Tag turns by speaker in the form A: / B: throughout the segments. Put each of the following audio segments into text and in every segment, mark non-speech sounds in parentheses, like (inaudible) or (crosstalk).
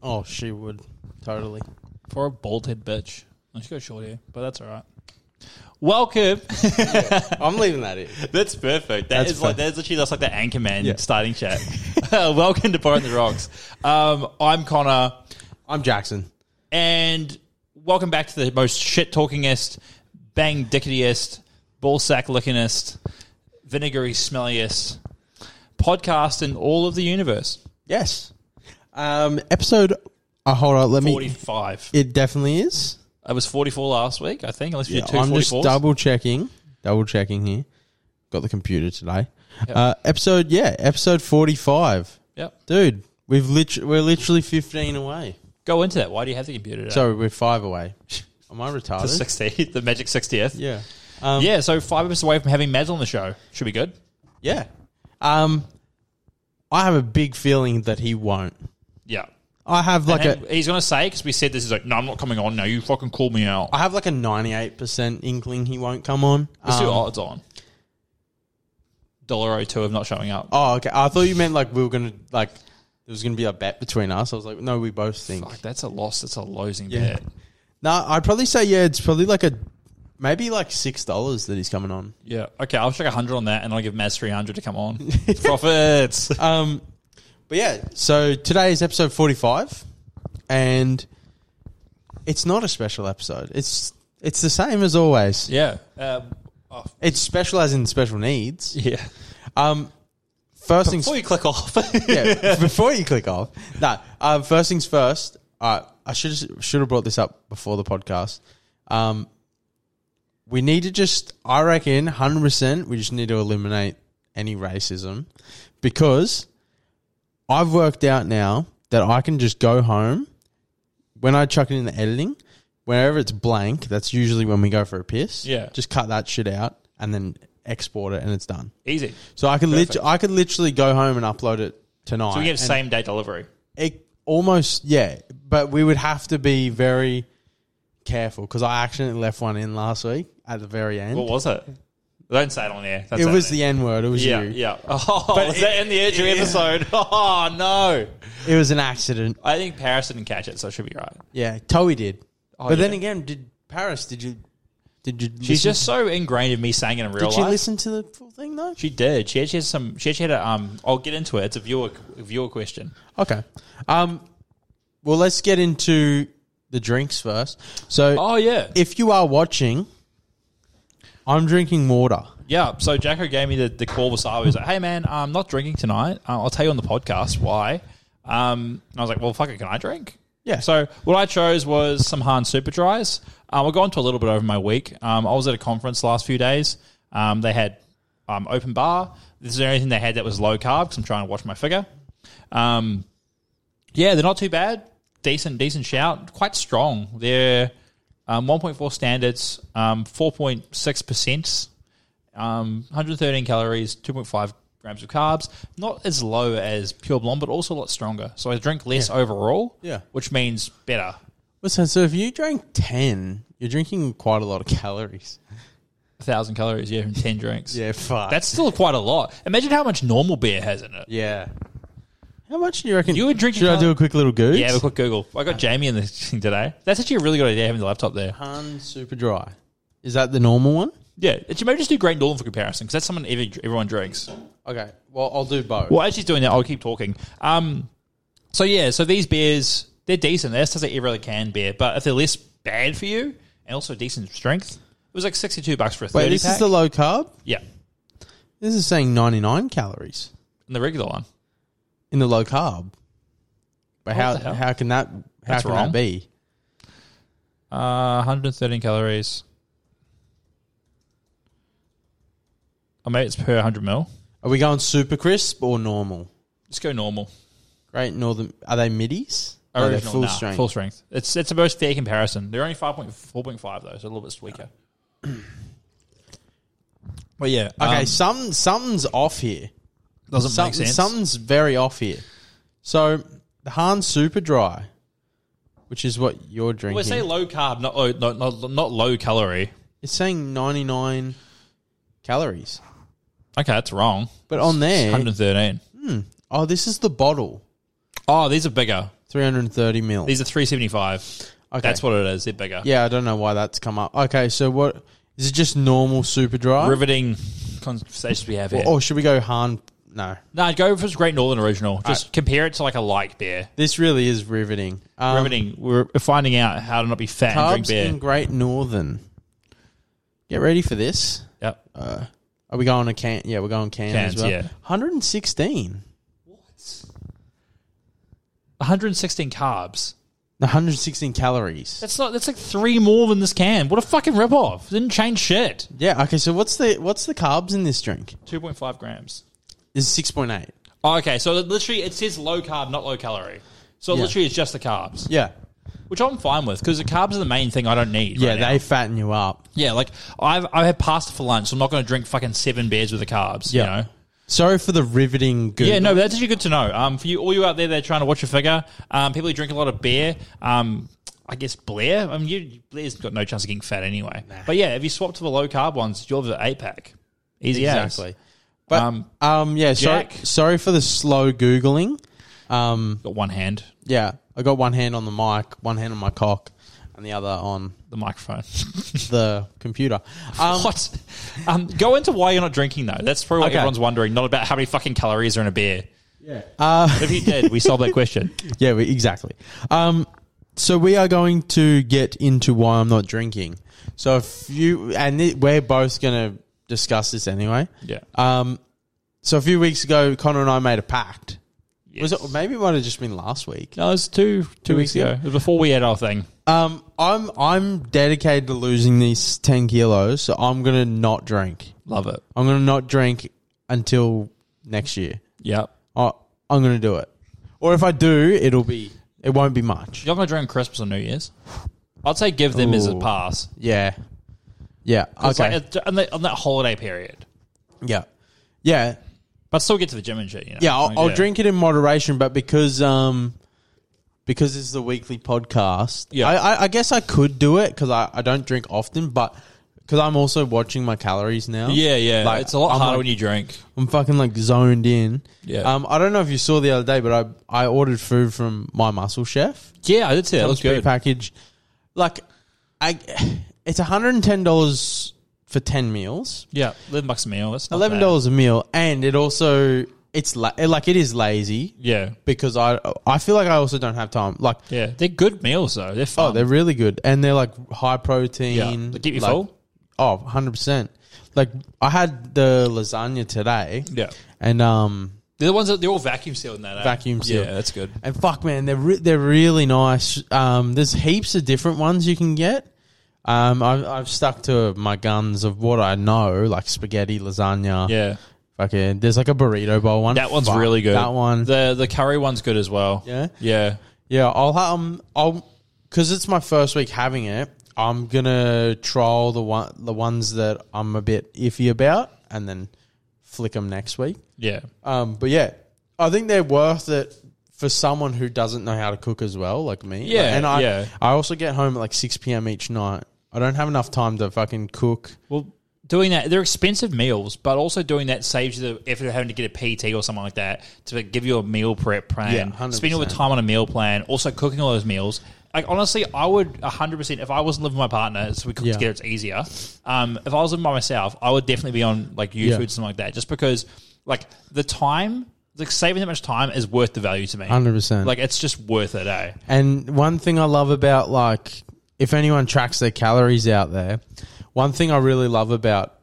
A: Oh, she would totally.
B: For a bald-head bitch. No, she's got short hair, but that's all right. Welcome.
A: (laughs) I'm leaving that in.
B: (laughs) That's perfect.
A: That's
B: that's
A: fair.
B: like that's literally that's like the Anchorman
A: Yeah.
B: starting (laughs) chat. Welcome to Borrowing the Rocks. Um, I'm Connor,
A: I'm Jackson.
B: and welcome back to the most shit talkingest, bang dickityest, ball sack lickingest, vinegary smelliest podcast in all of the universe.
A: Yes. Um, episode. Uh, hold on. Let me.
B: Forty-five.
A: It definitely is.
B: I was forty-four last week, I think. Unless you
A: Yeah,
B: did two
A: I'm just
B: 44s.
A: double checking. Double checking here. Got the computer today. Uh, episode. Yeah. Episode 45.
B: Yep.
A: Dude, we've lit- we're literally 15 away.
B: Go into that. Why do you have the computer? Today?
A: Sorry, we're five (laughs) away. Am I
B: the
A: retarded?
B: sixty, (laughs) the magic sixtieth.
A: Yeah. Um,
B: Yeah, so five minutes away from having Mads on the show. Should be good.
A: Yeah. Um, I have a big feeling that he won't.
B: Yeah.
A: I have like a
B: And he's going to say, because we said this, is like, no, I'm not coming on now. You fucking call me out.
A: I have like a ninety eight percent inkling he won't come on.
B: Let's do
A: Um,
B: odds on. Dollar 02 of not showing up.
A: oh, okay. I thought you meant like we were gonna like there was gonna be a bet between us. I was like, no, we both think.
B: Fuck, that's a loss. That's a losing
A: Yeah.
B: bet.
A: No, I'd probably say yeah. It's probably like a maybe like six dollars that he's coming on.
B: Yeah. Okay, I'll check 100 on that and I'll give Mads 300 to come on. (laughs) Profits.
A: Um, but yeah. So today is episode forty five, and it's not a special episode. It's it's the same as always.
B: yeah. Um, oh,
A: It's special as in special needs.
B: yeah.
A: Um, first
B: Before
A: things
B: you click off.
A: yeah, (laughs) before you click off. No, um, first things first. Uh, I should should have brought this up before the podcast. Um, we need to just, I reckon, hundred percent. We just need to eliminate any racism because I've worked out now that I can just go home when I chuck it in the editing. Whenever it's blank, that's usually when we go for a piss.
B: Yeah.
A: just cut that shit out and then export it, and it's done.
B: (laughs) (laughs) Easy.
A: So I could lit- I could literally go home and upload it tonight.
B: So we get
A: and
B: same day delivery.
A: it almost yeah, but we would have to be very careful because I accidentally left one in last week at the very end.
B: What was it? Don't say it on the air. Don't
A: it
B: say
A: was
B: on air.
A: the N word. It was
B: Yeah,
A: you.
B: yeah. (laughs) Oh, was that in the edge (laughs) episode? Oh, no.
A: It was an accident.
B: I think Paris didn't catch it, so it should be right.
A: Yeah, Toey did. but then
B: Oh, yeah.
A: again, did Paris? Did you? Did you?
B: She's
A: listen-
B: just so ingrained in me saying it in real
A: Did she
B: life.
A: listen to the full thing though?
B: She did. She actually has some. She actually had a. Um, I'll get into it. It's a viewer a viewer question.
A: Okay. Um. Well, let's get into the drinks first. So,
B: Oh yeah,
A: if you are watching, I'm drinking water.
B: yeah. So Jacko gave me the, the call wasabi. He was like, "Hey man, I'm not drinking tonight. Uh, I'll tell you on the podcast why." Um, and I was like, "Well, fuck it, can I drink?"
A: Yeah.
B: So what I chose was some Han Super Dries. Um, I'll go into a little bit over my week. Um, I was at a conference last few days. Um, they had um, open bar. This is the only thing they had that was low carb because I'm trying to watch my figure. Um, yeah, they're not too bad. Decent, decent shout. Quite strong. They're um, 1.4 standards, um, 4.6 percent, um, 113 calories, 2.5 grams of carbs. Not as low as pure blonde, but also a lot stronger. So I drink less overall.
A: Yeah.
B: which means better.
A: Listen, so if you drank 10, you're drinking quite a lot of calories. (laughs)
B: A thousand calories, yeah, from ten drinks.
A: fuck.
B: that's still quite a lot. Imagine how much normal beer has in it.
A: yeah. How much do you reckon?
B: You were drinking
A: Should I
B: cal-
A: do a quick little goose?
B: Yeah, have a quick Google. I got Jamie in this (laughs) thing today. That's actually a really good idea having the laptop there.
A: Han super dry. Is that the normal one?
B: Yeah, you maybe just do Great Northern for comparison because that's something every, everyone drinks.
A: Okay. Well, I'll do both.
B: Well, as she's doing that, I'll keep talking. Um, so yeah, so these beers they're decent. They're just like every other can beer, but if they're less bad for you and also decent strength, it was like sixty-two bucks for a thirty
A: Wait, this
B: pack.
A: is the low carb?
B: yeah,
A: This is saying 99 calories
B: and the regular one.
A: in the low carb. But how
B: the hell?
A: how can that how
B: That's
A: can
B: wrong.
A: that be?
B: Uh, 113 calories. I mean, Oh, it's per 100 mil.
A: Are we going super crisp or normal?
B: Just go normal.
A: Great northern are they middies? No, Oh, they're
B: Original,
A: full
B: nah,
A: strength.
B: Full strength. It's it's the most fair comparison. They're only 5.4.5 though, so a little bit
A: (clears throat)
B: weaker. but yeah,
A: okay,
B: um,
A: some something's off here.
B: doesn't
A: Some-
B: make sense.
A: Something's very off here. So the Han Super Dry, which is what you're drinking,
B: we say low carb, not low, not, not not low calorie.
A: it's saying 99 calories,
B: Okay, that's wrong.
A: but on there,
B: 113.
A: oh, this is the bottle.
B: Oh, these are bigger.
A: Three hundred and thirty mil.
B: These are 375.
A: okay.
B: That's what it is. They're bigger.
A: Yeah, I don't know why that's come up. Okay, so what is it? Just normal super dry,
B: Riveting conversations we have here.
A: or should we go Han? No,
B: Nah, go for Great Northern Original. Just compare it to like a light beer.
A: this really is riveting. Um,
B: Riveting. We're finding out how to not be fat and
A: Carbs
B: drink beer.
A: in Great Northern. Get ready for this.
B: yep.
A: Uh, are we going to can? Yeah, we're going can
B: Cans,
A: as well.
B: yeah.
A: One hundred and sixteen.
B: 116 carbs.
A: One hundred and sixteen calories.
B: That's not. That's like three more than this can. What a fucking ripoff! Didn't change shit.
A: yeah. Okay. So what's the what's the carbs in this drink?
B: Two point five grams.
A: Is six point eight.
B: Oh, okay, so literally it says low carb, not low calorie. So
A: Yeah.
B: literally it's just the carbs,
A: Yeah.
B: which I'm fine with because the carbs are the main thing I don't need.
A: Yeah.
B: right now.
A: they fatten you up.
B: yeah. Like I've I had pasta for lunch, so I'm not going to drink fucking seven beers with the carbs.
A: Yeah.
B: You know.
A: Sorry for the riveting. Good.
B: Yeah, no, but that's actually good to know. Um, for you, all you out there that are trying to watch your figure, um, people who drink a lot of beer, um, I guess Blair, I mean, you, Blair's got no chance of getting fat anyway. But yeah, if you swap to the low carb ones, you'll have an eight pack, easy exactly.
A: Exactly. But um,
B: Um,
A: yeah, sorry,
B: Jack?
A: sorry for the slow googling. Um,
B: Got one hand,
A: yeah, I got one hand on the mic, one hand on my cock, and the other on
B: the microphone.
A: the computer. Um,
B: (laughs) what? Um, go into why you're not drinking though. That's probably what
A: Okay.
B: everyone's wondering. Not about how many fucking calories are in a beer.
A: uh,
B: If you did, we solved
A: (laughs)
B: that question.
A: yeah, we- exactly. Um, so we are going to get into why I'm not drinking. So if you and it, we're both going to discuss this anyway.
B: Yeah.
A: Um, so a few weeks ago, Connor and I made a pact. Was
B: Yes.
A: it maybe it might have just been last week?
B: No, it was two two,
A: weeks
B: weeks ago. It was before we had our thing.
A: Um, I'm I'm dedicated to losing these ten kilos, so I'm gonna not drink.
B: Love it.
A: I'm gonna not drink until next year.
B: Yep.
A: I, I'm gonna do it, or if I do, it'll be it won't be much.
B: You're not going to drink Christmas or New Year's. I'd say give them as a
A: Ooh.
B: pass.
A: Yeah, yeah,
B: It's
A: okay,
B: like, it's on, that, on that holiday period.
A: yeah, yeah,
B: But still get to the gym and shit, you know?
A: yeah. I'll, I'll
B: Yeah.
A: drink it in moderation, but because um. Because it's the weekly podcast,
B: Yeah.
A: I, I, I guess I could do it because I, I don't drink often, but because I'm also watching my calories now.
B: Yeah, yeah.
A: Like,
B: it's a lot
A: I'm
B: harder
A: like-
B: when you drink.
A: I'm fucking like zoned in.
B: Yeah.
A: Um, I don't know if you saw the other day, but I I ordered food from my muscle chef.
B: Yeah, I did see that. It looks
A: It's
B: good.
A: Package. Like, I, it's 110 dollars for 10 meals,
B: Yeah, 11 bucks a meal. That's not
A: eleven
B: bad.
A: dollars a meal, and it also it's la- like it is lazy
B: Yeah.
A: because I I feel like I also don't have time. Like,
B: Yeah. They're good meals, though. They're fun.
A: oh, they're really good, and they're like high protein.
B: Yeah. They keep you
A: like-
B: full?
A: Oh, 100 percent. Like I had the lasagna today,
B: yeah.
A: and um.
B: They're the ones that they're all vacuum sealed in that. eh?
A: Vacuum sealed.
B: Yeah, that's good.
A: And fuck, man, they're re- they're really nice. Um, there's heaps of different ones you can get. Um, I've, I've stuck to my guns of what I know, like spaghetti, lasagna.
B: Yeah.
A: Fucking, there's like a burrito bowl one.
B: That one's
A: Fuck,
B: really good.
A: That one.
B: The the curry one's good as well.
A: Yeah?
B: Yeah.
A: yeah, I'll ha- um, I'll because it's my first week having it. I'm gonna trial the one the ones that I'm a bit iffy about, and then flick them next week.
B: Yeah.
A: Um, but yeah, I think they're worth it for someone who doesn't know how to cook as well, like me.
B: Yeah,
A: and I,
B: yeah.
A: I also get home at like six p.m. each night. I don't have enough time to fucking cook.
B: Well, doing that, they're expensive meals, but also doing that saves you the effort of having to get a PT or something like that to give you a meal prep
A: Yeah,
B: plan.
A: 100%.
B: spend all the time on a meal plan, also cooking all those meals. Like honestly, I would 100% if I wasn't living with my partner, so we cook
A: Yeah.
B: together, it's easier. Um, if I was living by myself, I would definitely be on like YouTube
A: Yeah.
B: or something like that, just because like the time, like saving that much time is worth the value to me.
A: Hundred percent.
B: Like it's just worth it, eh?
A: And one thing I love about like if anyone tracks their calories out there, one thing I really love about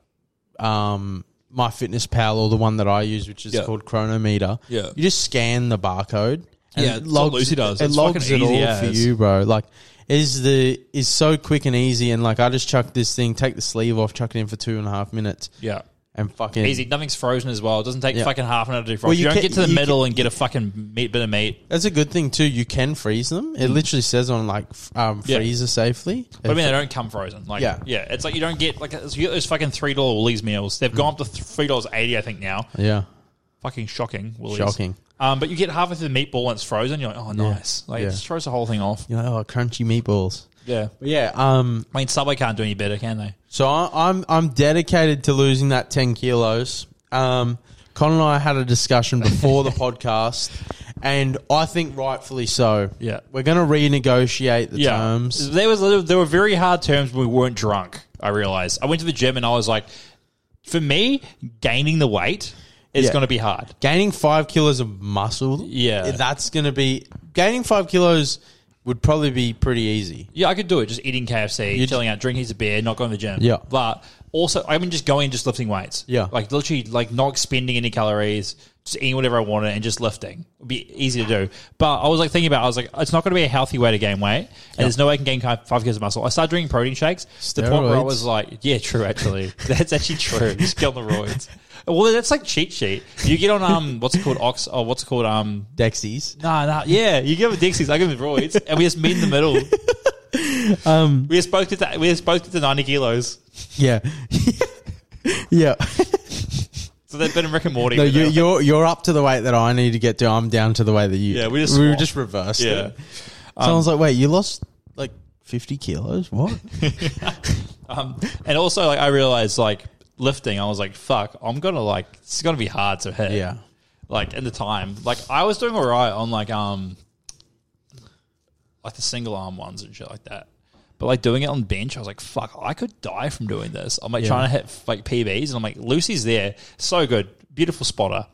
A: um my fitness pal or the one that I use, which is
B: Yeah.
A: called Chronometer.
B: Yeah.
A: you just scan the barcode.
B: Yeah,
A: it
B: that's what Lucy does.
A: It
B: It's
A: logs it
B: fucking
A: all
B: easy
A: for
B: as.
A: you, bro. Like is the is so quick and easy, and like I just chuck this thing, take the sleeve off, chuck it in for two and a half minutes,
B: Yeah.
A: and fucking
B: Easy. Nothing's frozen as well. It doesn't take
A: Yeah.
B: fucking half an hour to do frozen.
A: Well, you
B: you, don't
A: can-
B: get to the
A: you
B: middle and get a fucking meat, bit of meat.
A: That's a good thing too. You can freeze them. It literally says on like f- um,
B: Mm. Yeah.
A: freezer safely.
B: But I mean, they don't come frozen. Like,
A: Yeah.
B: yeah, It's like you don't get like it's- you get those fucking three dollar Woolies meals. They've gone up to three dollars eighty, I think now.
A: yeah,
B: Fucking shocking, Woolies.
A: Shocking.
B: Um, but you get halfway through the meatball and it's frozen. You're like, oh, nice. Like,
A: Yeah.
B: it just throws the whole thing off.
A: you know, oh, crunchy meatballs.
B: Yeah.
A: But yeah, um,
B: I mean, Subway can't do any better, can they?
A: so I, I'm I'm dedicated to losing
B: (laughs)
A: that ten kilos. Um, Con and I had a discussion before the podcast, and I think rightfully so.
B: Yeah.
A: we're going to renegotiate the
B: yeah.
A: terms.
B: There was there were very hard terms when we weren't drunk. I realized. I went to the gym and I was like, for me, gaining the weight is
A: Yeah.
B: going to be hard.
A: Gaining five kilos of muscle,
B: Yeah.
A: that's going to be gaining five kilos would probably be pretty easy.
B: Yeah, I could do it. Just eating KFC, chilling out, drinking some beer, not going to the gym.
A: Yeah.
B: But also, I mean, just going, and just lifting weights.
A: Yeah.
B: Like literally, like not expending any calories, just eating whatever I wanted and just lifting. It'd be easy to do. But I was like thinking about, it, I was like, it's not going to be a healthy way to gain weight, and there's no way I can gain ki- five kilos of muscle. I started drinking protein shakes. to The point where I
A: Steroids.
B: was like, yeah, true. Actually, (laughs) that's actually true. Just kill the roids. Well, that's like cheat sheet. You get on um, what's it called ox? Oh, what's it called um.
A: Dexies.
B: Nah, nah, yeah. You give them Dixies, I give them roids, and we just meet in
A: (laughs)
B: the middle. um, we just both did that. We just both did the ninety kilos.
A: Yeah, (laughs) yeah.
B: So they've been in Rick and Morty.
A: No,
B: where
A: you,
B: they're-
A: you're you're up to the weight that I need to get to. I'm down to the weight that you.
B: Yeah, we just
A: we were
B: swapped.
A: just reversed.
B: Yeah.
A: It. Someone's like, wait, you lost like 50 kilos?
B: (laughs)
A: What?
B: um, and also like I realized like lifting, I was like, fuck, I'm gonna like it's gonna be hard to hit.
A: yeah,
B: Like in the time, like I was doing all right on like um, like the single arm ones and shit like that. But like doing it on bench, I was like, "Fuck, I could die from doing this." I'm like
A: Yeah.
B: trying to hit like PBs, and I'm like, "Lucy's there, so good, beautiful spotter,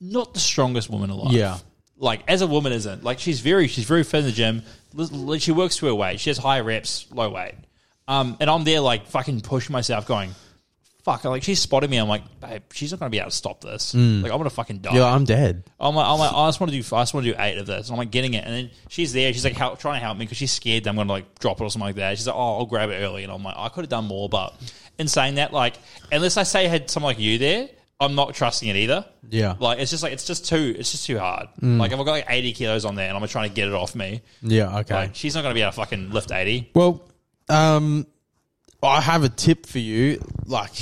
B: not the strongest woman alive."
A: Yeah.
B: like as a woman isn't like she's very she's very fit in the gym. Li- li- She works to her weight. She has high reps, low weight. Um, and I'm there like fucking pushing myself, going, "Fuck!" Like she's spotted me. I'm like, "Babe, she's not gonna be able to stop this. Like I'm gonna fucking die."
A: you're like, I'm dead.
B: I'm like, I'm like, I just want to do, I just want to do eight of this. And I'm like getting it, and then she's there. She's like help, trying to help me because she's scared that I'm going to like drop it or something like that. She's like, oh, I'll grab it early, and I'm like, I could have done more, but in saying that, like, unless I say I had someone like you there, I'm not trusting it either.
A: Yeah.
B: like it's just like it's just too, it's just too hard.
A: Mm.
B: Like if I've got like 80 kilos on there, and I'm trying to get it off me,
A: Yeah, okay.
B: like she's not going to be able to fucking lift 80.
A: Well, um, I have a tip for you. Like,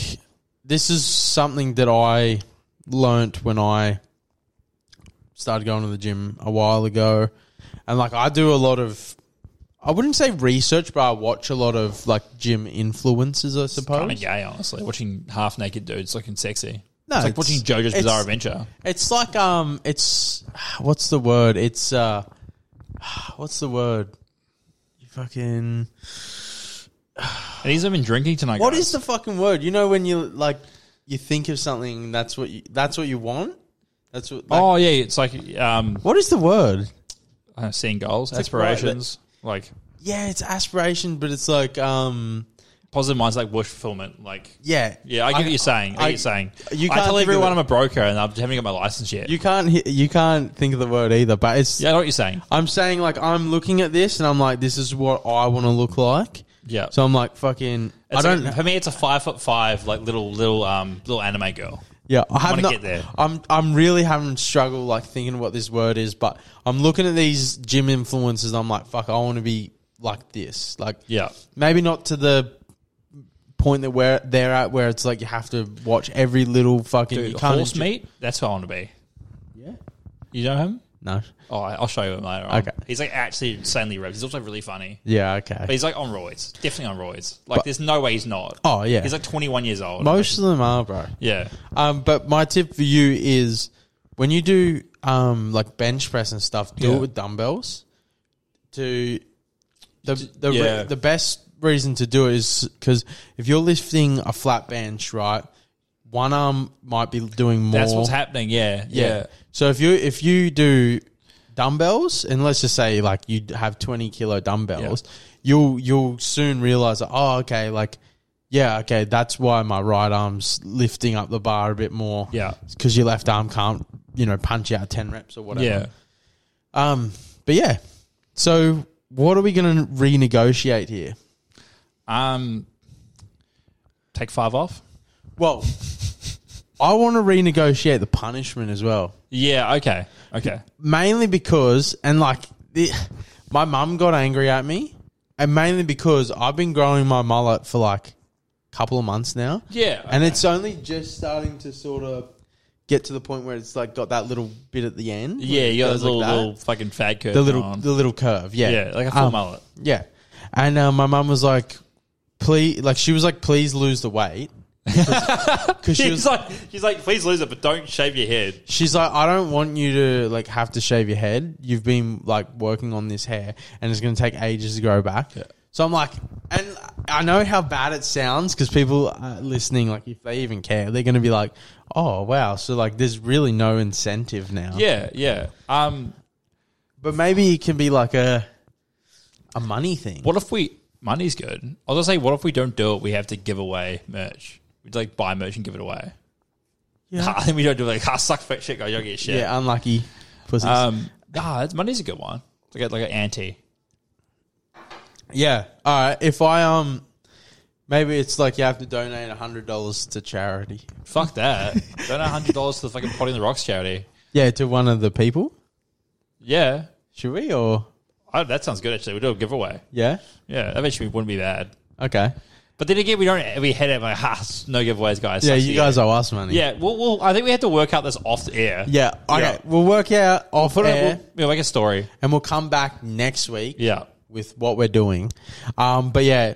A: this is something that I learnt when I started going to the gym a while ago. And, like, I do a lot of, I wouldn't say research, but I watch a lot of, like, gym influencers, I
B: I'm
A: suppose.
B: gay, honestly. Watching half naked dudes looking sexy.
A: No,
B: it's like
A: it's-
B: watching JoJo's
A: it's-
B: Bizarre Adventure.
A: It's like, um, it's, what's the word? It's, uh, (sighs) what's the word? You fucking.
B: And he's been drinking tonight.
A: What
B: guys.
A: is the fucking word? You know when you like you think of something, that's what you that's what you want. That's what. Like,
B: Oh yeah, it's like um,
A: What is the word?
B: uh, seeing goals,
A: like
B: aspirations, like
A: Yeah, it's aspiration, but it's like um
B: positive minds, like wish fulfillment. Like,
A: yeah
B: yeah, I get what you're saying. I, get what
A: I-
B: you're saying.
A: you
B: I
A: can't
B: tell
A: think of
B: everyone
A: it.
B: I'm a broker and I haven't got my license yet.
A: You can't hi- you can't think of the word either, but it's
B: yeah, I know what you're saying.
A: I'm saying like I'm looking at this and I'm like this is what I want to look like.
B: Yeah.
A: So I'm like fucking. I
B: It's like-
A: don't.
B: for me, it's a five foot five, like little little um little anime girl.
A: Yeah, I have
B: wanna
A: not.
B: get there.
A: I'm I'm really having struggle like thinking what this word is, but I'm looking at these gym influencers. and I'm like, fuck, I want to be like this. Like,
B: Yeah.
A: maybe not to the point that where they're at, where it's like you have to watch every little fucking.
B: Dude,
A: you can't
B: horse
A: enjoy-
B: meat. That's who I want to be.
A: Yeah.
B: You know him?
A: No.
B: Oh, I- I'll show you him later. On.
A: Okay.
B: He's like actually insanely ripped. He's also really funny.
A: Yeah.
B: But
A: Okay.
B: he's like on roids, definitely on roids. Like, there's no way he's not.
A: Oh yeah.
B: He's like 21 years old.
A: Most of them are, bro.
B: yeah.
A: Um, but my tip for you is when you do um like bench press and stuff, do
B: Yeah.
A: it with dumbbells. To the the re-
B: yeah.
A: the best reason to do it is because if you're lifting a flat bench, right, one arm might be doing more.
B: That's what's happening. Yeah.
A: yeah.
B: Yeah.
A: So if you if you do dumbbells, and let's just say like you have twenty kilo dumbbells, you'll you'll soon realize, oh, okay, like. Yeah, okay, that's why my right arm's lifting up the bar a bit more.
B: Yeah.
A: Because your left arm can't, you know, punch out 10 reps or whatever.
B: yeah.
A: Um, but yeah. So what are we going to renegotiate here?
B: Um, take five off.
A: Well, (laughs) I want to renegotiate the punishment as well.
B: Yeah. Okay. Okay.
A: mainly because and like the, my mum got angry at me and mainly because i've been growing my mullet for like a couple of months now
B: Yeah.
A: and it's only just starting to sort of get to the point where it's like got that little bit at the end
B: yeah, you got
A: Goes
B: those little
A: like that.
B: little fucking fag curve.
A: the little
B: going on.
A: the little curve yeah
B: yeah, like a full
A: Um,
B: mullet. (laughs) (laughs)
A: yeah and uh, my mum was like please like she was like please lose the weight because she
B: She's
A: was
B: like, she's like, please lose it, but don't shave your head.
A: She's like, I don't want you to like have to shave your head. You've been like working on this hair, and it's going to take ages to grow back. So I'm like, and I know how bad it sounds because people uh, listening, like if they even care, they're going to be like, oh wow. So like, there's really no incentive now.
B: Yeah, yeah. Um,
A: But maybe it can be like a a money thing.
B: what if we money's good? I was gonna say, what if we don't do it? We have to give away merch. We like buy merch and give it away.
A: Yeah.
B: (laughs) I think we don't do it, like ah, suck fat shit, go, you don't get shit.
A: Yeah, unlucky pussies.
B: Um, ah, that's, money's a good one. It's like a, like an ante.
A: yeah. All right. If I um, maybe it's like you have to donate hundred dollars to charity.
B: Fuck that. (laughs) Don't know hundred dollars to the fucking potty in the rocks charity.
A: Yeah, to one of the people.
B: Yeah,
A: Should we or
B: oh, that sounds good. Actually, we do a giveaway.
A: yeah?
B: Yeah, that actually wouldn't be bad.
A: Okay.
B: But then again, we don't. We had it like, (laughs) ha, no giveaways, guys.
A: Yeah,
B: Sucks
A: you
B: to
A: guys
B: you.
A: owe us money.
B: Yeah, well, well, I think we have to work out this off the air.
A: Yeah. Okay.
B: Yeah.
A: We'll work out off
B: Put it-
A: air,
B: we'll, we'll make a story.
A: and we'll come back next week
B: Yeah.
A: with what we're doing. Um, but yeah.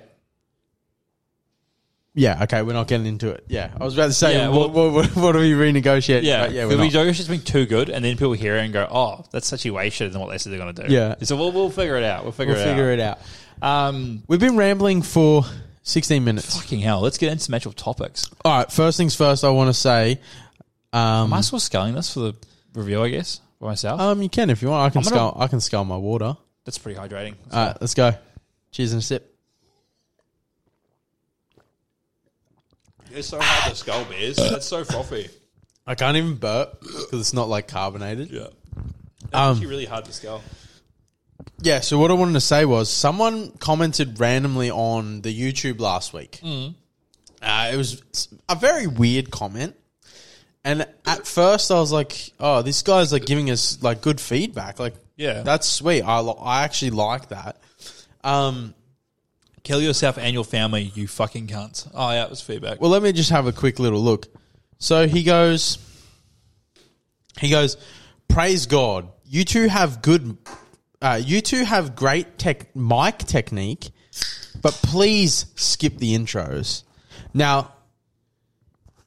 A: Yeah, okay, we're not getting into it. Yeah, I was about to say,
B: Yeah,
A: what, what, what are we renegotiating?
B: Yeah,
A: But yeah, we're
B: It'll be
A: not.
B: Djokovic has been too good, and then people hear it and go, "Oh, that's situation than what they said they're going to do."
A: Yeah.
B: so we'll, we'll figure it out. We'll figure
A: We'll
B: it
A: figure
B: out.
A: it out.
B: Um,
A: We've been rambling for 16 minutes.
B: fucking hell, let's get into some actual topics.
A: All right, first things first, I want to say,
B: Am
A: um,
B: I still scaling this for the review? I guess by myself.
A: um, you can if you want. I can
B: I'm gonna-
A: scull. I can scull my water.
B: that's pretty hydrating.
A: All right, let's go. Cheers and a sip.
B: It's so hard to skull beers. That's so frothy.
A: I can't even burp because it's not like carbonated.
B: Yeah,
A: Um, actually
B: really hard to scale.
A: Yeah. So what I wanted to say was someone commented randomly on the YouTube last week. Uh, it was a very weird comment, and at first I was like, "Oh, this guy's like giving us like good feedback. Like,
B: Yeah.
A: that's sweet. I li- I actually like that." Um.
B: Kill yourself and your family, you fucking cunts. Oh yeah, it was feedback.
A: Well, let me just have a quick little look. So he goes, he goes, praise God, you two have good, uh, you two have great tech mic technique, but please skip the intros. Now,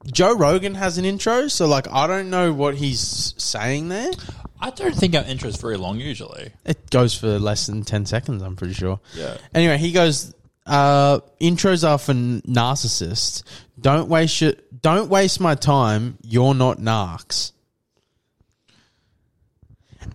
A: Joe Rogan has an intro, so like I don't know what he's saying there.
B: I don't think our intro is very long usually.
A: It goes for less than 10 seconds, I'm pretty sure.
B: Yeah.
A: Anyway, he goes, uh, intros are for narcissists. Don't waste your, don't waste my time. You're not narcs.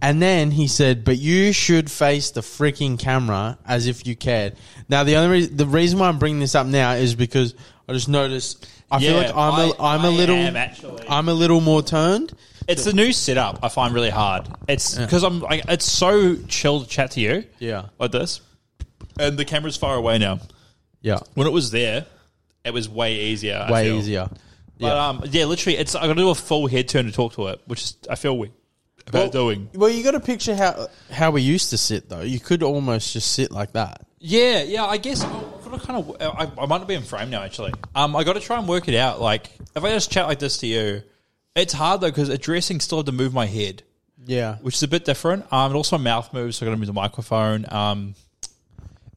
A: And then he said, but you should face the freaking camera as if you cared. Now, the only re- the reason why I'm bringing this up now is because I just noticed I feel
B: Yeah,
A: like I'm a,
B: I-
A: I'm a
B: I
A: little,
B: am actually.
A: I'm a little more turned.
B: It's the new setup I find really hard. It's because I'm like it's so chill to chat to you.
A: Yeah.
B: Like this. And the camera's far away now.
A: Yeah.
B: When it was there, it was way easier. I
A: Way
B: feel.
A: easier.
B: But um yeah, literally it's I gotta do a full head turn to talk to it, which is I feel weird about doing.
A: Well, you got to picture how how we used to sit though. You could almost just sit like that.
B: Yeah, yeah, I guess oh, I've got to kind of I, I might not be in frame now actually. Um I gotta try and work it out. Like if I just chat like this to you, it's hard though because addressing still have to move my head.
A: Yeah.
B: which is a bit different. Um, and also mouth moves, so I got to move the microphone. Um,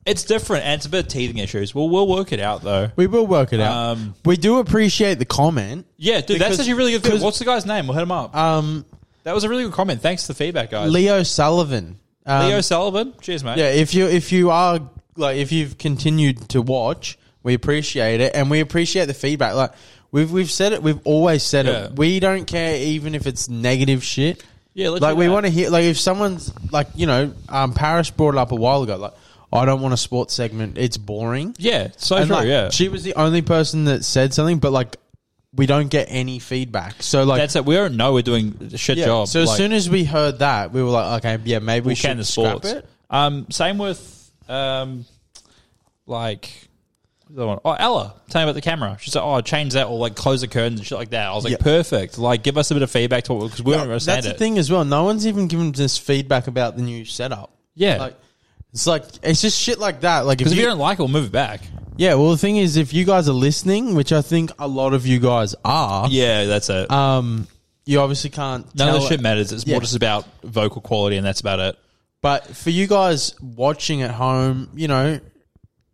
B: it's different, and it's a bit of teething issues. Well, we'll work it out though.
A: We will work it out.
B: Um,
A: we do appreciate the comment.
B: Yeah,
A: Because-
B: dude, that's actually really good. Feedback.
A: because-
B: What's the guy's name? We'll hit him up.
A: Um,
B: that was a really good comment. Thanks for the feedback, guys.
A: Leo Sullivan. Um,
B: Leo Sullivan, cheers, mate.
A: Yeah, if you if you are like if you've continued to watch, we appreciate it and we appreciate the feedback. Like we've we've said it, we've always said
B: Yeah.
A: it. We don't care even if it's negative shit.
B: Yeah, let's
A: like
B: do
A: we
B: that.
A: want to hear like if someone's like you know um, Paris brought it up a while ago. Like I don't want a sports segment. It's boring.
B: yeah, so
A: And,
B: true.
A: like,
B: yeah,
A: She was the only person that said something, but like we don't get any feedback. So like
B: that's it. We don't know we're doing a shit
A: yeah.
B: job.
A: So as
B: Like,
A: soon as we heard that, we were like, okay, yeah, maybe we
B: we can
A: should
B: the
A: scrap
B: sports.
A: it.
B: Um, same with um, like. what's the other one? Oh, Ella, tell me about the camera. She's like, oh, change that or like close the curtains and shit like that. I was like,
A: Yeah.
B: perfect. Like, give us a bit of feedback to because we don't understand
A: That's the
B: it.
A: thing as well. No one's even given us feedback about the new setup.
B: Yeah.
A: Like it's like it's just shit like that. Like if
B: Because if
A: you,
B: you don't like it, we'll move it back.
A: yeah, well the thing is if you guys are listening, which I think a lot of you guys are,
B: Yeah, that's it.
A: um you obviously can't
B: None of
A: tell-
B: the shit matters. It's
A: yeah.
B: more just about vocal quality, and that's about it.
A: But for you guys watching at home, you know,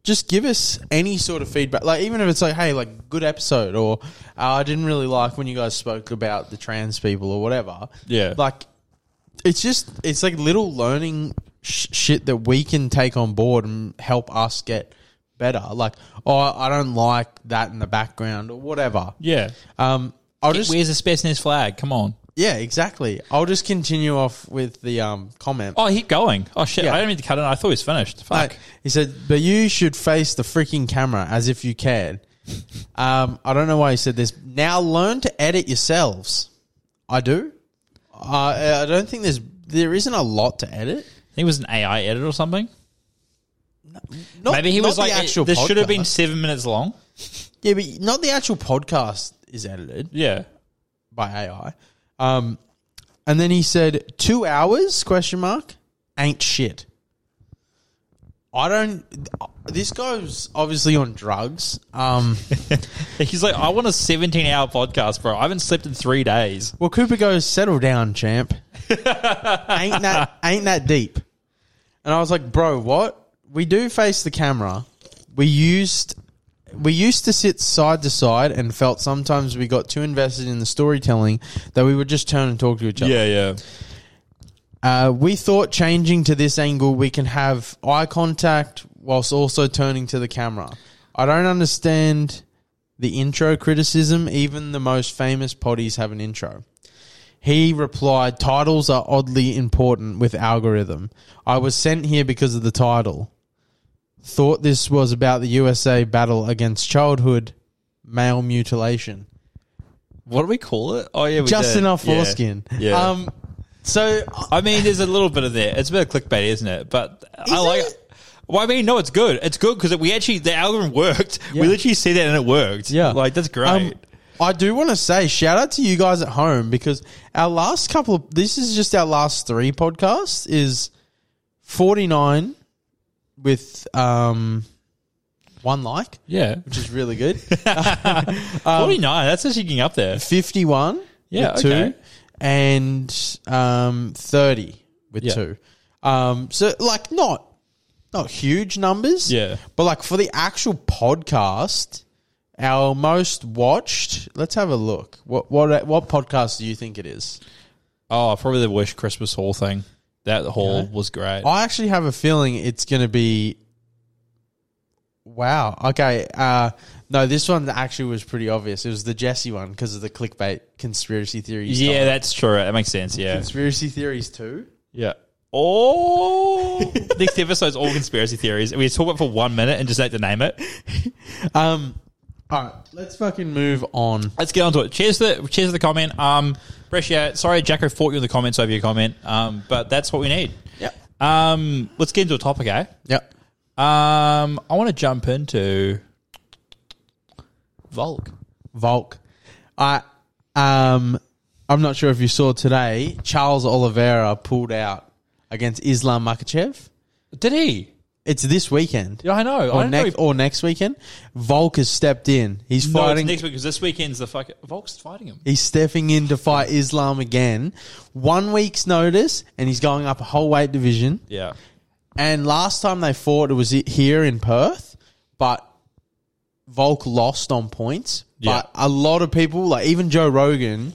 A: just give us any sort of feedback. Like even if it's like, hey, like good episode, or uh, I didn't really like when you guys spoke about the trans people or whatever.
B: Yeah.
A: like it's just it's like little learning sh- shit that we can take on board and help us get better. Like, oh, I don't like that in the background or whatever.
B: Yeah.
A: Um, I'll just
B: Where's the Space Nest flag? Come on.
A: yeah, exactly. I'll just continue off with the um comment.
B: Oh, he going. Oh, shit.
A: Yeah.
B: I didn't mean to cut it. I thought he was finished. Fuck.
A: Like, he said, but you should face the freaking camera as if you cared. um, I don't know why he said this. Now learn to edit yourselves. I do. I I don't think there's there isn't a lot to edit.
B: I think it was an AI edit or something.
A: Not,
B: Maybe he
A: not
B: was
A: the
B: like,
A: actual.
B: this should have been
A: podcast.
B: seven minutes long.
A: yeah, but not the actual podcast is edited
B: Yeah.
A: by AI. Um, and then he said two hours question mark ain't shit. I don't. This guy's obviously on drugs. Um.
B: (laughs) He's like, I want a 17 hour podcast, bro. I haven't slept in three days.
A: Well, Cooper goes, settle down, champ. ain't that ain't that deep? And I was like, bro, what? We do face the camera. We used we used to sit side to side and felt sometimes we got too invested in the storytelling that we would just turn and talk to each other.
B: yeah.
A: Uh, we thought changing to this angle, we can have eye contact whilst also turning to the camera. I don't understand the intro criticism. Even the most famous potties have an intro. He replied, Titles are oddly important with algorithm. I was sent here because of the title. Thought this was about the USA battle against childhood male mutilation.
B: What do we call it? Oh, yeah. We
A: Just
B: did.
A: enough
B: Yeah.
A: foreskin.
B: Yeah.
A: Um, so
B: I mean, there's a little bit of there. It's a bit of clickbait, isn't it? But I like.
A: it?
B: Well, I mean, no, it's good. It's good because we actually the algorithm worked. We
A: Yeah.
B: literally said that and it worked.
A: Yeah.
B: like that's great.
A: Um, I do want to say shout out to you guys at home because our last couple of this is just our last three podcasts is 49 with um one like
B: yeah,
A: which is really
B: (laughs)
A: good
B: forty nine. That's actually getting up there.
A: 51
B: Yeah,
A: with
B: okay.
A: two and um 30 with
B: Yeah.
A: two um so like not not huge numbers
B: Yeah.
A: but like for the actual podcast our most watched let's have a look what what what podcast do you think it is
B: Oh, probably the wish Christmas haul thing. That haul was great.
A: I actually have a feeling it's going to be. Wow. Okay. Uh, no, this one actually was pretty obvious. It was the Jesse one because of the clickbait conspiracy theories.
B: yeah, that's true. That makes sense. Yeah,
A: Conspiracy theories too.
B: yeah. (laughs) Oh, next episode's all conspiracy theories. We talk about it for one minute and just like to name it.
A: Um. All right. Let's fucking move on.
B: Let's get on to it. Cheers to the, cheers to the comment. Um, appreciate it. Sorry, Jacko fought you in the comments over your comment. Um, but that's what we need.
A: Yep.
B: Um, let's get into a topic, eh?
A: Yep.
B: Um, I want to jump into Volk.
A: Volk. I. Um. I'm not sure if you saw today. Charles Oliveira pulled out against Islam Makachev.
B: Did he?
A: It's this weekend.
B: Yeah, I know. I
A: Or,
B: don't
A: next,
B: know.
A: or next weekend. Volk has stepped in. He's
B: If, no, it's
A: fighting.
B: next week because this weekend's the fuck. Volk's fighting him.
A: He's stepping in to fight Islam again. One week's notice, and he's going up a whole weight division.
B: Yeah.
A: And last time they fought, it was i- here in Perth, but Volk lost on points.
B: Yeah.
A: But a lot of people, like even Joe Rogan,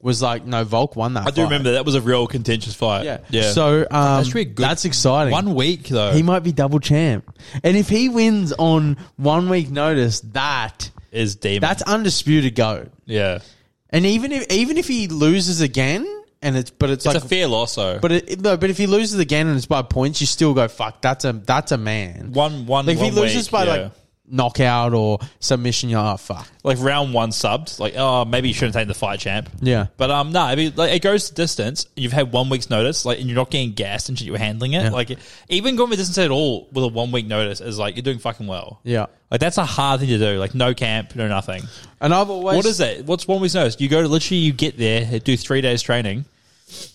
A: was like, "No, Volk won that."
B: I do remember that was a real contentious fight.
A: Yeah,
B: Yeah.
A: So um,
B: should be a good
A: that's exciting.
B: one week though.
A: he might be double champ, and if he wins on one week notice, that
B: is demon.
A: that's undisputed goat.
B: yeah. It's
A: And even if even if he loses again, and it's but it's, like
B: a fair loss though.
A: But it, no, but if he loses again and it's by points, you still go fuck. That's a that's a man.
B: one one.
A: like if he
B: one
A: loses
B: week,
A: by
B: yeah.
A: like knockout or submission, you're like, oh, fuck.
B: like round one subbed, like oh maybe you shouldn't take the fight champ.
A: Yeah.
B: but um no, I mean, like it goes to distance. You've had one week's notice, like and you're not getting gassed and shit. You're handling it. Like even going for distance at all with a one week notice is like you're doing fucking well.
A: Yeah.
B: Like that's a hard thing to do. Like no camp, no nothing.
A: And I've always
B: What is that? What's one week's notice? You go to literally you get there, do three days training.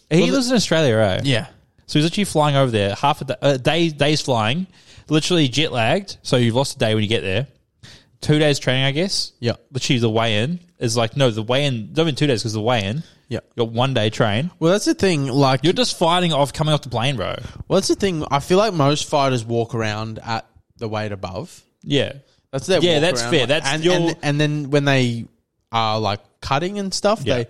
B: He lives in Australia, right?
A: Yeah,
B: So he's actually flying over there, half a day, uh, day days flying, literally jet lagged. So you've lost a day when you get there. Two days training, I guess.
A: Yeah.
B: Literally the weigh in is like no, the weigh in. Not even two days because the weigh in.
A: yeah.
B: You got one day train.
A: Well, that's the thing. Like,
B: You're just fighting off coming off the plane, bro.
A: well, that's the thing. I feel like most fighters walk around at the weight above.
B: Yeah.
A: That's their
B: Yeah,
A: walk
B: that's
A: around,
B: fair.
A: like-
B: That's
A: and,
B: your-
A: and and then when they are like cutting and stuff,
B: Yeah.
A: they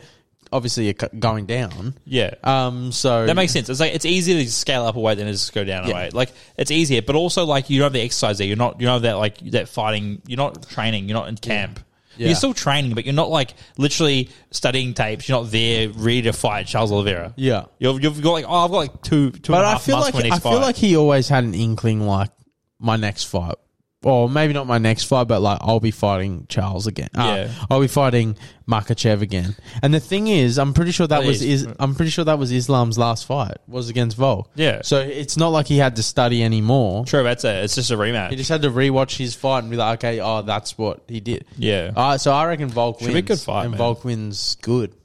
A: obviously are cu- going down.
B: Yeah.
A: Um, so
B: That makes sense. It's like it's easier to scale up a weight than it is to go down a
A: Yeah.
B: weight. Like it's easier, but also like you don't have the exercise there. You're not you don't have that like that fighting. You're not training. You're not in camp.
A: Yeah.
B: You're still training, but you're not like literally studying tapes. You're not there ready to fight Charles Oliveira.
A: Yeah.
B: you've, you've got like oh I've got like two two
A: But
B: and a
A: I
B: half
A: feel
B: months
A: like
B: when
A: I
B: he's
A: feel
B: fight.
A: like he always had an inkling like my next fight. Or maybe not my next fight, but like I'll be fighting Charles again. Uh,
B: Yeah.
A: I'll be fighting Makachev again. And the thing is, I'm pretty sure that was
B: Please.
A: is I'm pretty sure that was Islam's last fight was against Volk.
B: Yeah.
A: So it's not like he had to study anymore.
B: True, that's it. It's just a
A: He
B: rematch.
A: just had to rewatch his fight and be like, okay, oh, that's what he did.
B: Yeah.
A: Uh, so I reckon Volk
B: be
A: wins.
B: a good fight,
A: and
B: man.
A: Volk wins good.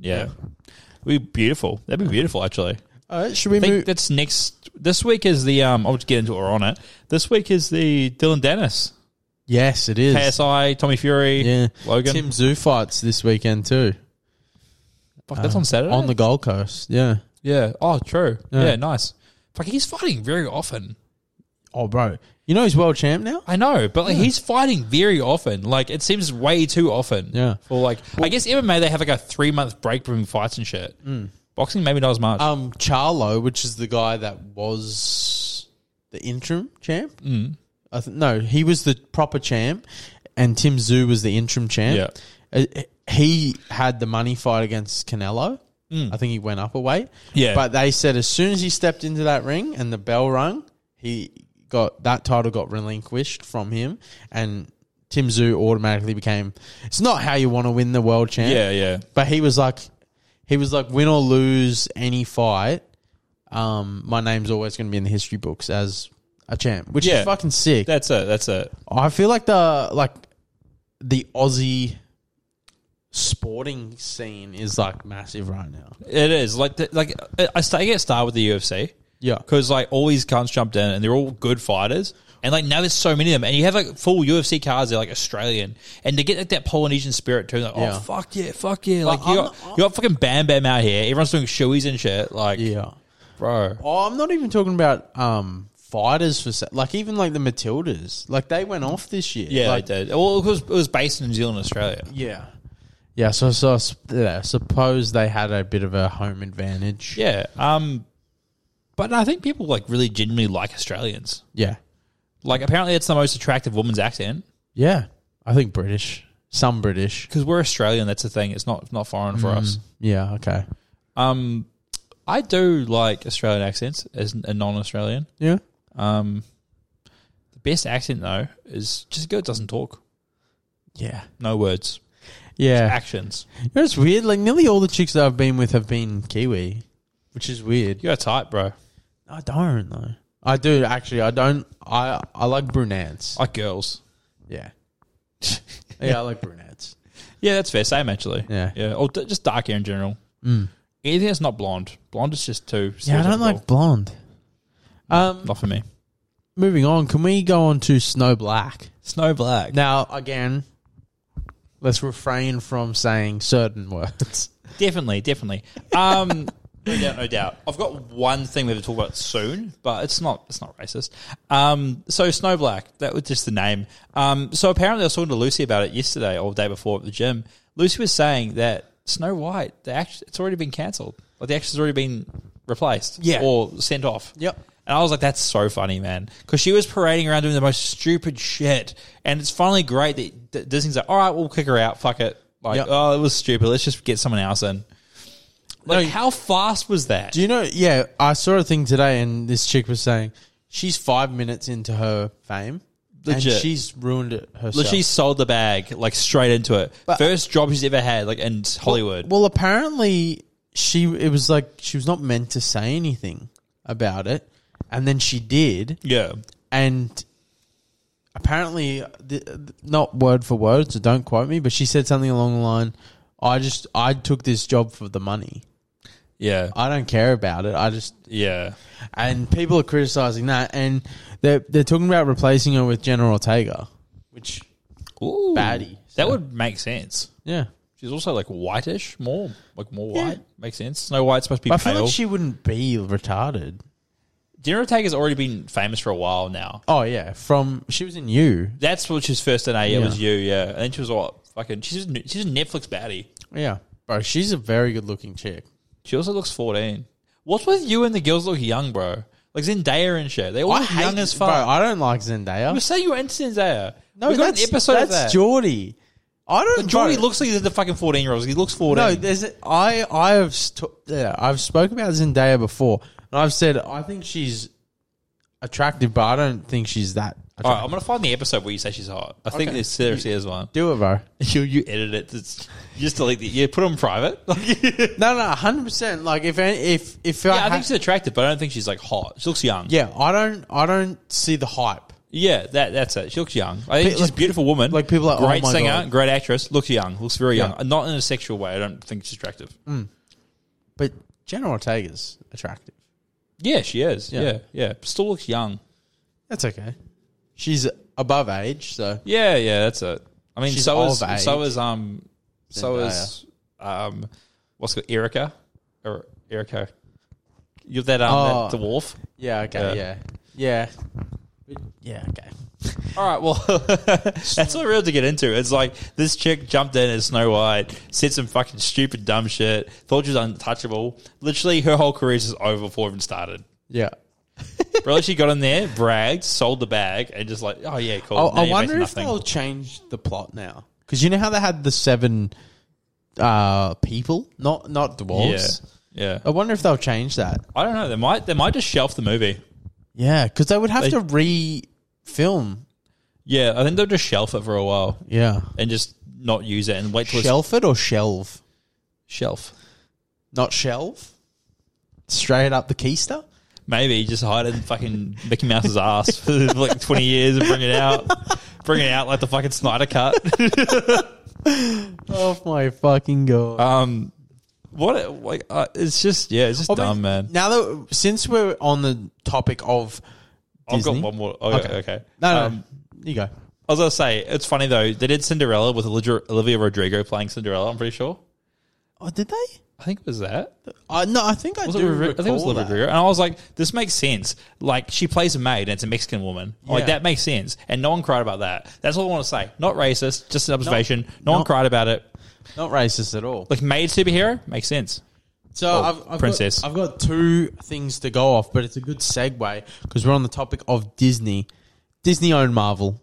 B: Yeah, we beautiful. That'd be beautiful actually.
A: All right, should we
B: I think
A: move?
B: that's next. This week is the um. I'll just get into it on it. This week is the Dylan Dennis
A: yes, it is.
B: KSI Tommy Fury.
A: Yeah.
B: Logan.
A: Tim Zoo fights this weekend too.
B: Fuck, that's Uh, on Saturday.
A: On the Gold Coast, yeah.
B: yeah. Oh, true.
A: Yeah.
B: Yeah. nice. Fuck, he's fighting very often.
A: Oh, bro. You know he's world champ now?
B: I know, but like he's fighting very often. Like it seems way too often.
A: Yeah.
B: For like, I guess MMA they have like a three month break between fights and shit. Boxing maybe not as much.
A: Um, Charlo, which is the guy that was the interim champ. Mm. I th- no, he was the proper champ, and Tim Zoo was the interim champ. Yeah. he had the money fight against Canelo. I think he went up a weight.
B: Yeah.
A: But they said as soon as he stepped into that ring and the bell rung, he got that title got relinquished from him, and Tim Zoo automatically became. It's not how you want to win the world champ.
B: yeah, yeah,
A: But he was like, he was like, win or lose any fight, um, my name's always going to be in the history books as a champ, which
B: Yeah.
A: is fucking sick.
B: that's it. That's it.
A: I feel like the like the Aussie sporting scene is like massive right now.
B: It is like the, like I- I start, I get started with the UFC.
A: Yeah,
B: because like all these cunts jumped in and they're all good fighters. And like now there's so many of them, and you have like full UFC cards. They're like Australian, and they get like that Polynesian spirit too. Like,
A: Yeah.
B: oh fuck yeah, fuck yeah! Like
A: I'm
B: you got
A: not-
B: you got fucking Bam Bam out here. Everyone's doing shoeies and shit. Like,
A: yeah.
B: bro,
A: Oh, I'm not even talking about um fighters for se- like even like the Matildas, like they went off this year.
B: yeah,
A: like,
B: they did. Well, it was it was based in New Zealand, Australia.
A: yeah, yeah. So so I s- yeah, suppose they had a bit of a home advantage.
B: Yeah, um, but I think people like really genuinely like Australians.
A: Yeah.
B: Like apparently it's the most attractive woman's accent
A: Yeah. I think British. Some British.
B: because we're Australian. That's the thing. It's not not foreign
A: Mm.
B: for us.
A: Yeah, okay.
B: Um, I do like Australian accents as a non-Australian.
A: Yeah.
B: Um, the best accent though is just a girl that doesn't talk,
A: Yeah.
B: no words,
A: Yeah.
B: actions.
A: You know, it's weird. Like nearly all the chicks that I've been with have been Kiwi. Which is weird.
B: You got a type, bro.
A: I don't though. I do actually I don't I I like brunettes.
B: Like girls.
A: (laughs) Yeah. yeah, I like brunettes.
B: Yeah, that's fair. Same actually.
A: Yeah. Mm.
B: yeah, or d- just dark hair in general. Anything that's not blonde. Blonde is just too.
A: Yeah, I don't
B: stereotypical.
A: like blonde. Um
B: Not for me.
A: moving on, can we go on to Snow Black?
B: Snow black.
A: Now again, let's refrain from saying certain (laughs) words.
B: Definitely, definitely. Um, no doubt, no doubt. I've got one thing we have to talk about soon, but it's not it's not racist. Um, so Snow Black, that was just the name. Um, so apparently, I was talking to Lucy about it yesterday or the day before at the gym. Lucy was saying that Snow White, the action, it's already been cancelled. Like the action's already been replaced,
A: Yeah.
B: or sent off.
A: Yep.
B: And I was like, that's so funny, man. Because she was parading around doing the most stupid shit. And it's finally great that, that Disney's like, all right, we'll kick her out. Fuck it. Like,
A: Yep.
B: oh, it was stupid. Let's just get someone else in. Like,
A: No,
B: how fast was that?
A: Do you know? Yeah, I saw a thing today, and this chick was saying she's five minutes into her fame,
B: Legit.
A: and she's ruined it herself.
B: Literally sold the bag, like, straight into it.
A: But-
B: First job she's ever had, like, in Hollywood.
A: well, apparently she it was like she was not meant to say anything about it, and then she did,
B: yeah.
A: and apparently, the, the- not word for word, so don't quote me, but she said something along the line. I just I took this job for the money.
B: Yeah.
A: I don't care about it. I just
B: Yeah.
A: and people are criticizing that, and they're they're talking about replacing her with Jenna Ortega, which
B: Ooh.
A: Baddie,
B: That would make sense.
A: yeah,
B: She's also, like, whitish, more, like, more
A: Yeah.
B: white. Makes sense. Snow White's supposed to be
A: but I
B: pale.
A: feel like she wouldn't be retarded.
B: Dinner Tag has already been famous for a while now.
A: Oh yeah, from she was in you.
B: That's what she was first in A. It
A: Yeah.
B: was you, yeah. And then she was what fucking. She's a, she's a Netflix baddie.
A: Yeah, bro, she's a very good looking chick.
B: She also looks fourteen. What's with you and the girls look young, bro? Like Zendaya and shit. They all
A: I
B: look
A: hate,
B: young as
A: Bro,
B: fuck.
A: I don't like Zendaya.
B: you say you were into Zendaya.
A: no,
B: we got
A: that's
B: an episode
A: that's
B: of that.
A: Geordie. I don't.
B: Jordy
A: bro,
B: looks like he's the fucking fourteen year old. He looks fourteen.
A: No, there's a, I I have st- yeah, I've spoken about Zendaya before, and I've said I think she's attractive, but I don't think she's that.
B: all
A: Attractive.
B: right, I'm gonna find the episode where you say she's hot. I think
A: Okay.
B: there seriously is one. (laughs)
A: Do it, bro.
B: You you edit it. It's, you just delete it. You put it on private. (laughs) yeah,
A: No, no, hundred percent. Like if any, if if I,
B: I
A: ha-
B: think she's attractive, but I don't think she's like hot. She looks young.
A: yeah, I don't I don't see the hype.
B: Yeah, that that's it. She looks young. I think
A: Pe-
B: she's a
A: like-
B: beautiful woman.
A: like people are like,
B: great
A: "Oh my
B: singer,
A: God."
B: great actress. Looks young. Looks very young. Uh, Not in a sexual way. I don't think she's attractive.
A: Mm. But Jenna Ortega's attractive.
B: Yeah, she is. Yeah.
A: Yeah.
B: yeah, Still looks young.
A: That's okay. She's above age, so
B: Yeah, yeah. That's it. I mean,
A: She's
B: so is
A: of age.
B: so is um so is um what's it called Erica or Erica. You're that um
A: Oh.
B: that dwarf.
A: yeah, okay, yeah, yeah, yeah, okay.
B: All right, well, (laughs) that's what we're able to get into. It's like this chick jumped in as Snow White, said some fucking stupid, dumb shit, thought she was untouchable. Literally, her whole career's just over before it even started.
A: Yeah,
B: Bro, she got in there, bragged, sold the bag, and just like, oh, yeah, cool.
A: I,
B: Now
A: I
B: you're
A: wonder
B: making
A: if they'll change the plot now because you know how they had the seven uh, people, not not dwarves.
B: Yeah.
A: I
B: yeah.
A: wonder if they'll change that.
B: I don't know. They might They might just shelf the movie.
A: Yeah, because they would have to re-film.
B: Yeah, I think they'll just shelf it for a while
A: Yeah,
B: and just not use it and wait till
A: shelf it or shelve,
B: it's shelf.
A: not shelve. Straight up the keister.
B: Maybe just hide it in fucking Mickey Mouse's ass for like 20 years and bring it out. Bring it out like the fucking Snyder cut.
A: Oh my fucking god!
B: Um, what, like, uh, it's just, yeah, it's just
A: I mean,
B: dumb, man.
A: Now that since we're on the topic of
B: I've
A: Disney,
B: got one more. Okay. okay.
A: No, no,
B: Um,
A: you go.
B: I was going to say, it's funny though, they did Cinderella with Olivia Olivia Rodrigo playing Cinderella, I'm pretty sure.
A: Oh, did they? I
B: I think it was that.
A: no, I think I
B: Was it
A: do.
B: Rodri- I think it was
A: recall
B: Olivia
A: that.
B: Rodrigo. And I was like, this makes sense. Like, she plays a maid and it's a Mexican woman. I'm Like,
A: Yeah.
B: that makes sense. And no one cried about that. That's all I want to say. Not racist, just an observation. no one
A: not-
B: cried about it.
A: Not racist at all.
B: Like maid superhero makes sense.
A: So
B: Oh,
A: I've, I've
B: princess.
A: Got, I've got two things to go off, but it's a good segue because we're on the topic of Disney. Disney owned Marvel.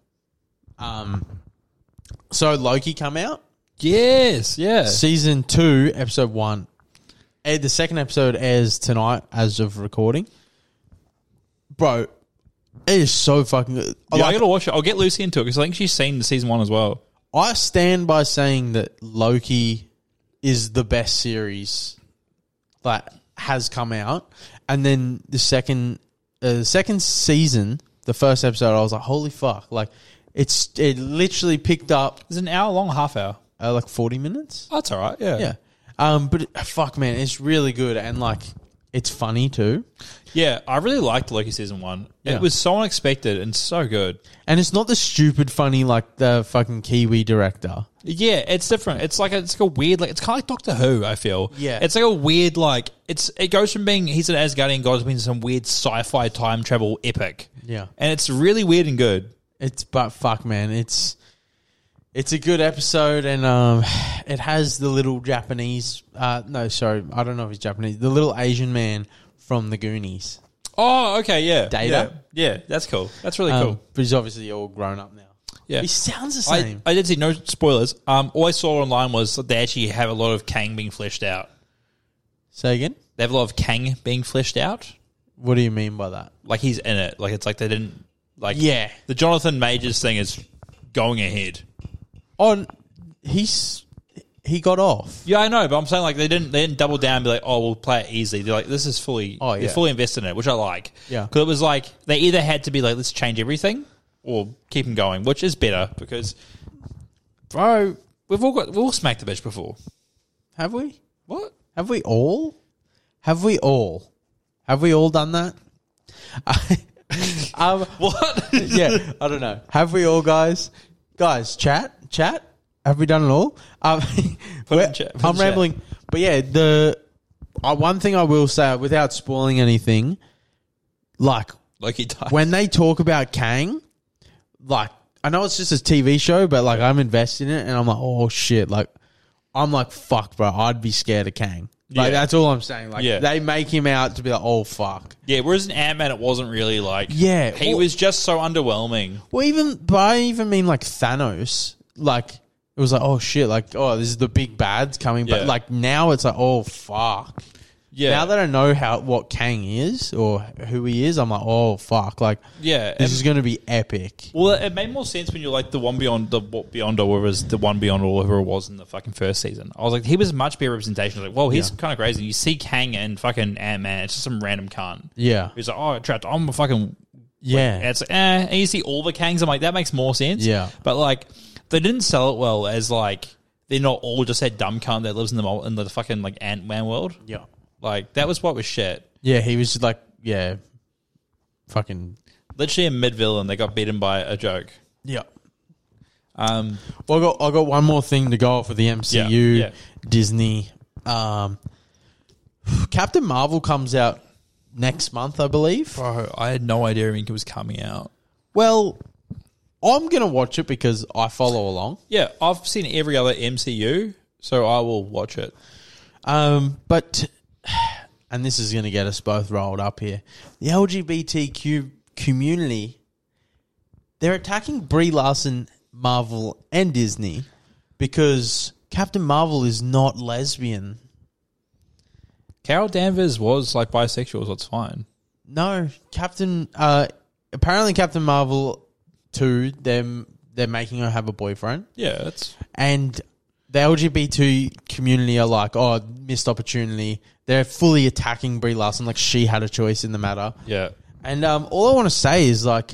A: Um, so Loki come out
B: Yes, yeah.
A: season two, episode one. Aired- The second episode airs tonight as of recording. Bro, it is so fucking good.
B: Yeah, oh, I
A: Like,
B: gotta watch it. I'll get Lucy into it because I think she's seen the season one as well.
A: I stand by saying that Loki is the best series that has come out, and then the second, uh, the second season, the first episode, I was like, "Holy fuck!" Like, it's it literally picked up
B: It's an hour long, half hour.
A: uh, like forty minutes.
B: Oh, that's all right. Yeah,
A: Yeah, um, but it- fuck, man, it's really good and like it's funny too,
B: Yeah, I really liked Loki season one.
A: Yeah.
B: It was so unexpected and so good.
A: and it's not the stupid funny like the fucking Kiwi director.
B: Yeah, it's different. It's like a, it's like a weird, like it's kind of like Doctor Who. I feel.
A: Yeah.
B: it's like a weird, like it's it goes from being he's an Asgardian god to being some weird sci-fi time travel epic.
A: Yeah.
B: and it's really weird and good.
A: It's but fuck, man. It's it's a good episode, and um, (sighs) it has the little Japanese. Uh, no, sorry, I don't know if he's Japanese. The little Asian man from the Goonies.
B: Oh, okay, yeah,
A: Data?
B: Yeah, yeah that's cool. That's really
A: Um,
B: cool.
A: but he's obviously all grown up now.
B: Yeah,
A: He sounds the
B: I,
A: same.
B: I did see no spoilers. Um, all I saw online was that they actually have a lot of Kang being fleshed out.
A: Say again.
B: They have a lot of Kang being fleshed out.
A: What do you mean by that?
B: Like he's in it. Like it's like they didn't like
A: Yeah.
B: The Jonathan Majors thing is going ahead.
A: On he's he got off.
B: Yeah, I know, but I'm saying like they didn't they didn't double down and be like, oh, we'll play it easily. They're like, this is fully
A: Oh,
B: oh,
A: yeah.
B: you're fully invested in it, which I like.
A: Yeah.
B: because it was like they either had to be like, let's change everything or keep him going, which is better because, bro, we've all got we've all smacked the bitch before.
A: Have we?
B: What?
A: Have we all? Have we all? Have we all done
B: (laughs)
A: that? um,
B: What? (laughs)
A: yeah, I don't know. (laughs) Have we all, guys? Guys, chat, chat. Have we done it all?
B: (laughs)
A: Um, we're-
B: chat- put
A: I'm
B: in chat.
A: rambling, but yeah, the uh, one thing I will say without spoiling anything, Like
C: Like he died.
A: when they talk about Kang, like I know it's just a TV show, but like I'm invested in it, and I'm like, oh shit, like I'm like fuck, bro. I'd be scared of Kang. Like
B: Yeah.
A: that's all I'm saying. Like
B: Yeah.
A: they make him out to be like, oh fuck.
B: Yeah, whereas in Ant Man, it wasn't really like.
A: Yeah,
B: He
A: well-
B: was just so underwhelming.
A: Well, even but I even mean like Thanos, like it was like oh shit, like oh this is the big bad coming,
B: Yeah.
A: but like now it's like oh fuck.
B: Yeah.
A: Now that I know how what Kang is or who he is, I'm like oh fuck, like
B: Yeah.
A: this is gonna be epic.
B: Well, it made more sense when you're like the one beyond the what beyond or whatever is the one beyond or whoever it was in the fucking first season. I was like, he was much better representation. I was like, well, he's kind of crazy. You see Kang and fucking Ant Man, it's just some random cunt.
A: Yeah,
B: He's like, oh, trapped. I'm a fucking.
A: yeah,
B: It's like, eh. And you see all the Kangs. I'm like, that makes more sense.
A: Yeah.
B: But like, they didn't sell it well as like they're not all just that dumb cunt that lives in the mul- in the fucking like Ant Man world.
A: yeah,
B: Like that was what was shit.
A: yeah. He was like yeah, fucking
B: Literally a mid villain, they got beaten by a joke.
A: yeah.
B: Um,
A: Well, I got I got one more thing to go for the MCU,
B: Yeah, yeah.
A: Disney. Um, Captain Marvel comes out next month, I believe.
B: bro, I had no idea it was coming out.
A: Well, I'm gonna watch it because I follow along.
B: Yeah, I've seen every other MCU, so I will watch it.
A: Um, but (sighs) and this is gonna get us both rolled up here. The LGBTQ community they're attacking Brie Larson, Marvel, and Disney because Captain Marvel is not lesbian.
B: Carol Danvers was like bisexual, so it's fine.
A: No, Captain. Uh, apparently, Captain Marvel two. Them they're making her have a boyfriend.
B: Yeah, that's
A: and the LGBT community are like, oh, missed opportunity. They're fully attacking Brie Larson, like she had a choice in the matter.
B: yeah.
A: And um, all I want to say is like,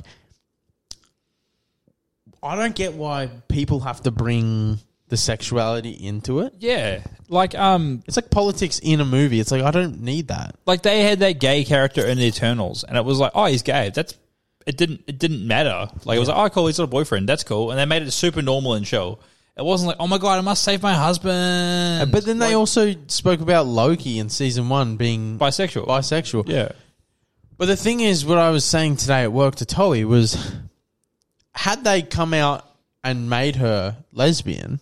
A: I don't get why people have to bring the sexuality into it.
B: Yeah. Like um
A: It's like politics in a movie. It's like I don't need that.
B: like they had that gay character in the Eternals and it was like, Oh, he's gay. That's it didn't it didn't matter. Like it was like, Oh cool, he's got a boyfriend, that's cool. And they made it super normal and show. It wasn't like, Oh my god, I must save my husband
A: But then they
B: Like,
A: also spoke about Loki in season one being
B: bisexual.
A: bisexual.
B: yeah.
A: But the thing is, what I was saying today at work to Tolly was, had they come out and made her lesbian,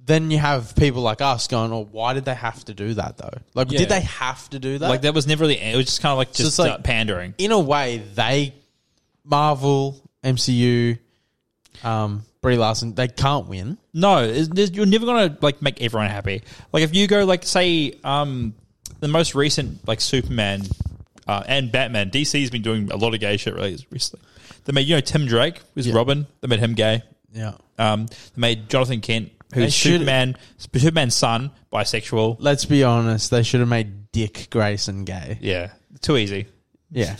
A: then you have people like us going, "Oh, why did they have to do that though? Like,
B: Yeah.
A: did they have to do that?
B: Like
A: Like,
B: that was never really it was just kinda like just
A: it's like-
B: uh, pandering.
A: in a way, they, Marvel, MCU, um, Brie Larson, they can't win.
B: No, it's- there's- you're never gonna like make everyone happy. Like if you go like say um the most recent like Superman uh, and Batman, DC's been doing a lot of gay shit really recently. They made you know Tim Drake was Robin. They made him gay.
A: Yeah,
B: Um, they made Jonathan Kent,
A: They
B: who's
A: should-
B: Superman, Superman's son, bisexual.
A: let's be honest, they should have made Dick Grayson gay.
B: Yeah, too easy.
A: Yeah,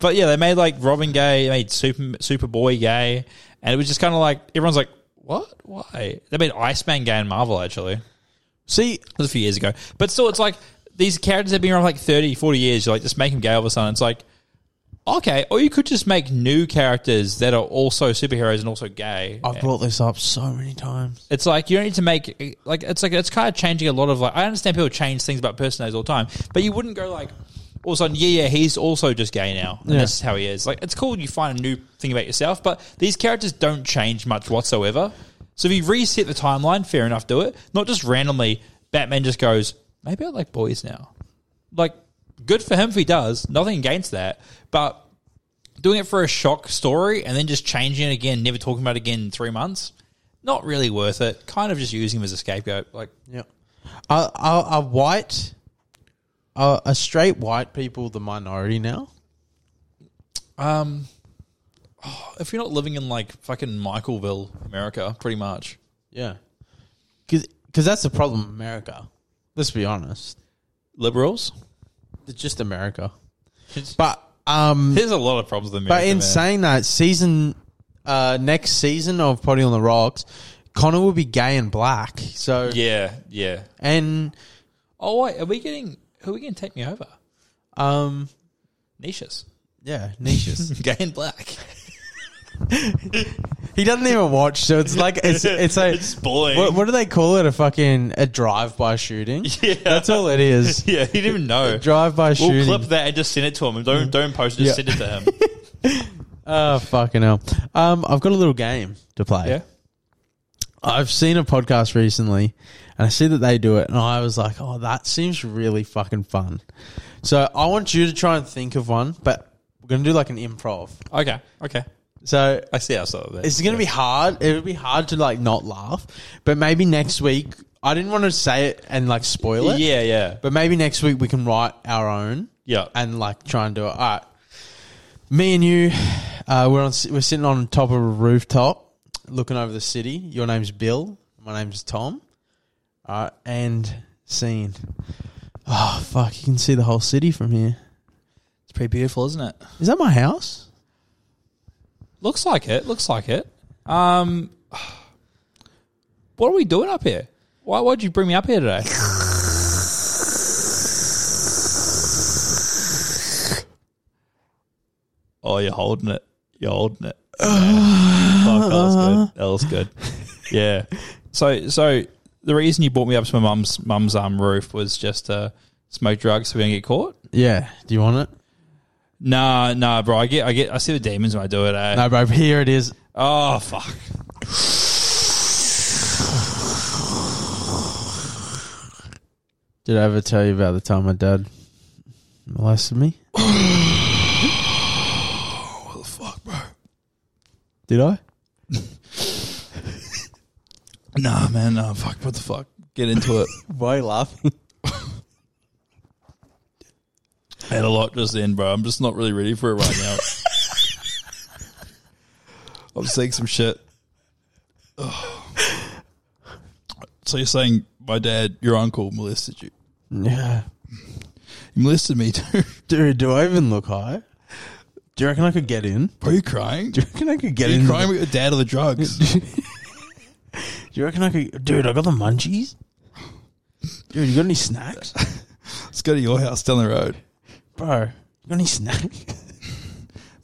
B: But yeah, they made like Robin gay, they made Super Superboy gay, and it was just kind of like everyone's like, what? Why? They made Iceman gay in Marvel actually.
A: see,
B: It was a few years ago. But still, it's like these characters have been around for like 30, 40 years. You're like, just make them gay all of a sudden. It's like, okay. Or you could just make new characters that are also superheroes and also gay.
A: I've brought this up so many times.
B: It's like, you don't need to make, like, it's like, it's kind of changing a lot of, like, I understand people change things about personalities all the time, but you wouldn't go like, all of a sudden, yeah, yeah, he's also just gay now. And
A: Yeah.
B: this is how he is. Like, it's cool you find a new thing about yourself, but these characters don't change much whatsoever. So if you reset the timeline, fair enough, do it. Not just randomly, Batman just goes, maybe I like boys now. Like, good for him if he does. Nothing against that. But doing it for a shock story and then just changing it again, never talking about it again in three months, not really worth it. Kind of just using him as a scapegoat. Like,
A: Yeah. Are, are, are white, are, are straight white people the minority now?
B: um, oh, if you're not living in like fucking Michaelville, America, pretty much.
A: Yeah. Because that's the problem, in America. Let's be honest.
B: Liberals?
A: It's just America. But, um,
B: (laughs) There's a lot of problems with America.
A: but in
B: man.
A: saying that, season, uh, next season of Potty on the Rocks, Connor will be gay and black. So,
B: Yeah, yeah.
A: and,
B: Oh, wait, are we getting, who are we going to take me over?
A: um,
B: Niches. (laughs)
A: yeah, niches.
B: Gay and black.
A: (laughs) He doesn't even watch, so it's like it's it's a
B: It's bullying.
A: What, what do they call it? A fucking a drive-by shooting.
B: (laughs) Yeah.
A: that's all it is.
B: (laughs) yeah, he didn't even know.
A: Drive-by
B: We'll
A: shooting. Mm.
B: clip that and just send it to him. Don't don't post it. Just
A: Yeah.
B: send it to
A: (laughs)
B: him.
A: Oh fucking hell! Um, I've got a little game to play.
B: yeah.
A: I've seen a podcast recently, and I see that they do it, and I was like, "Oh, that seems really fucking fun." So I want you to try and think of one, but we're gonna do like an improv.
B: Okay. Okay.
A: So
B: I see how so.
A: it's gonna be hard. It would be hard to like not laugh, but maybe next week. I didn't want to say it and like spoil it.
B: Yeah. Yeah.
A: But maybe next week we can write our own
B: Yeah.
A: and like try and do it. All right. Me and you, uh, we're on. We're sitting on top of a rooftop, looking over the city. Your name's Bill. My name's Tom. All right, and scene. Oh fuck! You can see the whole city from here.
B: It's pretty beautiful, isn't it?
A: Is that my house?
B: Looks like it. Looks like it. Um, what are we doing up here? Why why'd you bring me up here today? oh, you're holding it. You're holding it. Fuck, that was good. That was good. Yeah. So so the reason you brought me up to my mum's mum's um roof was just to smoke drugs so we don't get caught.
A: Yeah. Do you want it?
B: Nah, nah, bro. I get I get I see the demons when I do it. Eh?
A: No, bro. Here it is.
B: Oh fuck.
A: Did I ever tell you about the time my dad molested me?
B: What the fuck, bro?
A: Did I?
B: Nah, man, nah, fuck, what the fuck? Get into (laughs) it.
A: Why are you laughing?
B: I had a lot just then, bro. I'm just not really ready for it right (laughs) now. I'm seeing some shit. Ugh. So you're saying my dad, your uncle, molested you?
A: (laughs) Yeah.
B: He molested me too. (laughs)
A: Dude, do I even look high? Do you reckon I could get in?
B: Are you crying?
A: Do you reckon I could get
B: Are
A: in?
B: you crying with your dad or the (laughs) drugs?
A: Do you reckon I could? Dude, I got the munchies. Dude, you got any snacks,
B: Let's go to your house down the road.
A: bro? You got any snacks?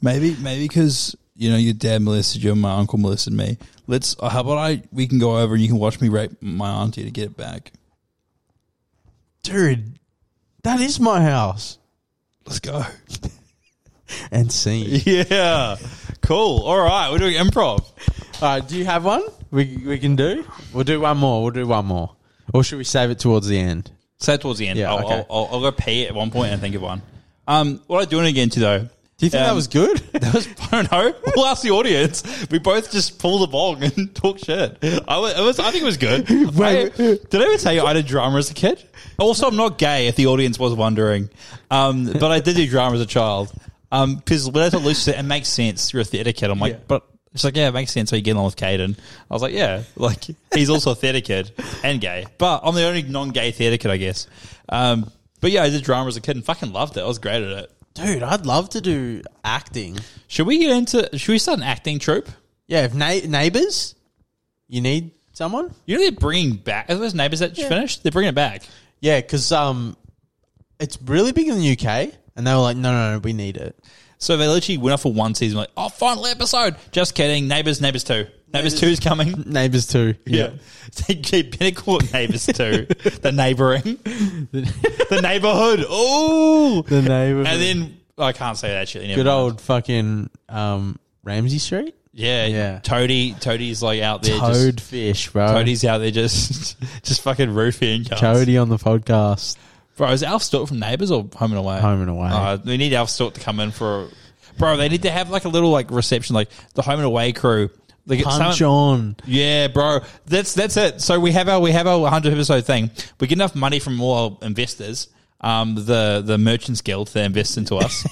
B: Maybe, maybe because you know your dad molested you and my uncle molested me. Let's. uh, How about I? We can go over and you can watch me rape my auntie to get it back.
A: Dude, that is my house.
B: Let's go.
A: And scene.
B: (laughs) Yeah. Cool. All right. We're doing improv.
A: All right, do you have one? We we can do. We'll do one more. We'll do one more. Or should we save it towards the end?
B: Say it towards the end.
A: Yeah,
B: I'll,
A: okay.
B: I'll, I'll, I'll go pee at one point and think of one. Um, what I doing again to though?
A: Do you think that
B: Um,
A: was good? (laughs)
B: That was, I don't know. We'll ask the audience. We both just pull the bong and (laughs) talk shit. I was, it was I think it was good.
A: (laughs) Wait.
B: I- did I ever tell you I did drama as a kid? Also, I'm not gay. If the audience was wondering, um, but I did do drama as a child. Um, because when I told Lucy, it makes sense. You're a theatre kid. I'm like,
A: Yeah.
B: but she's like, yeah, it makes sense. How you get on with Caden? I was like, yeah, like he's also a theatre kid and gay. But I'm the only non-gay theatre kid, I guess. Um, but yeah, I did drama as a kid and fucking loved it. I was great at it.
A: Dude, I'd love to do acting.
B: Should we get into? Should we start an acting troupe?
A: Yeah, if na- neighbors, you need someone.
B: You know they're bringing back. Are those neighbours that just finished? They're bringing it back.
A: Yeah, because um, it's really big in the UK, and they were like, no, no, no, we need it.
B: So they literally went off for one season. Like, oh, final episode. Just kidding. Neighbours, neighbours two. Neighbours two
A: (laughs)
B: is coming.
A: Neighbors too.
B: (laughs) they they better call it
A: (laughs)
B: neighbours two. the neighbouring, the neighbourhood. Oh,
A: the neighbor.
B: and then I can't say that shit. Anymore.
A: good old fucking um, Ramsey Street.
B: yeah,
A: Yeah.
B: yeah. Toady, Toady's like out there. Just,
A: Toadfish, bro.
B: Toady's out there just (laughs) just fucking roofing. cunts.
A: Toady on the podcast.
B: Bro, is Alf Stewart from Neighbours or Home and Away?
A: Home and Away.
B: Uh, we need Alf Stewart to come in for. Bro, they need to have like a little like reception, like the Home and Away crew. They get
A: Punch
B: someone-
A: on.
B: Yeah, bro, that's that's it. So we have our we have our 100 episode thing. We get enough money from all our investors, um, the the Merchants Guild that invests
A: (laughs)
B: into us.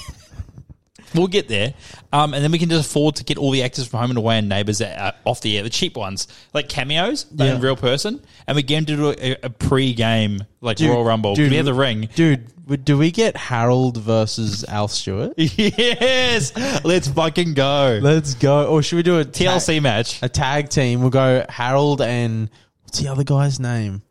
B: we'll get there, um, and then we can just afford to get all the actors from Home and Away and Neighbours that are off the air, the cheap ones, like cameos, but
A: Yeah.
B: in real person, and we get them to do a, a pre-game like Royal Rumble. we have the ring.
A: Dude, would- do we get Harold versus Al Stewart?
B: yes, let's fucking go.
A: Let's go. Or should we do a
B: TLC
A: tag,
B: match.
A: a tag team? We'll go Harold and what's the other guy's name?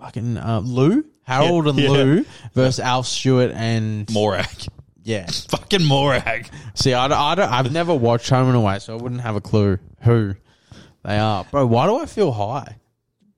A: Fucking uh, Lou. Harold and
B: (laughs) Yeah.
A: Lou versus Al Stewart and
B: Morak.
A: yeah.
B: Fucking Morag.
A: See, I, don't- I don't, I've never watched Home and Away, so I wouldn't have a clue who they are. Bro, why do I feel high?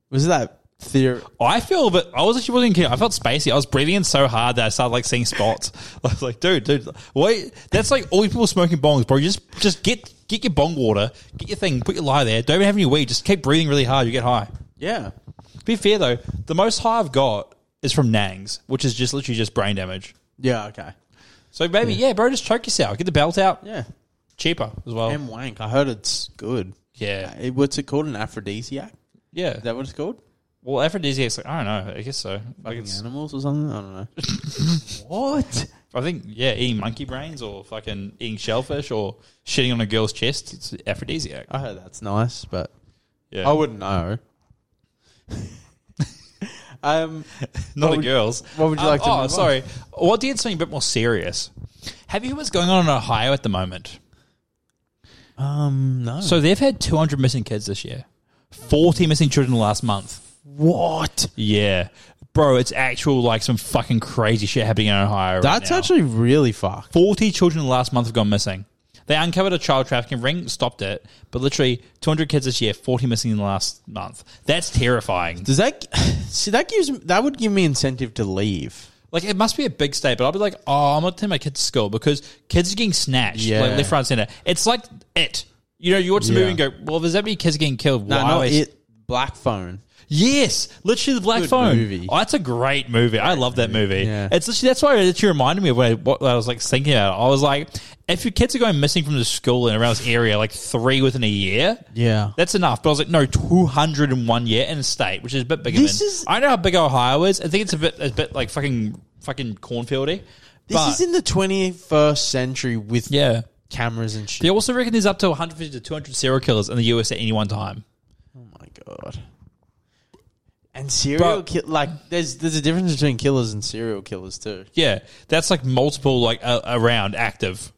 A: Was that theory?
B: I feel that I was actually wasn't kidding. I felt spacey. I was breathing in so hard that I started like seeing spots. (laughs) I was like, dude, dude, wait, that's like all these people smoking bongs, bro. You just just get get your bong water, get your thing, put your lie there. Don't even have any weed. Just keep breathing really hard. You get high.
A: Yeah.
B: To be fair though, the most high I've got is from Nangs, which is just literally just brain damage.
A: Yeah, okay.
B: So maybe yeah, bro, just choke yourself. Get the belt out.
A: Yeah.
B: Cheaper as well.
A: M Wank. I heard it's good.
B: Yeah.
A: It- what's it called? An aphrodisiac?
B: Yeah.
A: Is that what it's called?
B: Well, aphrodisiacs. Like, I don't know. I guess so. Like it's,
A: Animals or something? I don't know. what?
B: I think yeah, eating monkey brains or fucking eating shellfish or shitting on a girl's chest. It's aphrodisiac.
A: I heard that's nice, but
B: Yeah,
A: I wouldn't know. um,
B: not
A: what
B: a
A: would-
B: girls.
A: what would you like to
B: Oh,
A: move on?
B: sorry. What did something a bit more serious? Have you heard what's going on in Ohio at the moment?
A: um, no.
B: So they've had 200 missing kids this year, 40 missing children last month.
A: what?
B: Yeah, bro, it's actual like some fucking crazy shit happening in Ohio. right
A: That's
B: now.
A: actually really fucked.
B: 40 children last month have gone missing. They uncovered a child trafficking ring, stopped it, but literally 200 kids this year, 40 missing in the last month. That's terrifying.
A: Does that (laughs) see that gives that would give me incentive to leave?
B: Like, it must be a big state, but I'll be like, oh, I'm not taking my kids to school because kids are getting snatched,
A: Yeah.
B: like left, right, center. It's like it. You know, you watch the
A: Yeah.
B: movie and go, well, if there's that many kids getting killed,
A: No,
B: why
A: not
B: are they-
A: it. Black phone.
B: Yes, literally the Black
A: Good
B: Phone.
A: movie.
B: Oh, that's a great movie. I love that movie.
A: Yeah.
B: It's literally that's why it literally reminded me of what I, what I was like thinking about. I was like, if your kids are going missing from the school and around this area, like three within a year,
A: Yeah.
B: that's enough. But I was like, no, two hundred in one year in a state, which is a bit bigger.
A: This
B: than,
A: is-
B: I know how big Ohio is. I think it's a bit a bit like fucking fucking cornfieldy.
A: This
B: but
A: is in the 21st century with
B: yeah,
A: cameras and shit.
B: they also reckon there's up to 150 to 200 serial killers in the US at any one time.
A: Oh my god. And serial
B: But-
A: kill like there's there's a difference between killers and serial killers too.
B: Yeah, that's like multiple like a around active.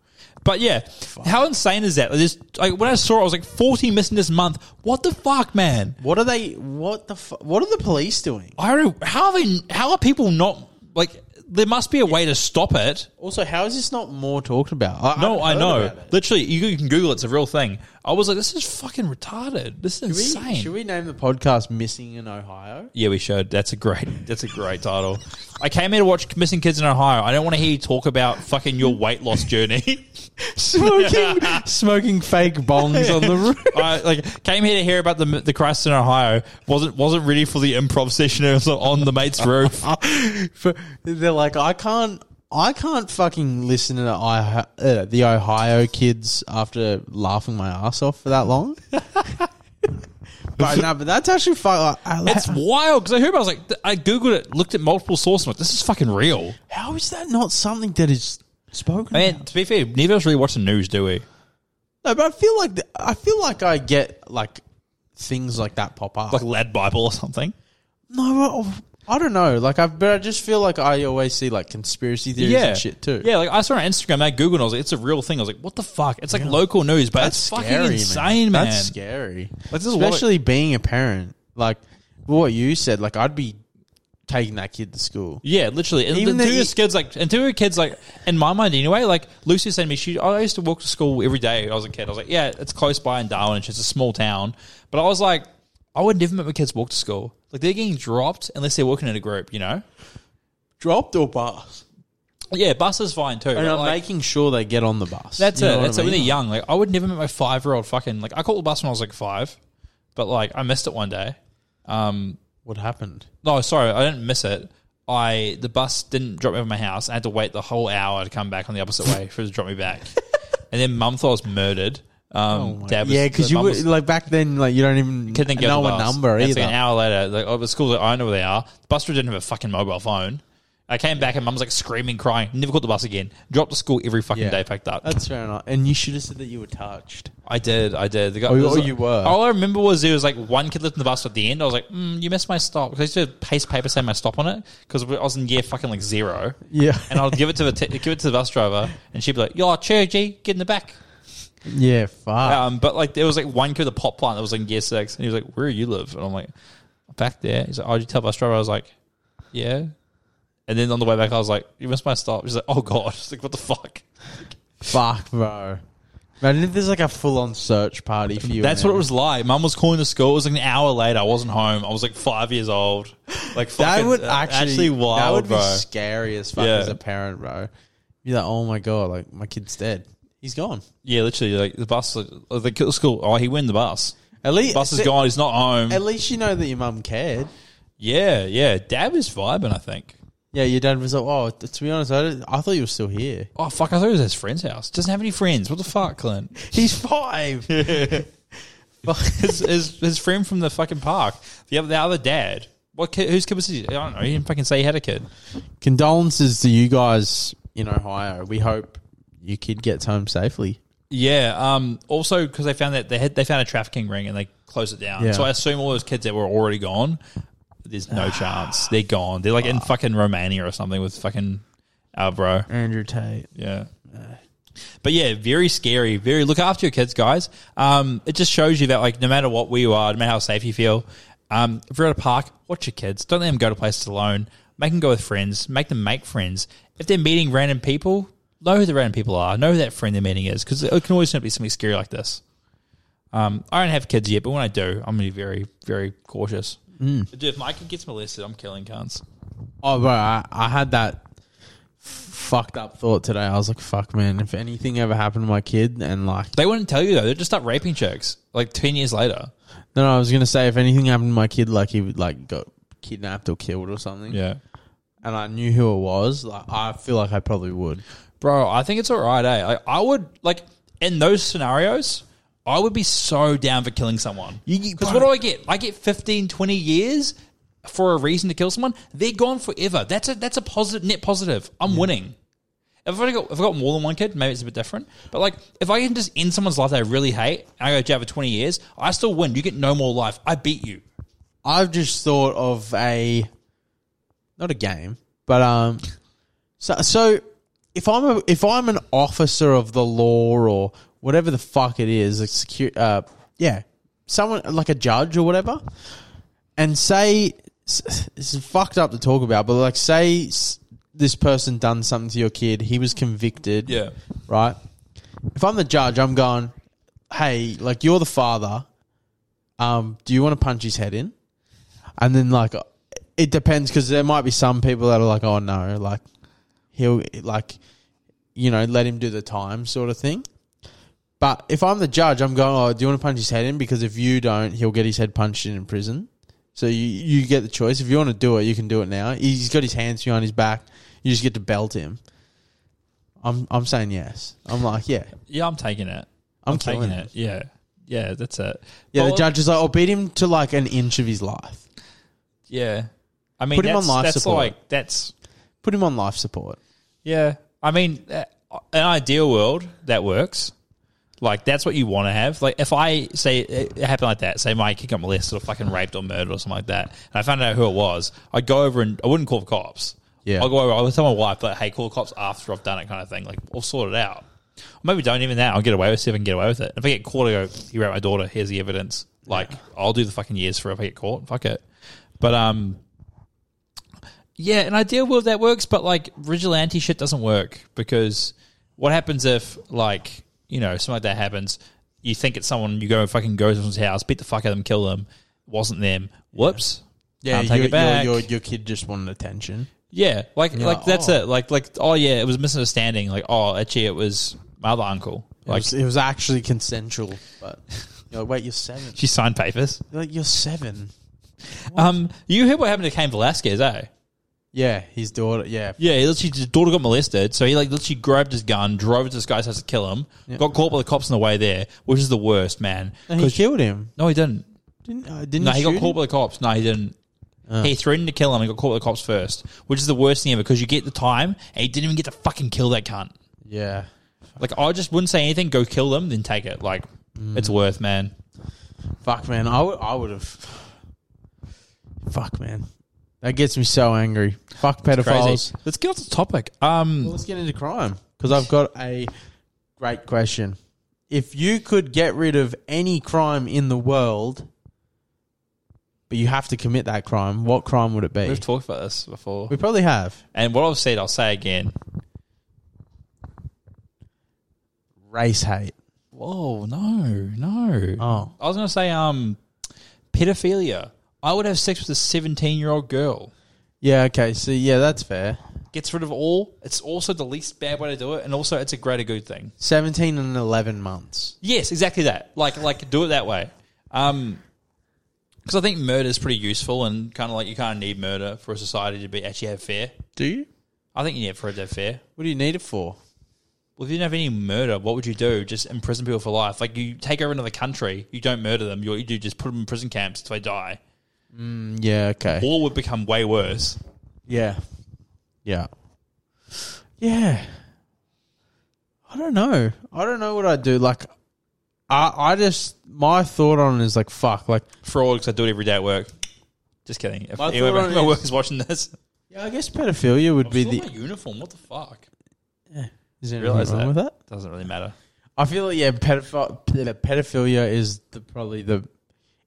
B: But yeah, how insane is that? Like, There's like when I saw it, I was like forty missing this month. What the fuck, man?
A: What are they? What the? Fu- what are the police doing?
B: I don't. How are they? How are people not like? There must be a way to stop it.
A: Also, how is this not more talked about? I,
B: No, I
A: I've heard
B: know.
A: about it.
B: Literally, you, you can Google it. It's a real thing. I was like, this is fucking retarded. This is
A: Should
B: insane.
A: we, should we name the podcast "Missing in Ohio"?
B: Yeah, we should. That's a great. That's a great title. I came here to watch Missing Kids in Ohio. I don't want to hear you talk about fucking your weight loss journey. (laughs)
A: (laughs) Smoking, smoking fake bongs on the (laughs) roof.
B: (laughs) I like came here to hear about the the crisis in Ohio. wasn't wasn't ready for the improv session. (laughs) It was on the mate's roof.
A: (laughs) For- They're like, I can't, I can't fucking listen to I, uh, the Ohio kids after laughing my ass off for that
B: (laughs)
A: long. but no, but that's actually fu- uh, like, I-
B: It's wild because I heard about. it, I was like, I googled it, looked at multiple sources. I'm like, this is fucking real.
A: how is that not something that is spoken?
B: I
A: about?
B: mean, to be fair, neither of us really watch the news, do we?
A: No, but I feel like th- I feel like I get like things like that pop up.
B: Like Lad Bible or something.
A: no, I, I don't know. Like I, but I just feel like I always see like conspiracy theories and shit too.
B: Yeah, like I saw it on Instagram, I googled, and I was like, it's a real thing. I was like, what the fuck? It's like local news, but it's fucking insane, man.
A: That's scary.
B: Like, this is what-
A: Especially being a parent. Like what you said, like I'd be taking that kid to school.
B: Yeah, literally. And
A: Even
B: the
A: the-
B: two kids like, and two kids like, in my mind anyway, like Lucy was saying to me, she "Oh, I used to walk to school every day. When I was a kid. I was like, yeah, it's close by in Darwin. It's just a small town. But I was like, I would never make my kids walk to school. Like they're getting dropped unless they're walking in a group, you know.
A: Dropped or bus.
B: Yeah, bus is fine too.
A: And
B: but,
A: I'm
B: like,
A: making sure they get on the bus.
B: that's
A: You know
B: it.
A: what
B: That's
A: I
B: it. When
A: mean?
B: they're young, like I would never make my five year old fucking like I caught the bus when I was like five, but like I missed it one day. Um,
A: What happened?
B: No, sorry, I didn't miss it. I the bus didn't drop me at my house. I had to wait the whole hour to come back on the opposite way for it to drop
A: (laughs)
B: me back. and then mum thought I was murdered. Um, dad was,
A: Oh yeah, because you
B: mum
A: were
B: was-
A: like back then, like you don't even
B: kid didn't get
A: know
B: the
A: a
B: bus.
A: number
B: It's
A: either.
B: Like an hour later, like oh, the school's like, I know where they are. The bus driver didn't have a fucking mobile phone. I came back and mum's like screaming, crying. Never caught the bus again. Dropped to school every fucking
A: Yeah.
B: day. Packed up.
A: That's fair enough. And you should have said that you were touched.
B: I did, I did. The guy,
A: Oh, you-
B: there's
A: oh,
B: a-
A: you were.
B: All I remember was there was like one kid left in the bus at the end. I was like, mm, "You missed my stop." Because I used to paste paper saying my stop on it because I was in year fucking like zero.
A: Yeah.
B: and (laughs) I'll give it to the t- give it to the bus driver, and she'd be like, "Yo, Churchy, get in the back."
A: Yeah, fuck.
B: Um, but like there was like one kid with a pot plant that was in year six, and he was like, "Where you live?" And I'm like, "Back there." He's like, "Oh, did you tell bus driver?" I was like, "Yeah." And then on the way back, I was like, "You missed my stop." She's like, "Oh god!" (laughs) She's like, "What the fuck?"
A: Fuck, bro. Imagine if there's like a full on search party for you.
B: That's
A: and
B: what it was like. Mum was calling the school. It was like an hour later. I wasn't home. I was like five years old. Like
A: That
B: fucking,
A: would
B: uh,
A: actually,
B: wild,
A: that would be
B: bro.
A: scary as fuck
B: Yeah.
A: as a parent, bro. You're like, oh my god, like my kid's dead. He's gone.
B: yeah, literally. Like the bus, like, the school. Oh, he went in the bus.
A: At least
B: Bus is gone. He's not home.
A: At least you know that your mum cared.
B: Yeah, yeah. Dad was vibing. I think.
A: Yeah, your dad was like, oh, t- to be honest, I, didn't- I thought you were still here.
B: Oh fuck! I thought it was at his friend's house. Doesn't have any friends. What the fuck,
A: (laughs)
B: Clint?
A: (laughs) He's five.
B: Fuck, his, his his friend from the fucking park. The other the other dad. What kid? Whose kid was he? I don't know. He didn't fucking say he had a kid.
A: (laughs) Condolences to you guys in Ohio. We hope your kid gets home safely.
B: Yeah. Um. Also, because they found that they had they found a trafficking ring and they closed it down.
A: Yeah.
B: So I assume all those kids that were already gone. There's no chance. They're gone. They're like in fucking Romania or something with fucking our bro.
A: Andrew Tate.
B: Yeah. Uh, But yeah, very scary. Very look after your kids, guys. Um, it just shows you that like no matter what where you are, no matter how safe you feel, um, if you're at a park, watch your kids. Don't let them go to places alone. Make them go with friends. Make them make friends. If they're meeting random people, know who the random people are. Know who that friend they're meeting is because it can always be something scary like this. Um, I don't have kids yet, but when I do, I'm gonna be very, very cautious. Dude, if my kid gets molested, I'm killing cunts.
A: Oh, bro, I, I had that f- fucked up thought today. I was like, fuck, man, if anything ever happened to my kid, and like,
B: They wouldn't tell you though. They'd just start raping chicks like ten years later.
A: no, no, I was gonna say if anything happened to my kid, like he would like got kidnapped or killed or something,
B: Yeah.
A: and I knew who it was, like I feel like I probably would.
B: Bro, I think it's all right, eh? Like, I would, like, in those scenarios, I would be so down for killing someone.
A: You-
B: Because
A: bro.
B: what do I get? I get 15, 20 years for a reason to kill someone. They're gone forever. That's a that's a positive net positive. I'm winning. If I got if I got more than one kid, maybe it's a bit different. But like, if I can just end someone's life that I really hate, and I go to jail for twenty years, I still win. You get no more life. I beat you.
A: I've just thought of a not a game, but um so so if I'm a, if I'm an officer of the law or whatever the fuck it is, a secu- uh yeah, someone like a judge or whatever and say s- this is fucked up to talk about, but like say s- this person done something to your kid, he was convicted right? If I'm the judge, I'm going, hey, like you're the father. Um, do you want to punch his head in? And then like, it depends because there might be some people that are like, oh no, like he'll like, you know, let him do the time sort of thing. But if I'm the judge, I'm going, oh, do you want to punch his head in? Because if you don't, he'll get his head punched in in prison. So you, you get the choice. If you want to do it, you can do it now. He's got his hands behind his back. You just get to belt him. I'm I'm saying yes. I'm like, yeah.
B: yeah. I'm taking it.
A: I'm,
B: taking
A: killing it.
B: it. Yeah, yeah. That's it.
A: Yeah, the
B: Well-
A: judge is like, I'll beat him to like an inch of his life.
B: Yeah. I mean,
A: Put him on
B: that's,
A: life
B: that's
A: support.
B: like, that's,
A: Put him on life support.
B: yeah. I mean, uh, an ideal world that works. Like, that's what you want to have. Like, if I say it it happened like that, say my kid got molested or fucking raped or murdered or something like that, and I found out who it was, I'd go over and I wouldn't call the cops.
A: Yeah.
B: I'll go over, I would tell my wife, like, hey, call the cops after I've done it kind of thing. Like, we'll sort it out. Or maybe don't even that. I'll get away with it, see if I can get away with it. If I get caught, I go, he raped my daughter. Here's the evidence. Like, I'll do the fucking years for if I get caught. Fuck it. But, um, Yeah, an ideal world that works, but like vigilante shit doesn't work because what happens if like you know something like that happens? You think it's someone, you go and fucking go to someone's house, beat the fuck out of them, kill them. Wasn't them. Whoops. Can't take
A: your,
B: it back.
A: Your, your your kid just wanted attention.
B: yeah, like like
A: like,
B: that's
A: oh.
B: it. Like like oh yeah, it was a misunderstanding. Like oh actually it was my other uncle.
A: Like
B: Like
A: it was, it was actually consensual,
B: (laughs)
A: but you're like, wait, you're seven.
B: she signed papers.
A: You're like you're seven.
B: Um, you heard what happened to Cain Velasquez, eh?
A: Yeah, his daughter. Yeah,
B: Yeah, he literally his daughter got molested, so he like literally grabbed his gun, drove to this guy's house to kill him, got caught by the cops on the way there, which is the worst, man.
A: and he killed him.
B: No, he didn't.
A: Didn't uh, didn't
B: No,
A: he,
B: he Ah.
A: shoot
B: got caught
A: him?
B: by the cops. No, he didn't. He threatened to kill him and got caught by the cops first, which is the worst thing ever because you get the time and he didn't even get to fucking kill that cunt.
A: Yeah,
B: Like, I just wouldn't say anything. Go kill them, then take it. Like, it's worth, man.
A: fuck man, I would I would have. (sighs) Fuck man, that gets me so angry. Fuck pedophiles.
B: Crazy. Let's get off the topic. Um,
A: Well, let's get into crime because I've got a great question. If you could get rid of any crime in the world, but but you have to commit that crime, what crime would it be?
B: We've talked about this before.
A: We probably have.
B: And what I've said, I'll say again.
A: Race hate.
B: Whoa, no, no.
A: Oh.
B: I was going to say um, pedophilia. I would have sex with a 17 year old girl.
A: Yeah, okay. So, yeah, that's fair.
B: Gets rid of all. It's also the least bad way to do it. And also, it's a greater good thing.
A: 17 and 11 months.
B: Yes, exactly that. Like, like do it that way. Um, because I think murder is pretty useful and kind of like you kind of need murder for a society to be actually have fair.
A: Do you?
B: I think you need for it to have fair.
A: What do you need it for?
B: Well, if you didn't have any murder, what would you do? Just imprison people for life? Like you take over another country, you don't murder them. You, what you do just put them in prison camps till they die.
A: Mm, Yeah, okay.
B: War would become way worse.
A: Yeah. Yeah. Yeah. I don't know. I don't know what I'd do. Like, I, I just, my thought on it is like, fuck. Like,
B: Fraud because I do it every day at work. Just kidding. If
A: My
B: anyone
A: thought on
B: at my
A: it
B: work
A: is-
B: is watching this,
A: yeah, I guess pedophilia would be
B: be
A: the.
B: my uniform. What the fuck?
A: Is there
B: Realize
A: anything wrong
B: that.
A: with that?
B: Doesn't really matter.
A: I feel like yeah, pedophi- ped- pedophilia is the, probably the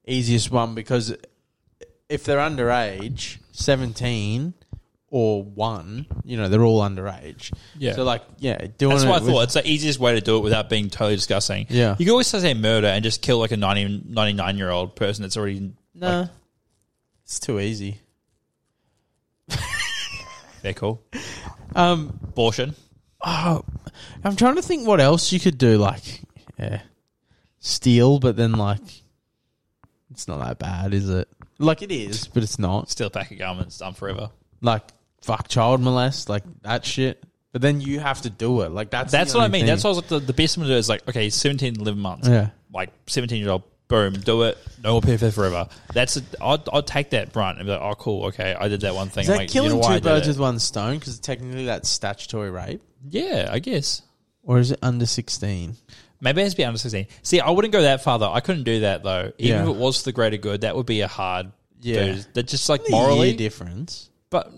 A: easiest one because if they're underage, seventeen or one, you know, they're all underage.
B: Yeah.
A: So like, yeah, doing
B: That's
A: it
B: what I
A: with-
B: thought. It's the easiest way to do it without being totally disgusting.
A: Yeah.
B: You could always say murder and just kill like a 90, 99 year old person that's already
A: Nah,
B: like,
A: it's too easy.
B: they're cool.
A: Um,
B: Abortion.
A: oh, I'm trying to think what else you could do. Like, yeah, steal, but then like, it's not that bad, is it? Like it is, but it's not.
B: Steal a pack of garments. Done forever.
A: like fuck child molest, like that shit. But then you have to do it. Like that's
B: That's
A: the
B: what I
A: only
B: mean.
A: thing.
B: That's what I was like, the, the best thing to do is like, okay, 17 to 11 months.
A: Yeah.
B: Like 17 year old, boom, do it. No more PFF forever. That's, a, I'd, I'd take that brunt and be like, oh, cool, okay, I did that one thing.
A: Is
B: I'm
A: that
B: like,
A: killing
B: you know why I
A: two
B: did
A: birds
B: it?
A: with one stone? Because technically that's statutory rape,
B: Yeah, I guess.
A: or is it under sixteen?
B: Maybe it has to be under 16. See, I wouldn't go that far though. I couldn't do that though. Even
A: Yeah.
B: if it was for the greater good, that would be a hard.
A: Yeah.
B: Yeah. That just like
A: Morally
B: morally.
A: difference,
B: but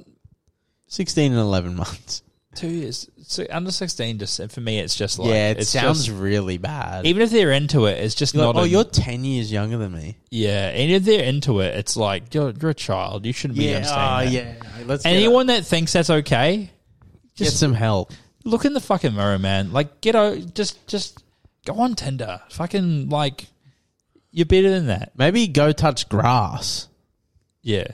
A: sixteen and eleven months.
B: two years. So under 16, just for me, it's just like.
A: yeah, it
B: it's
A: sounds
B: just-
A: really bad.
B: even if they're into it, it's just
A: You're like,
B: not.
A: oh,
B: an-
A: you're ten years younger than me.
B: Yeah, and if they're into it, it's like you're you're a child. You shouldn't be
A: oh,
B: understanding. that.
A: yeah. Let's get
B: Anyone that thinks that's okay,
A: a- get some help.
B: look in the fucking mirror, man. Like get out, just just go on Tinder. Fucking like, you're better than that.
A: Maybe go touch grass.
B: Yeah,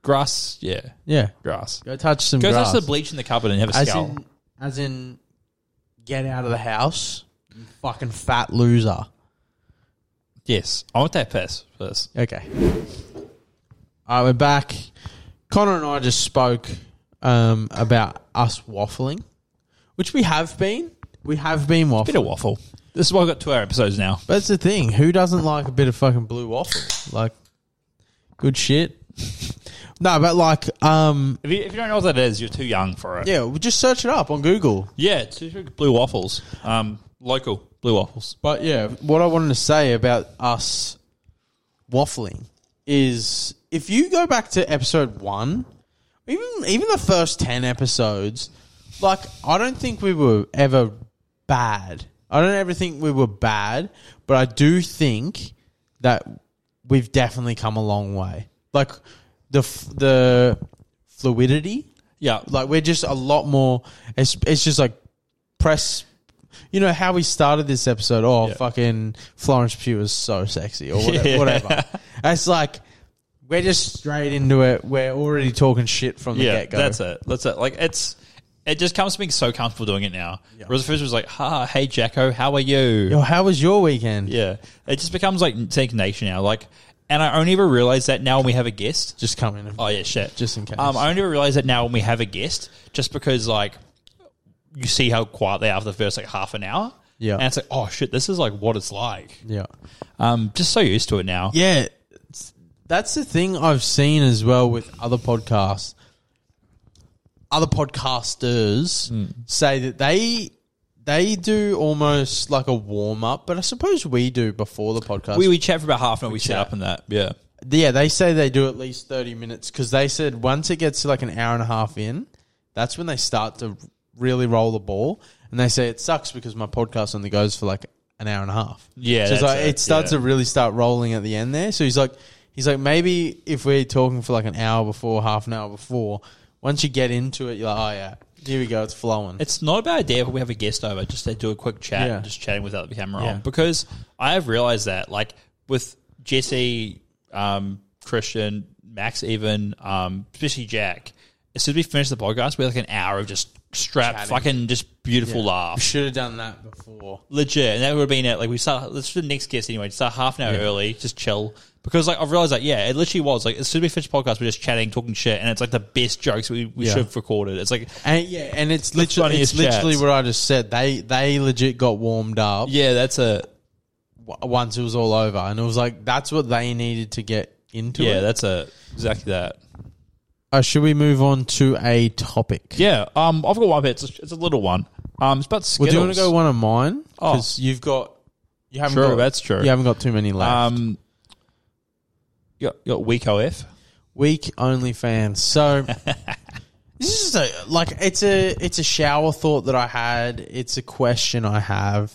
B: grass. Yeah,
A: Yeah,
B: grass.
A: go touch some
B: Go
A: grass.
B: touch the bleach in the cupboard and have a
A: As
B: scowl.
A: in, as in, get out of the house, you fucking fat loser.
B: yes, I want that piss first.
A: Okay. All right, we're back. Connor and I just spoke um, about us waffling, which we have been. We have been waffling.
B: Bit of waffle. This is why I've got two hour episodes now.
A: but that's the thing. Who doesn't like a bit of fucking blue waffle? Like, good shit. (laughs) no, but like, um,
B: If you, if you don't know what that is, you're too young for it.
A: yeah, we just search it up on Google.
B: yeah it's just blue waffles. Um, local blue waffles.
A: But yeah, what I wanted to say about us waffling is if you go back to episode one, even even the first ten episodes, like I don't think we were ever bad. I don't ever think we were bad, but I do think that we've definitely come a long way. Like the f- the fluidity
B: Yeah,
A: like we're just a lot more it's, it's just like press you know how we started this episode oh
B: Yeah.
A: fucking florence pugh is so sexy or whatever,
B: (laughs) Yeah.
A: whatever. it's like we're just straight into it we're already talking shit from the
B: yeah,
A: get-go
B: that's it. That's it. Like it's it just comes to being so comfortable doing it now. Whereas the first was like, "Ha, hey Jacko, how are you?"
A: Yo, how was your weekend
B: Yeah, it just becomes like second nature now. Like, and I only ever realize that now when we have a guest.
A: just come in and
B: Oh yeah, shit.
A: Just in case.
B: Um, I only ever realize that now when we have a guest, just because like you see how quiet they are for the first like half an hour.
A: Yeah.
B: and it's like, oh shit, this is like what it's like.
A: yeah
B: Um, just so used to it now.
A: yeah it's- that's the thing i've seen as well with other podcasts other podcasters say that they they do almost like a warm up, but I suppose we do before the podcast.
B: We we chat for about half an hour. We, set up in that. Yeah.
A: yeah, they say they do at least thirty minutes because they said once it gets to like an hour and a half in, that's when they start to really roll the ball. And they say it sucks because my podcast only goes for like an hour and a half.
B: Yeah,
A: so it's
B: that's
A: like,
B: it,
A: it starts
B: yeah.
A: to really start rolling at the end there. So he's like, He's like, maybe if we're talking for like an hour before, half an hour before, once you get into it, you're like, oh yeah, here we go, it's flowing.
B: It's not a bad idea if we have a guest over, just to do a quick chat
A: Yeah.
B: and just chatting without the camera
A: Yeah.
B: on. Because I have realized that, like with Jesse, um, Christian, Max, even, um, especially Jack, as soon as we finish the podcast, we have like an hour of just strap fucking just beautiful
A: we
B: laughs.
A: should have done that before.
B: Legit. And that would have been it. Like we start let's do the next guest anyway, just start half an hour early, just chill. Because like I've realized that yeah, it literally was like as soon as we finished the podcast, we're just chatting, talking shit, and it's like the best jokes we, we
A: Yeah.
B: should have recorded. It's like
A: And yeah, and it's literally it's
B: funniest
A: literally
B: chats.
A: what I just said. They they legit got warmed up
B: Yeah, that's a
A: w- once it was all over, and it was like that's what they needed to get into.
B: Yeah,
A: it.
B: that's a exactly that.
A: Uh, should we move on to a topic?
B: Yeah, um, I've got one. It's a, it's a little one. Um, it's about
A: Well,
B: Skittles.
A: do you want to go one of mine?
B: Oh.
A: Because you've got you haven't
B: True,
A: got
B: that's true.
A: you haven't got too many left.
B: Um, you got, you got weak OF.
A: Week only fans.
B: (laughs)
A: So this is a like it's a it's a shower thought that I had. It's a question I have.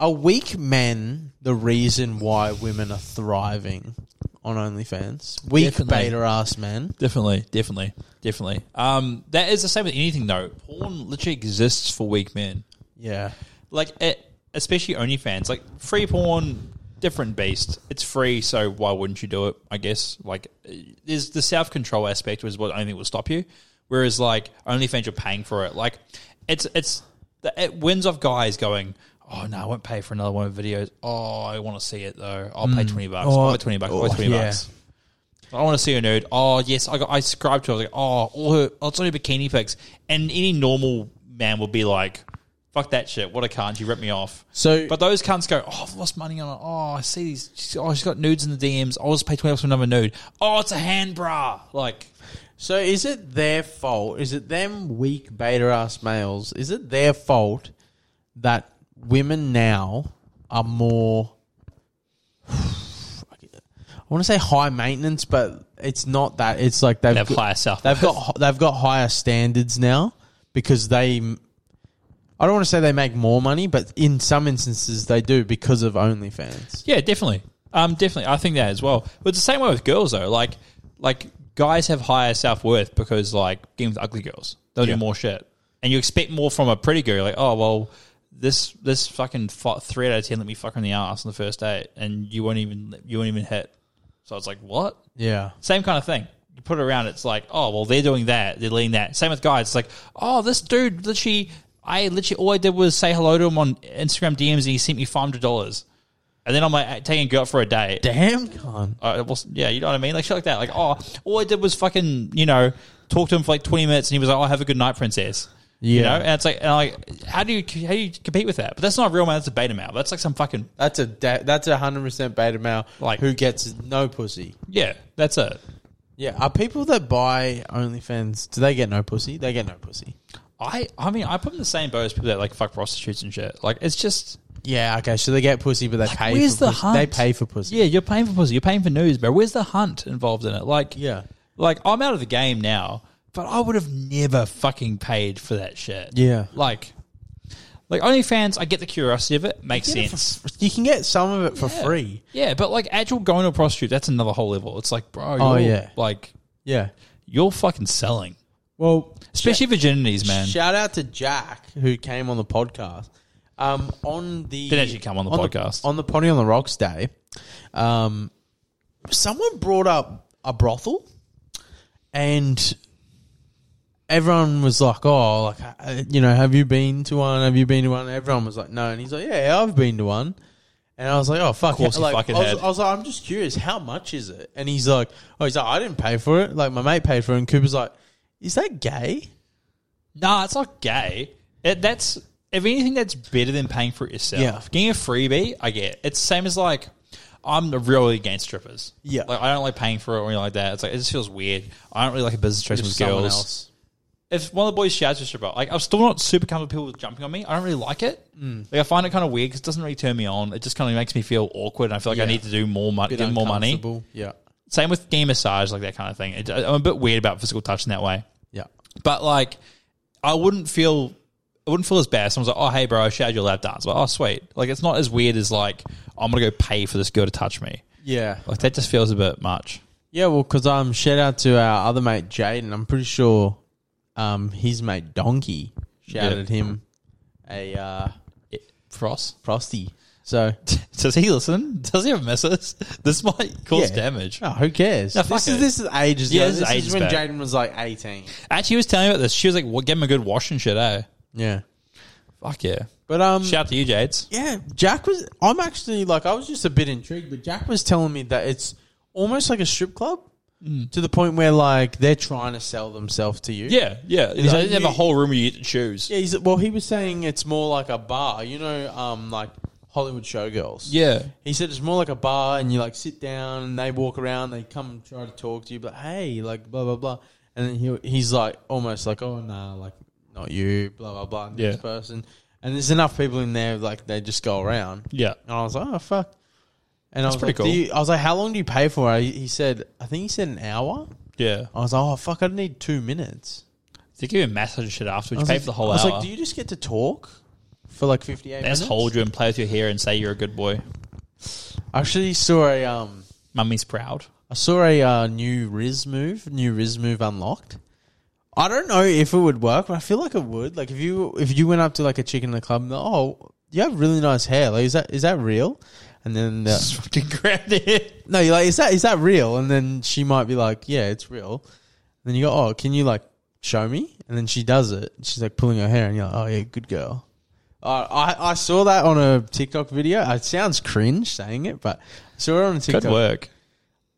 A: Are weak men the reason why women are thriving on OnlyFans? Weak
B: Definitely.
A: beta ass men.
B: Definitely, definitely, definitely. Um, that is the same with anything though. Porn literally exists for weak men.
A: Yeah.
B: Like, it, especially OnlyFans. Like free porn, different beast. It's free, so why wouldn't you do it? I guess. Like, eh, there's the self control aspect was what I think will stop you. Whereas like OnlyFans, you're paying for it. Like, it's it's the- it wins off guys going. Oh no, I won't pay for another one of videos. Oh, I want to see it though. I'll pay twenty bucks.
A: Oh,
B: I'll pay twenty bucks. I'll
A: oh,
B: pay twenty
A: yeah.
B: bucks. I want to see a nude. Oh yes, I got. I subscribed to. Her. I was like, oh, all her. Oh, it's only bikini pics. And any normal man would be like, fuck that shit. What a cunt. You ripped me off.
A: So-
B: but those cunts go. Oh, I've lost money on it. Oh, I see these. she's- Oh, she's got nudes in the DMs. I'll just pay twenty bucks for another nude. Oh, it's a hand bra. Like,
A: So is it their fault? Is it them weak beta ass males? Is it their fault that women now are more? (sighs) I want to say high maintenance, but it's not that. It's like they've
B: They have
A: got-
B: higher self-
A: They've got they've got higher standards now because they. I don't want to say they make more money, but in some instances they do because of OnlyFans.
B: yeah, definitely. Um, definitely. I think that as well. But it's the same way with girls though. Like, like guys have higher self worth because like getting with ugly girls, they'll
A: Yeah.
B: do more shit, and you expect more from a pretty girl. You're Like, oh well, this this fucking f- three out of ten let me fuck her in the ass on the first date, and you won't even you won't even hit. So it's like, what?
A: Yeah,
B: Same kind of thing. You put it around, it's like, oh, well, they're doing that. They're leading that. Same with guys. It's like, oh, this dude literally, I literally, all I did was say hello to him on Instagram DMs and he sent me $500. And then I'm like taking a girl for a date.
A: damn con.
B: Uh, it was- yeah, you know what I mean? Like shit like that. Like, oh, all I did was fucking, you know, talk to him for like twenty minutes, and he was like, "Oh, have a good night, princess." You
A: Yeah.
B: know, and it's like, and like, how do you how do you compete with that? But that's not a real man. That's a beta male. That's like some fucking
A: That's a da- that's a hundred percent beta male
B: Like-
A: who gets no pussy.
B: yeah. That's it.
A: Yeah, are people that buy OnlyFans do they get no pussy? They get no pussy.
B: I I mean, I put them in the same boat as people that like fuck prostitutes and shit. Like, it's just
A: Yeah, okay. So they get pussy, but they pay.
B: where's
A: for
B: the
A: pussy.
B: hunt?
A: They pay for pussy.
B: yeah, you're paying for pussy. You're paying for news, bro. Where's the hunt involved in it? Like,
A: Yeah.
B: like I'm out of the game now, but I would have never fucking paid for that shit.
A: Yeah.
B: like. Like OnlyFans, I get the curiosity of it. Makes
A: You get it for
B: sense.
A: fr- you can get some of it for
B: Yeah.
A: free.
B: Yeah, but like actual going to a prostitute, that's another whole level. It's like, bro,
A: Oh,
B: you're,
A: yeah.
B: like
A: Yeah.
B: you're fucking selling,
A: Well,
B: especially virginities, man.
A: shout out to Jack who came on the podcast. Um, on the
B: Didn't actually come on the podcast.
A: on the potty on the rocks day. Um, someone brought up a brothel, and everyone was like, "Oh, like uh, you know, have you been to one? Have you been to one?" Everyone was like, "No," and he's like, "Yeah, I've been to one." And I was like, "Oh fuck!"
B: course he
A: like,
B: fucking
A: I, was,
B: had.
A: I was like, "I'm just curious, how much is it?" And he's like, "Oh, he's like, I didn't pay for it. Like my mate paid for it." And Cooper's like, "Is that gay?"
B: Nah, it's not gay. It, that's if anything, that's better than paying for it yourself.
A: Yeah.
B: Getting a freebie, I get. It's same as like I'm really against strippers.
A: Yeah.
B: like I don't like paying for it or anything like that. It's like it just feels weird. I don't really like a business
A: Just
B: transaction with
A: someone
B: girls.
A: else.
B: if one of the boys shouts at you about, like, I'm still not super comfortable with jumping on me. I don't really like it.
A: Mm.
B: Like, I find it kind of weird because it doesn't really turn me on. It just kind of makes me feel awkward. And I feel like
A: Yeah.
B: I need to do more money,
A: Bit
B: get more money.
A: uncomfortable. Yeah,
B: Same with game massage, like that kind of thing. It, I'm a bit weird about physical touch in that way.
A: yeah,
B: But like, I wouldn't feel, I wouldn't feel as bad. if Someone's like, oh hey bro, I shouted your lap dance. Like, oh sweet. Like, it's not as weird as like I'm gonna go pay for this girl to touch me.
A: Yeah.
B: Like that just feels a bit much.
A: Yeah, well, because um, shout out to our other mate Jaden. I'm pretty sure um, his mate Donkey shouted him a uh,
B: Frost.
A: prosty. So
B: Does he listen? Does he ever miss us? (laughs) This might cause
A: Yeah.
B: damage.
A: (laughs) oh, who cares?
B: No, fuck
A: this is
B: it.
A: this is ages.
B: Yeah,
A: ago.
B: this is
A: this
B: ages
A: is when
B: back.
A: Jaden was like 18.
B: Actually, he was telling me about this. She was like, well, give him a good wash and shit, eh?
A: Yeah,
B: Fuck yeah.
A: but um,
B: Shout out to you, Jades.
A: yeah, Jack was. I'm actually like I was just a bit intrigued, but Jack was telling me that it's almost like a strip club
B: Mm.
A: to the point where like they're trying to sell themselves to you.
B: Yeah, yeah. They
A: Like,
B: have
A: you-
B: a whole room where you get to choose.
A: Yeah, he's, well, he was saying it's more like a bar, you know, um, like Hollywood showgirls.
B: Yeah.
A: He said it's more like a bar, and you like sit down, and they walk around, they come and try to talk to you, but hey, like blah blah blah, and then he he's like almost like oh nah, like not you, blah blah blah, next
B: Yeah.
A: person, and there's enough people in there like they just go around,
B: Yeah.
A: and I was like oh fuck, and I was
B: pretty
A: like,
B: cool.
A: do you, I was like how long do you pay for it? He he said I think he said an hour.
B: Yeah.
A: I was like oh fuck, I need two minutes.
B: They give you a massage and shit afterwards.
A: I was
B: You pay
A: like-
B: for the whole
A: I was
B: hour.
A: like, do you just get to talk for like 58
B: They
A: minutes?
B: just hold you and play with your hair and say you're a good boy.
A: I actually saw a um
B: Mummy's proud.
A: I saw a uh, new Riz move, new Riz move unlocked. I don't know if it would work, but I feel like it would. Like if you if you went up to like a chick in the club and oh, you have really nice hair. Like is that is that real? And then the,
B: Just fucking grabbed it.
A: no, you're like is that is that real? And then she might be like, yeah, it's real. And then you go, oh, can you like show me? And then she does it. She's like pulling her hair, and you're like, oh yeah, good girl. Uh, I I saw that on a TikTok video. It sounds cringe saying it, but I saw it on a TikTok.
B: Good work.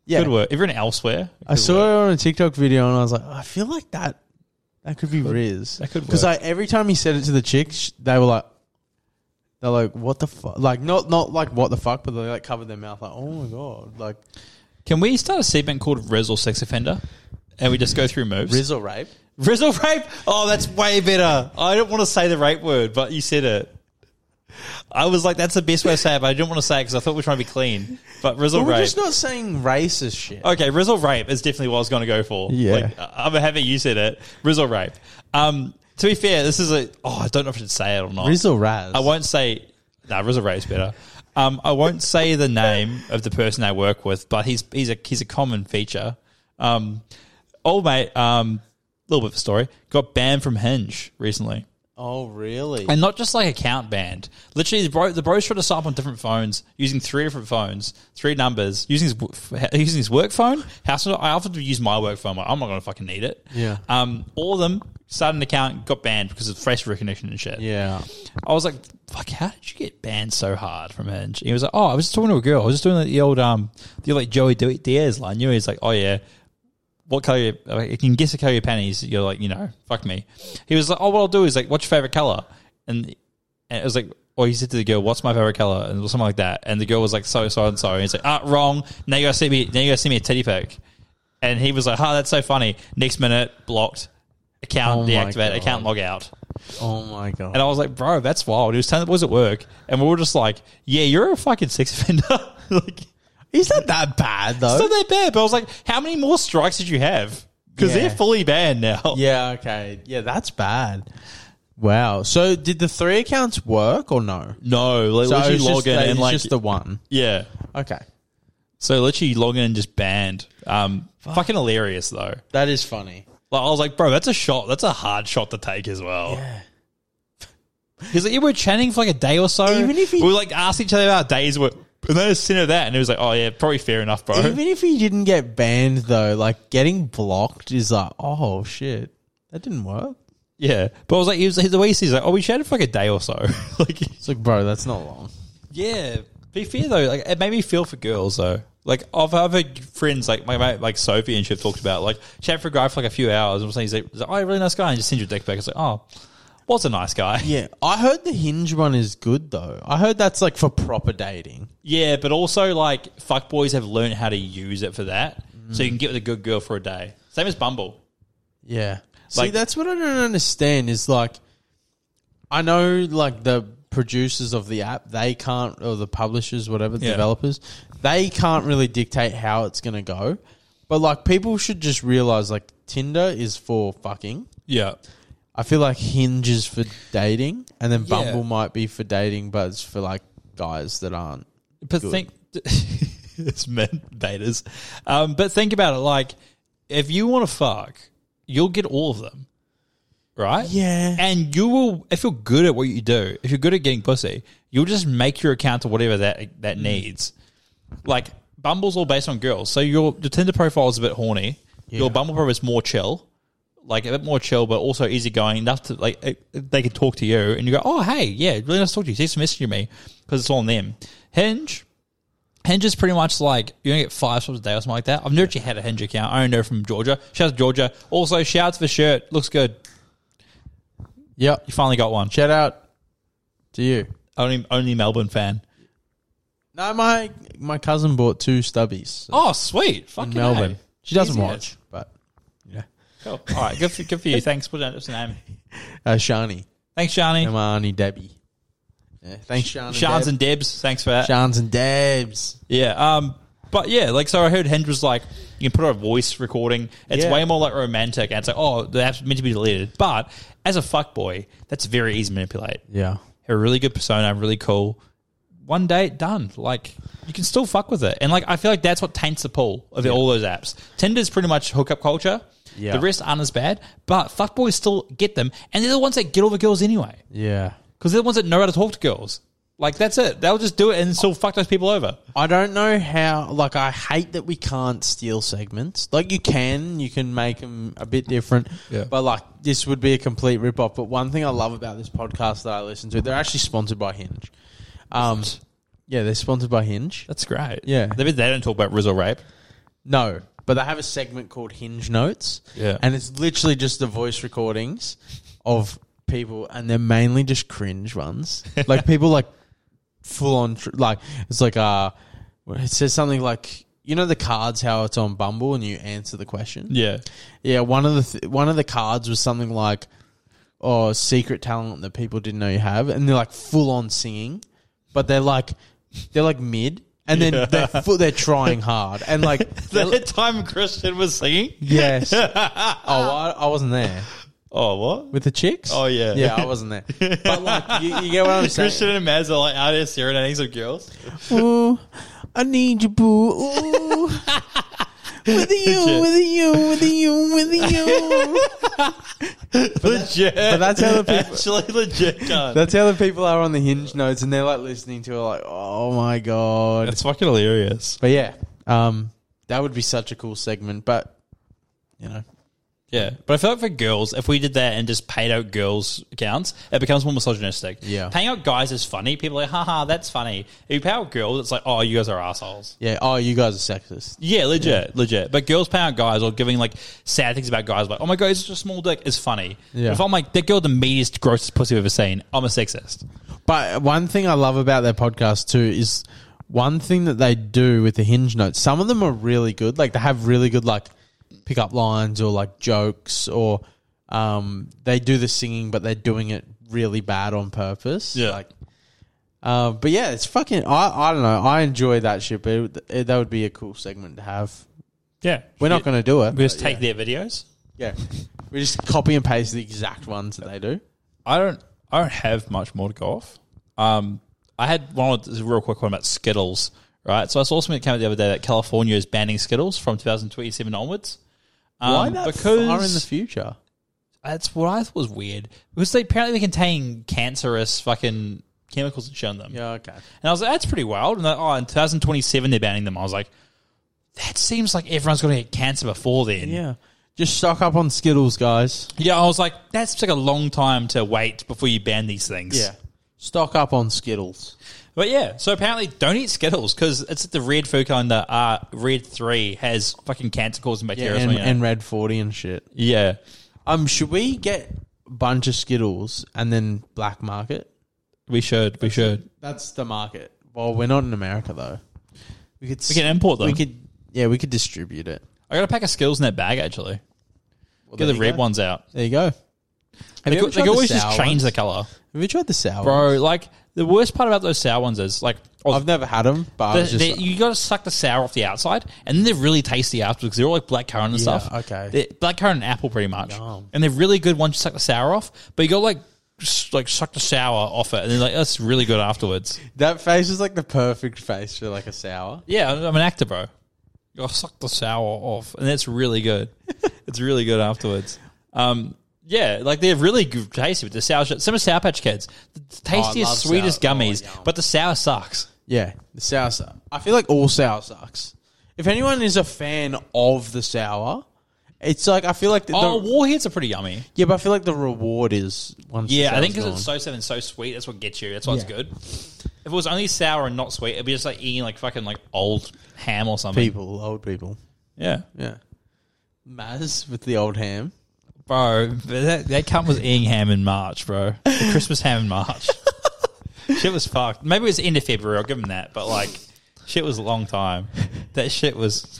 A: Yeah,
B: Good work. Everyone elsewhere.
A: I saw it on a TikTok video and I was like, I feel like that that could be Riz.
B: that could
A: because
B: work.
A: like every time he said it to the chick, sh- they were like, they're like, what the fuck? Like not not like what the fuck, but they like covered their mouth like, oh my god, like
B: Can we start a segment called Riz or Sex Offender? And we just go through moves.
A: Riz or rape.
B: Riz or rape? Oh, that's way better. I don't want to say the rape word, but you said it. I was like, that's the best way to say it, but I didn't want to say it because I thought we were trying to be clean. But Riz or
A: But we're
B: rape.
A: just not saying racist shit. Oh,
B: Okay, Rizzle rape is definitely what I was going to go for.
A: Yeah.
B: Like, I- I'm happy you said it. Rizzle rape. Um, to be fair, this is a. Oh, I don't know if I should say it or not.
A: Riz or Raz.
B: I won't say. No, nah, Rizzle rape's better. Um, I won't say the name of the person I work with, but he's he's a he's a common feature. Um, old mate. Um, little bit of a story. Got banned from Hinge recently.
A: oh really?
B: And not just like account banned. Literally, the, bro, the bro's trying to sign up on different phones, using three different phones, three numbers, using his w- f- using his work phone. House. phone. I offered to use my work phone. Like, I'm not going to fucking need it.
A: Yeah.
B: Um. All of them started an account, got banned because of face recognition and shit.
A: yeah.
B: I was like, fuck, how did you get banned so hard from Hinge? And he was like, oh, I was just talking to a girl. I was just doing like, the old, um, the old, like Joey D- Diaz line. You know, he's like, oh yeah, what color? Your, like, you can guess the color of your panties. You're like, you know, fuck me. He was like, oh, what I'll do is like, what's your favorite color? And, and it was like, or he said to the girl, what's my favorite color? And it was something like that. And the girl was like, so so and so. And he's like, ah, wrong. Now you gotta send me. Now you gotta send me a teddy pic. And he was like, oh, that's so funny. Next minute, blocked. Account
A: Oh my
B: deactivate.
A: God.
B: Account log out.
A: Oh my god.
B: And I was like, bro, that's wild. He was telling the boys at work, and we were just like, yeah, you're a fucking sex offender. (laughs) like, it's
A: Is that that bad though?
B: not that bad. But I was like, how many more strikes did you have? Because
A: Yeah.
B: they're fully banned now.
A: yeah. Okay. Yeah, that's bad. Wow. So did the three accounts work or no?
B: (laughs) No, like,
A: So
B: literally
A: it's just- uh,
B: log in
A: it's
B: and like,
A: just the one.
B: yeah.
A: Okay.
B: So literally log in and just banned. Um, fucking hilarious though.
A: That is funny.
B: Like I was like, bro, that's a shot. That's a hard shot to take as well. He's like, yeah, we were chatting for like a day or so.
A: Even if he-
B: we like asked each other about days, were, and then I sent her that, and it was like, oh yeah, probably fair enough, bro.
A: Even if he didn't get banned, though, like getting blocked is like, oh shit, that didn't work.
B: Yeah, but I was like, he was the way he says, like, oh, we chatted for like a day or so. (laughs) like,
A: It's like, bro, that's not long.
B: yeah, be fair though. Like, it made me feel for girls though. Like, I've I've had friends like my mate, like Sophie and shit talked about like chat for a guy for like a few hours. and I'm saying he's like, he's like, oh, really nice guy, and just send your dick back. It's like, oh, was a nice guy. (laughs) Yeah.
A: Yeah, I heard the hinge one is good though. I heard that's like for proper dating.
B: but also like fuck boys have learned how to use it for that, so you can get with a good girl for a day. Same as Bumble.
A: Yeah, see,
B: Like-
A: that's what I don't understand. Is like, I know like the producers of the app, they can't, or the publishers, whatever, the
B: Yeah.
A: developers, they can't really dictate how it's gonna go. But like, people should just realize like Tinder is for fucking.
B: Yeah.
A: I feel like Hinge is for dating, and then
B: Yeah.
A: Bumble might be for dating, but it's for like guys that aren't.
B: But think, (laughs) it's men betas. Um, but think about it. Like, if you want to fuck, you'll get all of them, right?
A: Yeah.
B: And you will, if you're good at what you do, if you're good at getting pussy, you'll just make your account to whatever that that needs. Like, Bumble's all based on girls, so your your Tinder profile is a bit horny. Your Bumble profile is more chill like a bit more chill, but also easygoing enough to like it, they can talk to you, and you go, "Oh, hey, yeah, really nice to talk to you." Text messaging me because it's all on them. Hinge, Hinge is pretty much like you only get five swipes a day or something like that. I've never actually had a Hinge account. I only know from Georgia. Shout out to Georgia. Also, shout out to the shirt. Looks good.
A: Yep.
B: You finally got one.
A: Shout out to you.
B: Only only Melbourne fan.
A: No, my my cousin bought two stubbies
B: Oh, sweet. Fucking
A: in Melbourne.
B: A.
A: She doesn't
B: Easy
A: watch, but yeah.
B: Cool. All right. Good for,
A: (laughs)
B: good for you. Thanks for that. What's your name?
A: Uh, Shani,
B: Thanks, Shani.
A: and my auntie Debbie. Yeah, thanks, Shani.
B: Shans
A: Deb.
B: and Debs. Thanks for that.
A: Shans and Debs.
B: Yeah. Um. But yeah, like so, I heard Hinge was like you can put on a voice recording. It's
A: Yeah.
B: way more like romantic, and it's like oh, the app's meant to be deleted. But as a fuckboy, that's very easy to manipulate.
A: Yeah,
B: Have a really good persona, really cool. One day done. Like you can still fuck with it, and like I feel like that's what taints the pool of all those apps. Tinder's pretty much hookup culture.
A: Yeah.
B: The rest aren't as bad, but fuckboys still get them, and they're the ones that get all the girls anyway,
A: yeah.
B: because they're the ones that know how to talk to girls. Like that's it. They'll just do it and still fuck those people over.
A: I don't know how. Like, I hate that we can't steal segments. Like, you can, you can make them a bit different.
B: Yeah.
A: But like, this would be a complete rip off. But one thing I love about this podcast that I listen to, they're actually sponsored by Hinge. Um, yeah, they're sponsored by Hinge.
B: That's great.
A: Yeah.
B: They, they don't talk about Rizzo rape.
A: No, but they have a segment called Hinge Notes.
B: Yeah.
A: And it's literally just the voice recordings of people, and they're mainly just cringe
B: (laughs)
A: ones. like people like full on, tr- like, it's like, uh, it says something like, you know the cards how it's on Bumble and you answer the question.
B: Yeah.
A: Yeah, one of the th- one of the cards was something like, "Oh, secret talent that people didn't know you have," and they're like full on singing, but they're like they're like mid, and then they're full, they're trying hard, and
B: (laughs)
A: like
B: (laughs) The time Christian was singing?
A: yes, (laughs) oh, I, I wasn't there
B: Oh, what?
A: with the chicks.
B: Oh, yeah.
A: yeah, I wasn't there, but like you, you get (laughs) what I'm saying.
B: Christian and Maz are like out there serenading
A: (laughs)
B: some girls.
A: Ooh, I need you, boo. Ooh. With you, with you, with you, with you.
B: legit.
A: But that's how the people.
B: Actually, legit done.
A: (laughs) That's how the people are on the hinge notes, and they're like listening to it, like, oh my god.
B: fucking hilarious.
A: But yeah, um, that would be such a cool segment. But you know,
B: Yeah. But I feel like for girls, if we did that and just paid out girls' accounts, it becomes more misogynistic.
A: Yeah.
B: Paying out guys is funny. People are like, haha, that's funny. If you pay out girls, it's like, oh, you guys are assholes.
A: yeah. Oh, you guys are sexist.
B: Yeah, legit, legit. But girls paying out guys or giving like sad things about guys, like, oh my god, it's just a small dick, is funny.
A: Yeah.
B: If I'm like, that girl, the meanest, grossest pussy I've ever seen, I'm a sexist.
A: But one thing I love about their podcast too is one thing that they do with the hinge notes. Some of them are really good. Like they have really good like pickup lines or like jokes, or um, they do the singing, but they're doing it really bad on purpose.
B: Yeah.
A: Like Uh, but yeah, it's fucking. I, I don't know. I enjoy that shit, but it, it- that would be a cool segment to have.
B: Yeah.
A: We're not going to do it.
B: We just take their videos.
A: yeah, we just copy and paste the exact ones that they do.
B: I don't I don't have much more to go off. Um, I had one this is a real quick one about Skittles, right? So I saw something that came out the other day that California is banning Skittles from 2027 onwards. Um,
A: Why that far in the future?
B: That's what I thought was weird because they apparently they contain cancerous fucking chemicals and shit in them.
A: Yeah, okay.
B: And I was like, that's pretty wild. And they're like, oh, in 2027, they're banning them. I was like, that seems like everyone's going to get cancer before then.
A: Yeah, just stock up on Skittles, guys.
B: Yeah, I was like, that's like a long time to wait before you ban these things.
A: stock up on Skittles.
B: But yeah, so apparently don't eat Skittles because it's the red food kind that uh, red 3 has fucking cancer causing
A: Yeah,
B: bacteria.
A: and,
B: yeah.
A: and Red Forty and shit.
B: yeah.
A: Um, should we get a bunch of Skittles and then black market?
B: We should. We should.
A: That's the market. Well, we're not in America though. We could
B: We can import them.
A: we could yeah we could distribute it.
B: I got a pack of Skittles in that bag, actually.
A: Well,
B: Get
A: there
B: the
A: you
B: red
A: go.
B: ones out.
A: There you go. Have
B: They,
A: you
B: could-
A: ever
B: they
A: tried
B: could
A: the
B: always just
A: sour
B: change the
A: ones?
B: color.
A: Have you tried the sour? ones?
B: Bro, like, the worst part about those sour ones is, like, oh,
A: I've never had them, but I
B: The-
A: was just
B: they- you got to suck the sour off the outside, and then they're really tasty after because they're all like black currant and
A: Yeah,
B: stuff.
A: okay.
B: They're black currant and apple pretty much,
A: Yum.
B: and they're really good once you suck the sour off. But you got like s- like suck the sour off it, and then like that's really good afterwards.
A: That face is like the perfect face for like a sour.
B: Yeah, I'm I'm an actor, bro. I suck the sour off, and that's
A: (laughs)
B: really good. it's really good afterwards. Um, yeah, like they're really good tasty with the sour. shit. Same as Sour Patch Kids, the tastiest,
A: love
B: sweetest
A: sour. Oh,
B: gummies,
A: yum.
B: but the sour sucks.
A: Yeah, the sour suck. I feel like all sour sucks. If anyone is a fan of the sour, it's like I feel like the,
B: Oh,
A: the-
B: Warheads are pretty yummy.
A: yeah, but I feel like the reward is once. the
B: Yeah, I
A: sour's
B: think because it's
A: gone.
B: so seven, so sweet. That's what gets you. That's why it's good. If it was only sour and not sweet, it'd be just like eating like fucking like old ham or something.
A: people, old people.
B: Yeah,
A: Yeah, Maz with the old ham.
B: bro, that that cunt was eating ham in March, bro. The Christmas ham in (laughs) March. shit was fucked. Maybe it was end of February. I'll give him that. But like, shit was a long time. That shit was.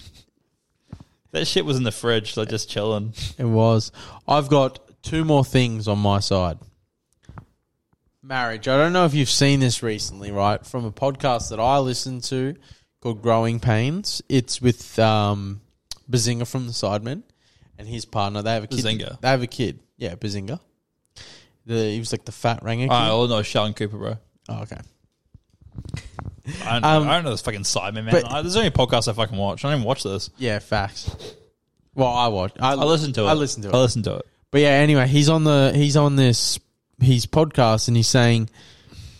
B: That shit was in the fridge, like just chilling.
A: It was. I've got two more things on my side. Marriage. I don't know if you've seen this recently, right? From a podcast that I listen to called Growing Pains. It's with um, Bazinga from the Sidemen and his partner. They have a kid.
B: Bazinga.
A: They have a kid. Yeah, Bazinga. The, he was like the fat ranger.
B: I
A: Kid.
B: all know Sheldon Cooper, bro.
A: Oh, okay.
B: I don't,
A: Um,
B: I don't know this fucking Sidemen, man.
A: but-
B: I, there's only a podcast I fucking watch. I don't even watch this.
A: Yeah, facts. Well, I watch. I,
B: I listen to it.
A: I listen to it.
B: I listen to it.
A: But yeah, anyway, he's on the he's on this his podcast and he's saying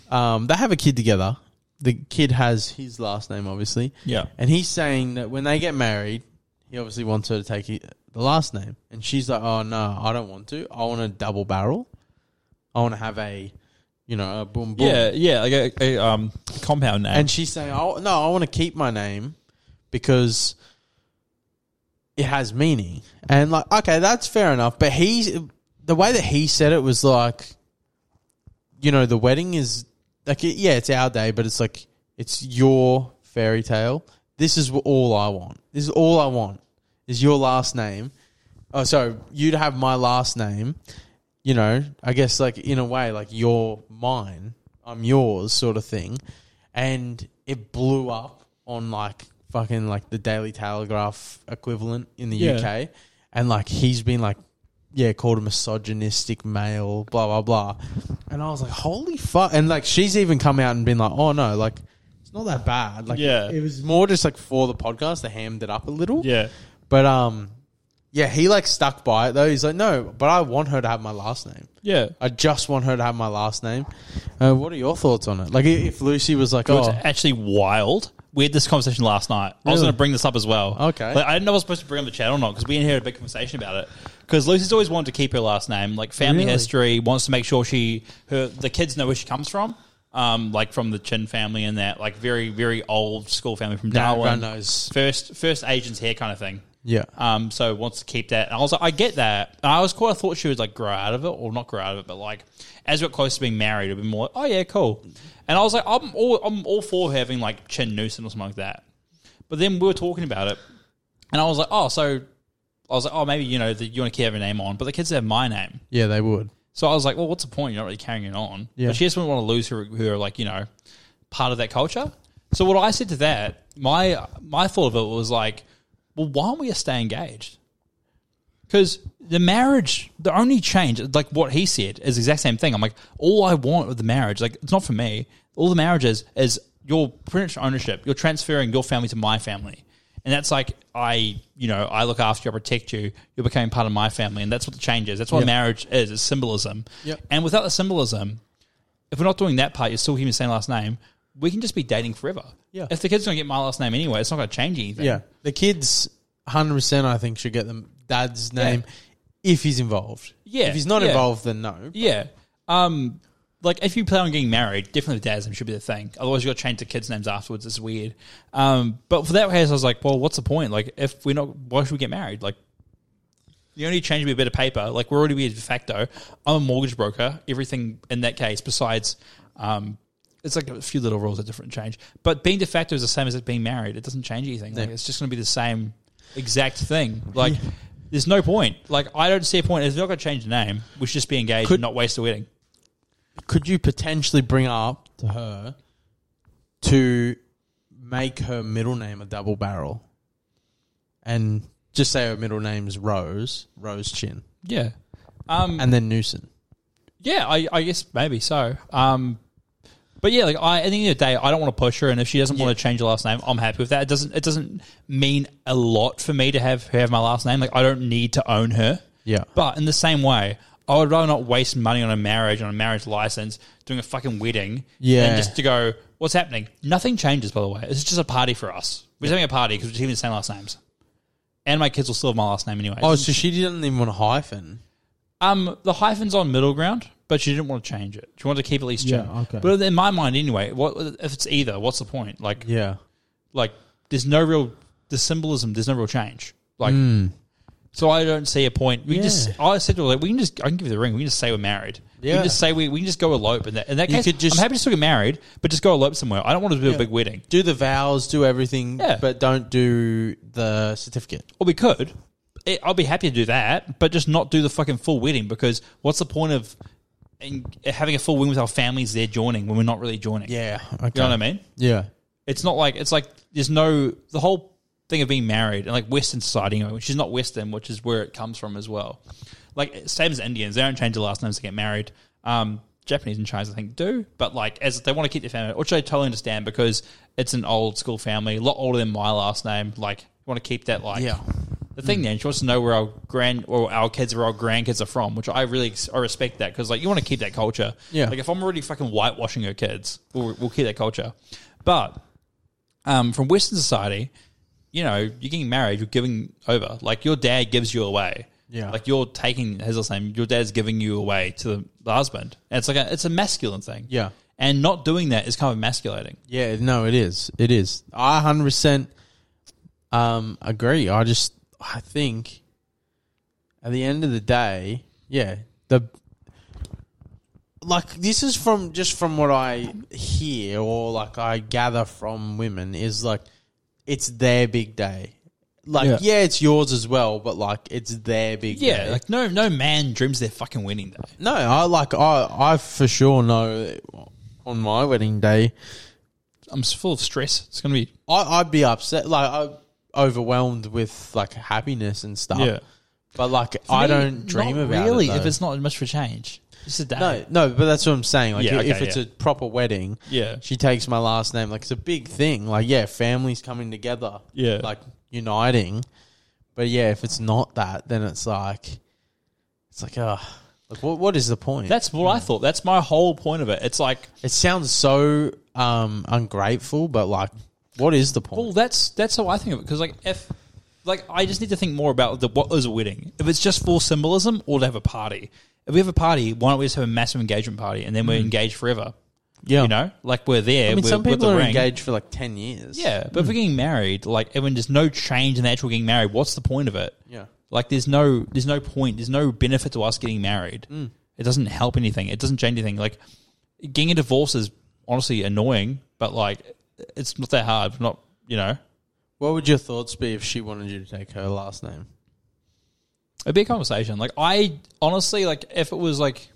A: um, they have a kid together. The kid has his last name, obviously,
B: Yeah.
A: and he's saying that when they get married, he obviously wants her to take he- the last name, and she's like, "Oh no, I don't want to. I want a double barrel. I want to have a, you know, a boom boom."
B: Yeah, yeah, like a, a um, compound name.
A: And she's saying, "Oh no, I want to keep my name because it has meaning." And like, okay, that's fair enough. But he's the way that he said it was like, you know, the wedding is like, it- yeah, it's our day, but it's like it's your fairy tale. This is wh- all I want. This is all I want is your last name. Oh, so you to have my last name. You know, I guess like in a way, like you're mine, I'm yours, sort of thing. And it blew up on like fucking like the Daily Telegraph equivalent in the
B: Yeah.
A: UK, and like he's been like, yeah, called a misogynistic male, blah blah blah. And I was like, holy fuck! And like she's even come out and been like, oh no, like it's not that bad. Like
B: Yeah.
A: it was more just like for the podcast, they hammed it up a little.
B: yeah,
A: But um, yeah, he like stuck by it though. He's like, no, but I want her to have my last name.
B: yeah.
A: I just want her to have my last name. Uh, what are your thoughts on it? Like, i- if Lucy was like,
B: It's
A: oh,
B: actually wild. We had this conversation last night. I was
A: Really?
B: going to bring this up as well.
A: Okay.
B: Like, I didn't know if I was supposed to bring it on the channel or not because we had a big conversation about it. Because Lucy's always wanted to keep her last name, like family
A: Really?
B: history, wants to make sure she her the kids know where she comes from, um, like from the Chin family and that, like very very old school family from
A: Now
B: Darwin.
A: everyone knows.
B: First first Asians here kind of thing.
A: yeah,
B: Um, so wants to keep that. And I was like, I get that. And I was cool. I thought she would like grow out of it, or not grow out of it, but like as we got close to being married, it'd be more. Like, oh yeah, cool. And I was like, I'm all I'm all for having like Chen Newson or something like that. But then we were talking about it, and I was like, oh, so I was like, oh, maybe you know that you want to keep her name on, but the kids have my name.
A: yeah, they would.
B: So I was like, well, what's the point? You're not really carrying it on.
A: Yeah.
B: But she just wouldn't want to lose her, her, like, you know, part of that culture. So what I said to that, my my thought of it was like, well, why aren't we just stay engaged? Because the marriage, the only change, like what he said, is the exact same thing. I'm like, all I want with the marriage, like, it's not for me. All the marriage is, is your pretty much ownership. You're transferring your family to my family. And that's like, I, you know, I look after you, I protect you, you're becoming part of my family. And that's what the change is. That's what
A: Yeah.
B: marriage is, is symbolism.
A: Yep.
B: And without the symbolism, if we're not doing that part, you're still hearing the same last name, we can just be dating forever.
A: Yeah.
B: If the kid's going to get my last name anyway, it's not going to change anything.
A: Yeah, the kids, hundred percent, I think should get them dad's name if he's involved.
B: Yeah,
A: if he's not
B: yeah.
A: involved, then no.
B: Yeah. Um, like if you plan on getting married, definitely dad's name should be the thing. Otherwise, you got to change the kids' names afterwards. It's weird. Um, but for that case, I was like, well, what's the point? Like, if we're not, why should we get married? Like, the only change would be a bit of paper. Like, we're already weird de facto. I'm a mortgage broker. Everything in that case, besides, um, it's like a few little rules that different change. But being de facto is the same as it being married. It doesn't change anything. Like, it's just going to be the same exact thing. Like. There's no point. Like I don't see a point. If they're not going to change the name, we should just be engaged
A: Could-
B: and not waste the wedding.
A: Could you potentially bring up to her to make her middle name a double barrel, and just say her middle name's Rose, Rose Chin,
B: Yeah. Um,
A: and then Newson?
B: Yeah, I, I guess maybe so. Um, but yeah, like I, at the end of the day, I don't want to push her, and if she doesn't want to change her last name, I'm happy with that. It doesn't it doesn't mean a lot for me to have her have my last name. Like I don't need to own her.
A: Yeah.
B: But in the same way, I would rather not waste money on a marriage on a marriage license doing a fucking wedding.
A: Yeah.
B: Than just to go, what's happening? Nothing changes, by the way. It's just a party for us. We're just having a party because we're just having the same last names, and my kids will still have my last name anyway.
A: Oh, so she didn't even want a hyphen.
B: Um, the hyphen's on middle ground, but she didn't want to change it. She wanted to keep at least Jim.
C: Yeah, okay.
B: But in my mind, anyway, what if it's either? What's the point? Like,
A: Yeah.
B: like there's no real the symbolism. There's no real change. Like,
A: Hmm.
B: so I don't see a point. We can just I said to her, like, we can just I can give you the ring. We can just say we're married. We
A: Yeah.
B: can just say we we can just go elope. In that in that
A: You
B: case,
A: could just-
B: I'm happy to still get married, but just go elope somewhere. I don't want to do a big wedding.
A: Do the vows, do everything,
B: Yeah.
A: but don't do the certificate.
B: Or we could. I- I'll be happy to do that, but just not do the fucking full wedding because what's the point of in, having a full wedding with our families there joining when we're not really joining?
A: Yeah.
B: You know what I mean?
A: Yeah.
B: It's not like, it's like there's no, the whole thing of being married and like Western society, you know, which is not Western, which is where it comes from as well. Like, same as Indians, they don't change their last names to get married. Um, Japanese and Chinese, I think, do, but like, as they want to keep their family, which I totally understand because it's an old school family, a lot older than my last name. Like, you want to keep that, like,
A: Yeah.
B: the
A: Hmm.
B: thing then, she wants to know where our grand or our kids or our grandkids are from, which I really I respect that because like you want to keep that culture.
A: Yeah.
B: Like if I'm already fucking whitewashing her kids, we'll, we'll keep that culture. But um, from Western society, you know, you're getting married, you're giving over. Like your dad gives you away.
A: Yeah.
B: Like you're taking his last name. Your dad's giving you away to the, the husband. And it's like a, it's a masculine thing.
A: Yeah.
B: And not doing that is kind of emasculating.
A: Yeah, no, it is. It is. I hundred percent um agree. I just I think at the end of the day, yeah, the like this is from just from what I hear or like I gather from women is like it's their big day. Like
C: Yeah.
A: yeah, it's yours as well, but like it's their big
B: Yeah.
A: day.
B: Like no no man dreams their fucking wedding day.
A: No, I like I I for sure know that on my wedding day
B: I'm full of stress. It's gonna be
A: I, I'd be upset, like I overwhelmed with like happiness and stuff.
B: Yeah.
A: But like I
B: Me,
A: don't dream
B: not
A: about
B: really
A: it.
B: if
A: though.
B: it's not much for change. Just a day.
A: no, no, but that's what I'm saying. Like
B: Yeah,
A: if
B: okay,
A: it's
B: yeah.
A: a proper wedding,
B: Yeah.
A: she takes my last name. Like it's a big thing. Like yeah, families coming together.
B: Yeah.
A: like uniting. But yeah, if it's not that, then it's like, it's like ah, like what what is the point?
B: That's what I thought. That's my whole point of it. It's like,
A: it sounds so um ungrateful, but like, what is the point?
B: well, that's that's how I think of it. Because like, if like I just need to think more about the what is a wedding. If it's just for symbolism or to have a party. If we have a party, why don't we just have a massive engagement party and then we're engaged forever?
A: yeah,
B: You know, like we're there.
A: Mm. I mean,
B: we're,
A: some
B: with
A: people
B: the
A: are
B: ring.
A: engaged for like ten years.
B: Yeah, but if we're
A: Hmm.
B: getting married, like, and when there's no change in the actual getting married, what's the point of it?
A: Yeah.
B: Like there's no there's no point. There's no benefit to us getting married.
A: Hmm.
B: It doesn't help anything. It doesn't change anything. Like getting a divorce is honestly annoying, but like it's not that hard. Not you know,
A: What would your thoughts be if she wanted you to take her last name?
B: it'd be a conversation. Like I honestly like if it was like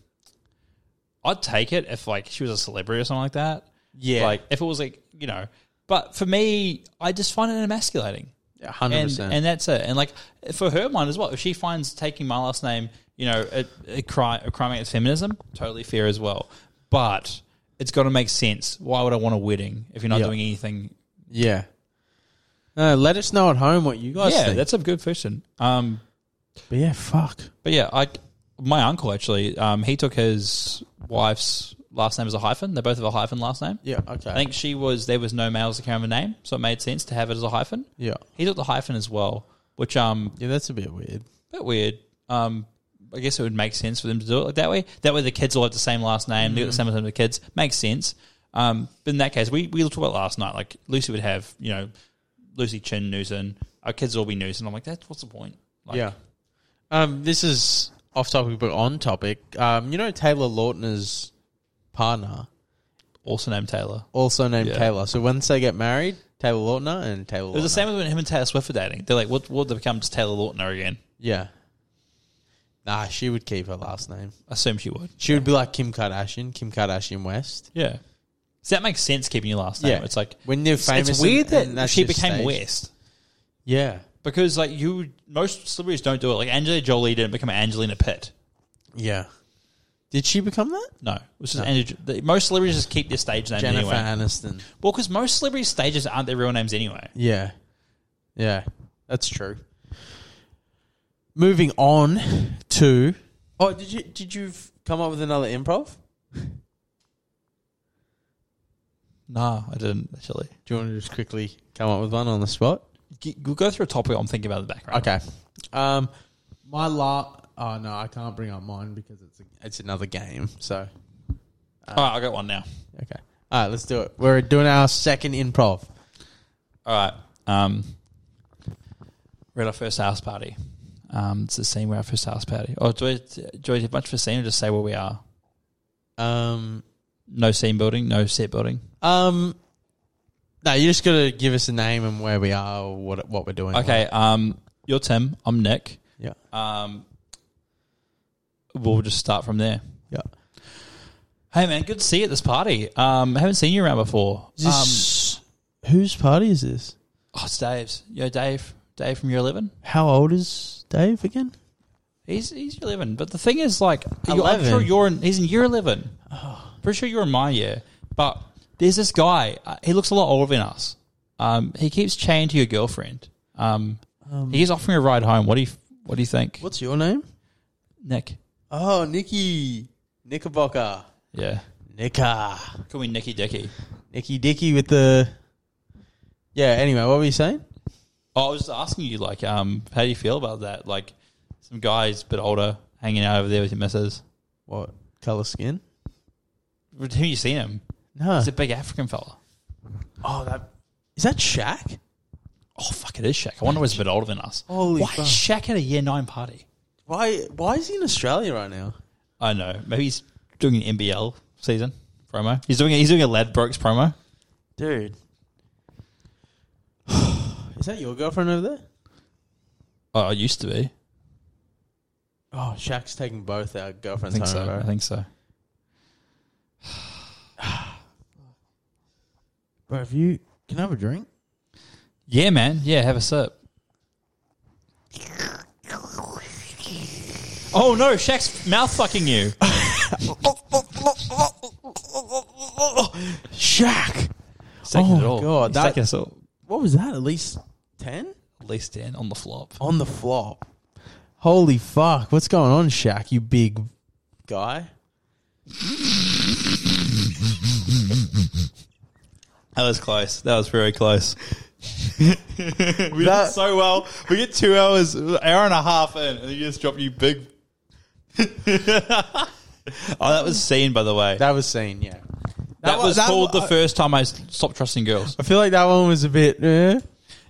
B: I'd take it if like she was a celebrity or something like that.
A: Yeah.
B: Like if it was like, you know, but for me, I just find it emasculating.
A: hundred
B: and
A: percent.
B: and that's it. And like for her mind as well, if she finds taking my last name, you know, a, a, cri- a crime against feminism, totally fair as well. But it's got to make sense. Why would I want a wedding if you're not
A: Yeah.
B: doing anything?
A: Yeah. No, let us know at home what you guys
B: yeah,
A: think.
B: that's a good question. Um,
A: but yeah, fuck.
B: but yeah, I my uncle actually, um, he took his wife's last name as a hyphen. They both have a hyphen last name.
A: Yeah. Okay.
B: I think she was there was no males that carry a name, so it made sense to have it as a hyphen.
A: yeah.
B: He took the hyphen as well, which um
A: Yeah, that's a bit weird.
B: bit weird. Um, I guess it would make sense for them to do it like that way. That way, the kids all have the same last name. They got the same last name. as The kids makes sense. Um, but in that case, we we talked about last night. Like Lucy would have, you know, Lucy Chin Newson. Our kids would all be Newson. I'm like, that's what's the point? Like,
A: yeah. Um, this is off topic but on topic. Um, you know Taylor Lautner's partner,
B: also named Taylor.
A: also named
B: Yeah.
A: Taylor. So once they get married, Taylor Lautner and Taylor.
B: It was the
A: Lautner.
B: same as when him and Taylor Swift were dating. They're like, what will they become? Just Taylor Lautner again?
A: Yeah. Nah, she would keep her last name.
B: I assume she would.
A: She would be like Kim Kardashian, Kim Kardashian West.
B: Yeah. So that makes sense keeping your last name.
A: Yeah.
B: It's like
A: When they're
B: it's-
A: famous,
B: It's weird
A: and-
B: that
A: and that's
B: she
A: just
B: became
A: staged.
B: West.
A: Yeah.
B: Because like you, most celebrities don't do it. Like Angelina Jolie didn't become Angelina Pitt.
A: Yeah. Did she become that?
B: No, which is energy. the- Most celebrities just keep their stage name
A: Jennifer
B: anyway.
A: Aniston.
B: Well, because most celebrities' stages aren't their real names anyway.
A: Yeah. Yeah. That's true. Moving on to Oh, did you did you f- come up with another improv?
B: Nah, I didn't actually.
A: Do you want to just quickly come up with one on the spot?
B: G- We'll go through a topic I'm thinking about in the background.
A: Okay. Um my la Oh no, I can't bring up mine because it's a, it's another game. So,
B: All right, I got one now.
A: okay. All right, let's do it. We're doing our second improv.
B: All right. Um, we're at our first house party. Um, it's the scene we're at our first house party. Oh, do I, do I do much of a scene or just say where we are?
A: Um
B: No scene building, no set building.
A: um no, you just got to give us a name and where we are or what what we're doing.
B: Okay. Um, you're Tim. I'm Nick.
A: Yeah.
B: Um, we'll just start from there.
A: Yeah.
B: Hey man, good to see you at this party. Um, haven't seen you around before.
A: Is
B: Um,
A: this, whose party is this?
B: oh, it's Dave's. Yo, Dave. Dave from Year Eleven.
A: How old is Dave again?
B: He's he's Year Eleven. But the thing is, like, you- I'm
A: 11.
B: sure you're in. He's in Year Eleven.
A: Oh.
B: Pretty sure you're in my year. But there's this guy. Uh, he looks a lot older than us. Um, he keeps chatting to your girlfriend. Um, he's offering a ride home. What do you What do you think,
A: What's your name?
B: Nick?
A: Oh, Nikki. Knickerbocker.
B: Yeah,
A: Nicker.
B: call me Nicky Dicky.
A: Nicky Dicky with the. Yeah, anyway, what were you saying?
B: Oh, I was just asking you, like, um, how do you feel about that? Like, some guy's a bit older, hanging out over there with your missus.
A: What? Colour skin?
B: Have you seen him?
A: No.
B: He's a big African fella.
A: oh, that. Is that Shaq?
B: Oh, fuck, it is Shaq. I wonder why he's a bit older than us.
A: Holy
B: Why
A: fuck.
B: is Shaq at a year nine party?
A: Why Why is he in Australia right now?
B: I know. Maybe he's doing an NBL season promo. He's doing he's doing a Ladbrokes promo.
A: Dude. (sighs) is that your girlfriend over there?
B: Oh, I used to be.
A: Oh, Shaq's taking both our
B: I
A: girlfriends
B: think
A: home,
B: so.
A: bro.
B: I think so.
A: Bro, if you. Can I have a drink?
B: Yeah, man. Yeah, have a sip. Oh no, Shaq's mouth fucking you.
A: (laughs) Shaq!
B: He's taking
A: Oh
B: it
A: my
B: all.
A: God,
B: He's
A: that-
B: taking us all.
A: What was that? At least 10?
B: At least in on the flop.
A: on the flop. Holy fuck! What's going on, Shaq? You big guy.
B: That was close. That was very close. we
A: That-
B: did so well. We get two hours, an hour and a half in, and you just drop you big. (laughs) oh, that was seen, by the way. That,
A: That was seen, yeah.
B: was called the
A: I-
B: first time I s- stopped trusting girls.
A: I feel like that one was a bit. eh.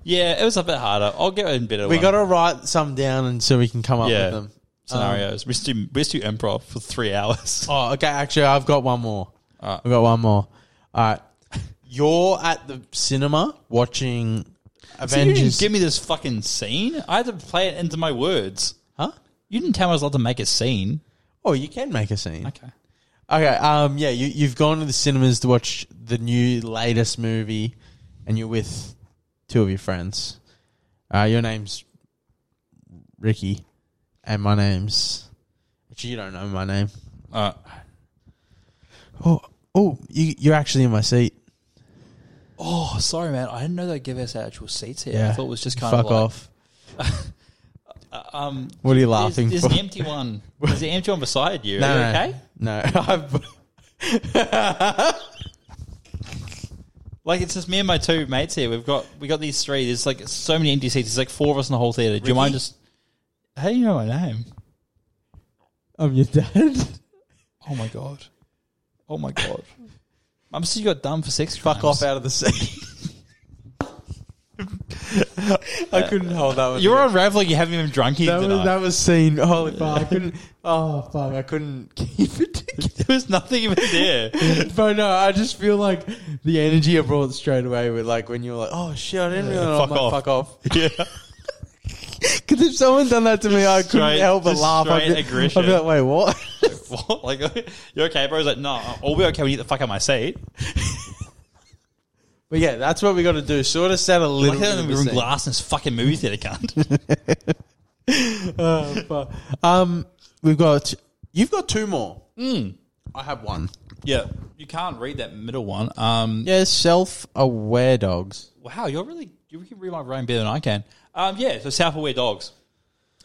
B: Yeah, it was a bit harder. I'll get in better.
A: We
B: one.
A: got to write some down, and so we can come up
B: Yeah.
A: with them.
B: scenarios. we just do we just do improv for three (laughs) hours.
A: Oh, okay. Actually, I've got one more.
B: Alright.
A: I've got one more. All right. You're at the cinema watching
B: So you
A: Avengers.
B: didn't give me this fucking scene. I had to play it into my words.
A: huh?
B: You didn't tell me I was allowed to make a scene.
A: Oh, you can make a scene.
B: Okay.
A: Okay. Um. Yeah. You you've gone to the cinemas to watch the new latest movie, and you're with two of your friends. Uh, your name's Ricky, and my name's. Actually, you don't know my name.
B: All right.
A: Oh, oh, you you're actually in my seat.
B: Oh, sorry, man. I didn't know they give us actual seats here. I thought it was just kind
A: fuck
B: of like,
A: off.
B: (laughs) Um,
A: What are you
B: there's,
A: laughing
B: there's
A: for?
B: an empty one. There's an empty one beside you. Are you okay?
A: no, no. (laughs) I've- (laughs)
B: Like it's just me and my two mates here. We've got we got these three. There's like so many empty seats. There's like four of us in the whole theater. Do you mind just? How do you know my name?
A: I'm your dad.
B: Oh my god! Oh my god! (laughs) I'm still got done for six.
A: Fuck off out of the seat. (laughs) I couldn't hold that one.
B: Uh, You're unraveling. You haven't even drunk yet
A: That was,
B: (laughs) tonight.
A: that was seen. Holy fuck! I couldn't. Oh fuck! I couldn't keep it together.
B: there was nothing even
A: (laughs)
B: there.
A: But no, I just feel like the energy I brought straight away with like when you were like, "Oh shit, I didn't really know."
B: fuck
A: I'm like,
B: off.
A: Fuck off!
B: yeah.
A: Because if someone done that to me, I
B: Straight-
A: couldn't help but
B: just
A: laugh. I'd
B: straight
A: be,
B: aggression.
A: I'd be like, "Wait, what?"
B: (laughs) What? Like, (laughs) you okay, bro? He's like, no, I'll be okay when you get the fuck out of my seat.
A: but yeah, that's what we got to do. Sort of set a little.
B: Like,
A: bit of
B: we
A: a
B: were in
A: scene.
B: glass in this fucking movie theater, cunt.
A: Oh, fuck. um, we've got You've got two more.
B: Hmm.
A: I have one.
B: (laughs) Yeah, you can't read that middle one. Um,
A: Yeah, self-aware dogs.
B: Wow, you're really you can read my brain better than I can. Um, yeah, so South Aware dogs.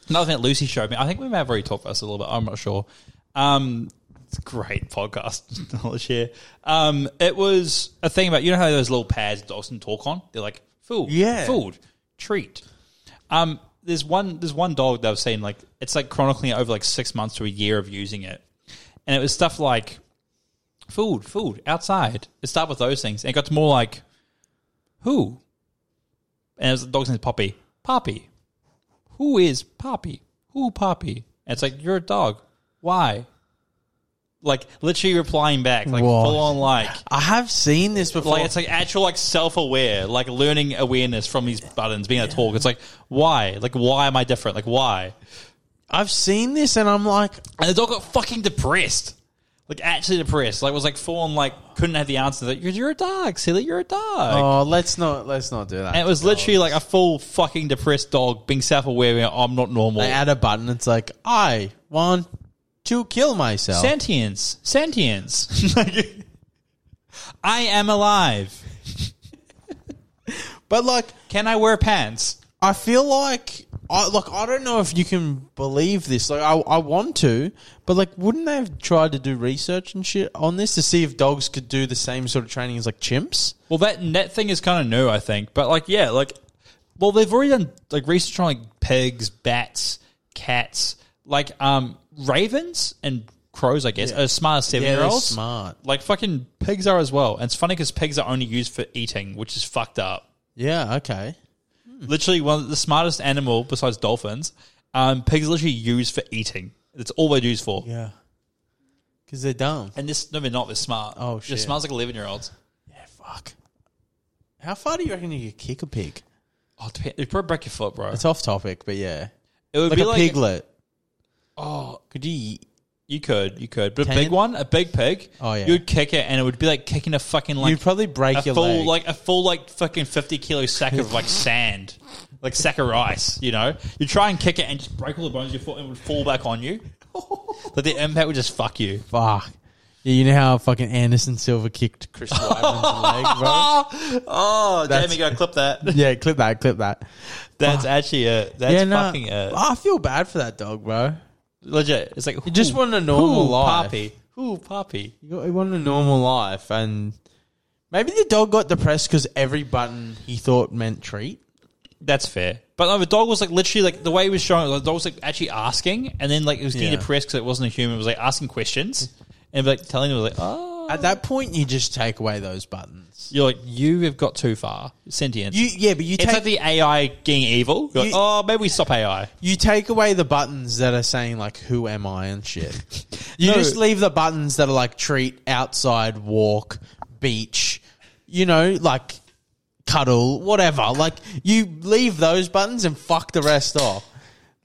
B: Another thing that Lucy showed me. I think we may have already talked about this a little bit. I'm not sure. Um, it's a great podcast (laughs) knowledge here. Um, it was a thing about you know how those little pads dogs can talk on. They're like food,
A: Yeah.
B: food, treat. Um, there's one there's one dog that I've seen like it's like chronicling it over like six months to a year of using it, and it was stuff like food, food outside. It started with those things, and it got to more like who, and it was the dog's name is Poppy. Poppy, who is Poppy? Who Poppy? And it's like you're a dog. Why? Like literally replying back, like
A: What?
B: full on like.
A: I have seen this before.
B: Like it's like actual like self aware, like learning awareness from these buttons, being a talk. It's like why? Like why am I different? Like why?
A: I've seen this, and I'm like,
B: And the dog got fucking depressed. Like actually depressed. Like was like full on like couldn't have the answer. Like you're, you're a dog, silly. You're a dog.
A: oh, let's not, let's not do that.
B: and it was literally like a full fucking depressed dog being self aware. I'm not normal.
A: they add a button. It's like I want to kill myself.
B: Sentience,
A: (laughs)
B: sentience. Like, I am alive.
A: but like,
B: Can I wear pants?
A: I feel like, I like, I don't know if you can believe this. Like, I, I want to, but like, wouldn't they have tried to do research and shit on this to see if dogs could do the same sort of training as like chimps?
B: Well, that net thing is kind of new, I think. But like, yeah, like, well, they've already done like research on like pigs, bats, cats, like um ravens and crows. I guess are smart as seven year olds.
A: smart.
B: Like fucking pigs are as well. And it's funny because pigs are only used for eating, which is fucked up.
A: Yeah. Okay.
B: Literally one of the smartest animal besides dolphins. Um, pigs are literally used for eating. That's all they're used for.
A: Yeah. Because they're dumb.
B: And this no, they're not. They're smart.
A: Oh,
B: They're
A: shit.
B: smart as like eleven year olds.
A: Yeah. Fuck. How far do you reckon you could kick a pig?
B: Oh, depend- it'd probably break your foot, bro.
A: It's off topic, but yeah,
B: It would
A: like
B: be
A: a
B: like
A: piglet.
B: Oh,
A: Could you?
B: You could, you could, but a
A: Can
B: big
A: it?
B: one, a big pig.
A: Oh, yeah.
B: you'd kick it, and it would be like kicking a fucking like
A: you'd probably
B: a
A: break your
B: full
A: leg.
B: like a full like fucking fifty kilo sack
A: (laughs)
B: of like sand, like sack of rice. You know, you try and kick it and just break all the bones. Your foot and it would fall back on
A: (laughs)
B: you. But the impact would just fuck you.
A: Fuck. Yeah, you know how fucking Anderson Silva kicked
B: (laughs)
A: Chris Wyman's leg, bro?
B: Oh, oh
A: That's-
B: Jamie, go
A: (laughs)
B: clip that.
A: Yeah, clip that, clip that.
B: That's actually it. That's
A: yeah, no.
B: fucking it.
A: I feel bad for that dog, bro.
B: Legit. It's like you
A: just wanted a normal life.
B: Poppy. Ooh, poppy.
A: He, got, he wanted a normal life, and maybe the dog got depressed because every button he thought meant treat.
B: That's fair. But no, the dog was like literally like the way he was showing. Like, the dog was like actually asking, and then like it was getting
A: Yeah.
B: depressed because it wasn't a human. It was like asking questions and like telling him like, oh,
A: At that point, you just take away those buttons.
B: you're like you have got too far sentience.
A: You, yeah, but you
B: it's
A: take
B: like the AI getting evil. You're like,
A: You-
B: oh, maybe we stop (laughs) AI.
A: you take away the buttons that are saying like "Who am I?" and shit.
B: (laughs)
A: You
B: No.
A: just leave the buttons that are like treat, outside, walk, beach. You know, like cuddle, whatever. Like you leave those buttons and fuck the rest off.
B: (laughs)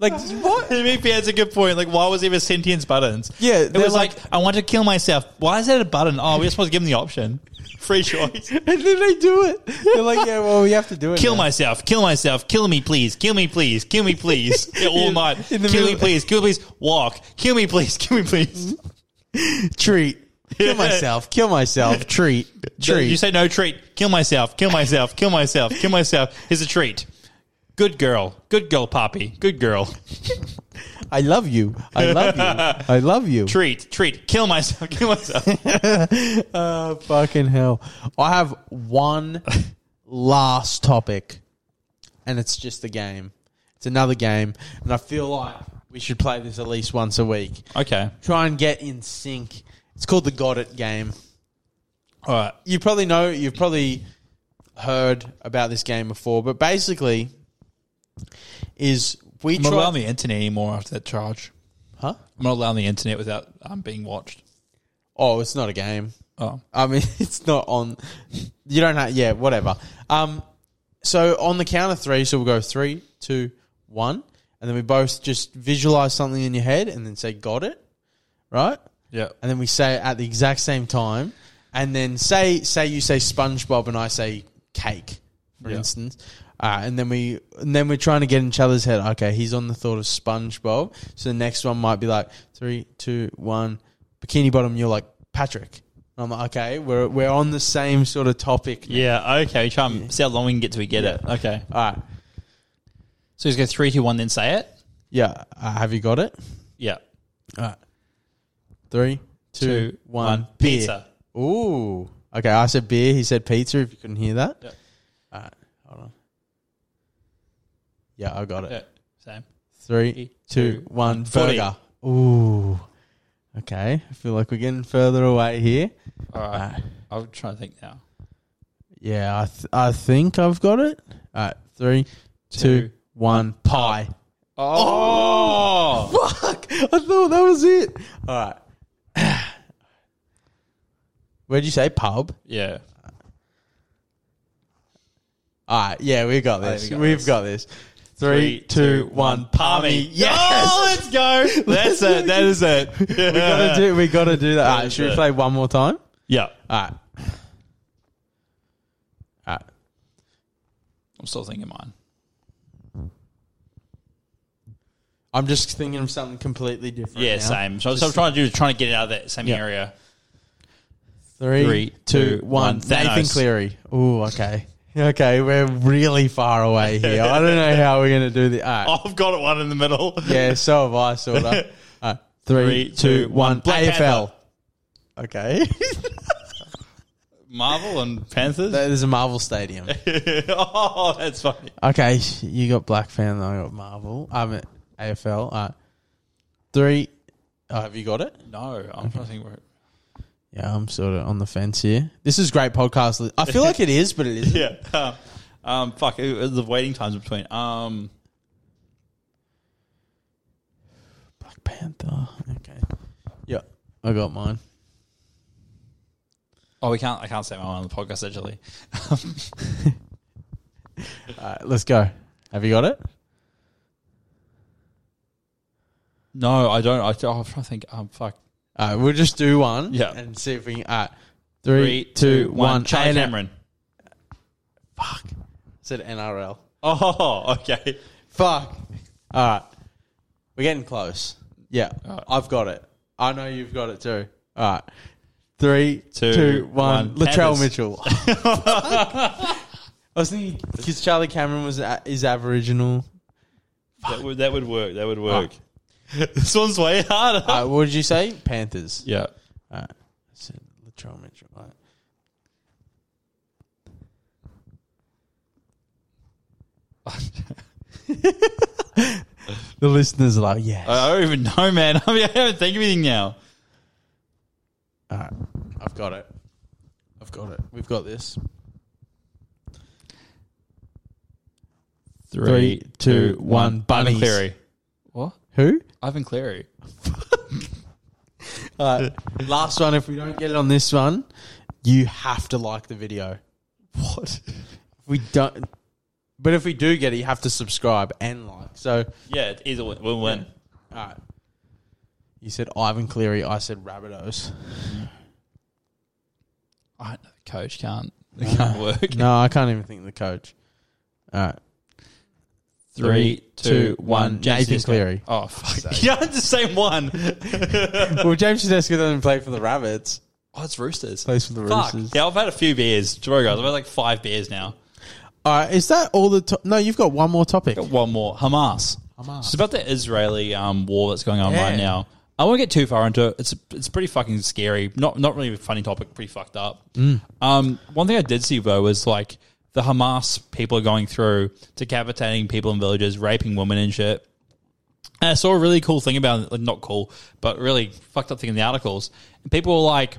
A: Like what?
B: I mean, yeah, it's a good point. Like, why was there a sentience buttons?
A: Yeah,
B: it
A: they're
B: was like, I want to kill myself. Why is that a button? Oh, we're supposed to give them the option, (laughs) free choice.
A: And then they do it. They're like, yeah, well, we have to do it.
B: Kill
A: now.
B: myself, kill myself, kill me, please, kill me, please, kill me, please. (laughs) Yeah, all
A: In-
B: night.
A: in the
B: kill me,
A: middle-
B: please, kill me, please. Walk. Kill me, please, kill me, please.
A: treat. Kill myself. Kill myself. Treat. Treat.
B: (laughs) You say no treat. Kill myself, kill myself, kill myself, kill myself. Here's a treat. Good girl. Good girl, Poppy. Good girl.
A: I love you. I love you. I love you.
B: Treat, treat. Kill myself, (laughs) kill myself.
A: Oh, fucking hell. I have one last topic, and it's just a game. It's another game, and I feel like we should play this at least once a week.
B: okay.
A: Try and get in sync. It's called the Got It game.
B: All right.
A: You probably know, you've probably heard about this game before, but basically, is we
B: I'm not
A: try.
B: allowing the internet anymore after that charge.
A: Huh?
B: I'm not allowing the internet without um, being watched.
A: Oh, it's not a game.
B: Oh.
A: I mean, (laughs) it's not on. You don't have. Yeah, whatever. Um, so on the count of three, so we'll go three, two, one, and then we both just visualize something in your head and then say "got it," right?
B: Yeah.
A: And then we say it at the exact same time, and then say say you say SpongeBob and I say cake, for
B: Yeah.
A: instance, Uh, and then we and then we're trying to get in each other's head. Okay, he's on the thought of SpongeBob. So the next one might be like three, two, one, bikini bottom. You're like Patrick. And I'm like, okay, we're we're on the same sort of topic.
B: Yeah, okay. Try and see how long we can get till we get it. Okay.
A: All right.
B: So he's go three, two, one, then say it.
A: Yeah. Uh, have you got it?
B: Yeah.
A: All right. Three, two,
B: Two,
A: one.
B: one.
A: Beer.
B: Pizza.
A: Ooh. Okay, I said beer. He said pizza. If you couldn't hear that.
B: Yeah.
A: All right. Hold on. Yeah, I got it.
B: Yeah. Same.
A: Three, two,
B: two,
A: one.
B: forty.
A: Burger. Ooh. Okay. I feel like we're getting further away here.
B: All
A: All
B: right.
A: right.
B: I'll try to think now.
A: Yeah, I th- I think I've got it. All right. Three, two,
B: Two.
A: one. Pie.
B: Oh,
A: Fuck! I thought that was it. All right. (sighs) Where'd you say pub?
B: yeah.
A: All right, yeah, we got
B: think
A: this.
B: we got
A: We've
B: this.
A: got this. Three, two, one. Palmy.
B: Yes. Oh, let's go. (laughs) That's it. That is it.
A: we gotta do. We gotta do that. All right,
B: is
A: should we
B: it.
A: play one more time?
B: Yeah.
A: All right. All right.
B: I'm still thinking mine.
A: I'm just thinking of something completely different.
B: Yeah,
A: now.
B: same. So, so I'm trying to do is trying to get it out of that same
A: Yeah.
B: area. (laughs)
A: Three,
B: Three,
A: two,
B: two,
A: one.
B: one.
A: Nathan
B: Thanos.
A: Cleary. Ooh, okay. Okay, we're really far (laughs) away here. I don't know how we're gonna do this. All right. (laughs)
B: I've got it one in the middle.
A: Yeah, so have I, sort of. Uh, three, two, one.
B: Black
A: AFL. Okay.
B: (laughs)
A: (laughs)
B: Marvel and Panthers.
A: There's a Marvel Stadium.
B: (laughs) oh, that's funny.
A: Okay, you got Black Fan, I got Marvel. I'm at AFL. Uh, three. Oh, have you got it?
B: No, I'm trying to think where. It,
A: Yeah, I'm sort of on the fence here. This is great podcast. li- I feel like it is, but it
B: (laughs)
A: isn't.
B: yeah. Um, um, fuck. it was the waiting times between. Um.
A: Black Panther. Okay. Yeah, I got mine.
B: Oh, we can't. I can't say my one on the podcast actually.
A: All right, let's go. Have you got it?
B: No, I don't. I, oh, I'm trying to think. Um, fuck.
A: All right, we'll just do one.
B: Yeah.
A: And see if we can. All right.
B: Three, two, one. Charlie
A: A&M.
B: Cameron.
A: Fuck. I said NRL.
B: Oh, (laughs) okay.
A: Fuck. All right. We're getting close. Yeah.
B: Alright.
A: I've got it. I know you've got it too. All right. Three, two,
B: Two,
A: one.
B: one.
A: Latrell
B: Panthers. (laughs)
A: Mitchell. Fuck. I was thinking because Charlie Cameron was a- is Aboriginal.
B: That would that would work. That would work. (laughs) this one's way harder.
A: Uh, what did you say? Panthers.
B: yeah.
A: All right. I said Latrell Mitchell.
B: (laughs)
A: All right. (laughs) The listeners are like, yes.
B: I don't even know, man. (laughs) I mean, I haven't think of anything now.
A: All right. I've got it. I've got it. We've got this. Three, two, one. Bunnies.
B: Ivan Cleary. What?
A: Who?
B: Ivan Cleary.
A: All right. Last one. If we don't get it on this one, you have to like the video.
B: (laughs) What?
A: We don't. But if we do get it, you have to subscribe and like. So,
B: Yeah, it's either win. Win. win.
A: all right. You said Ivan Cleary. I said Rabbitohs.
B: I don't know. Coach can't. It can't work.
A: No, I can't even think of the coach. All right.
B: Three, two, one. James
A: Nathan
B: Tedesco.
A: Cleary.
B: Oh (laughs) fuck! Yeah, it's the same one.
A: Well, James Tedesco doesn't play for the Rabbits.
B: Oh, it's Roosters.
A: Plays for the
B: Fuck.
A: Roosters.
B: Yeah, I've had a few beers. Tomorrow, guys, I've had like five beers now.
A: All right. Is that all the? To- no, you've got one more topic.
B: Got one more. Hamas.
A: Hamas.
B: It's about the Israeli um, war that's going on
A: Yeah.
B: right now. I won't get too far into it. It's it's pretty fucking scary. Not not really a funny topic. Pretty fucked up.
A: Mm.
B: Um, one thing I did see though was like the Hamas people are going through decapitating people in villages, raping women and shit. And I saw a really cool thing about it, like not cool, but really fucked up thing in the articles. And people were like,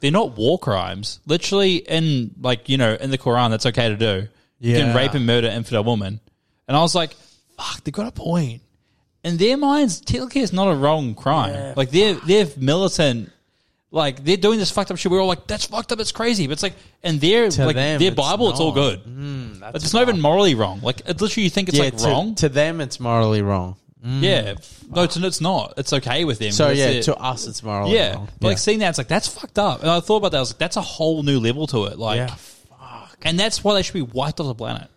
B: they're not war crimes. Literally in like, you know, in the Quran, that's okay to do. You
A: Yeah.
B: can rape and murder infidel women. And I was like, fuck, they've got a point. In their minds, technically it's not a wrong crime. like they're they're militant like they're doing this fucked up shit. We're all like, that's fucked up, it's crazy. But it's like and their like
A: them,
B: their
A: it's
B: Bible, it's all
A: not. Mm,
B: good. Like, it's not even morally wrong. Like it literally you think it's like
A: to,
B: wrong.
A: to them, it's morally wrong.
B: Yeah. No, it's, it's not. It's okay with them.
A: So
B: It's
A: yeah,
B: their-
A: to us, it's morally
B: yeah.
A: wrong.
B: But like seeing that, it's like that's fucked up. And I thought about that. I was like, that's a whole new level to it. Like,
A: Yeah.
B: fuck. And that's why they should be wiped off the planet.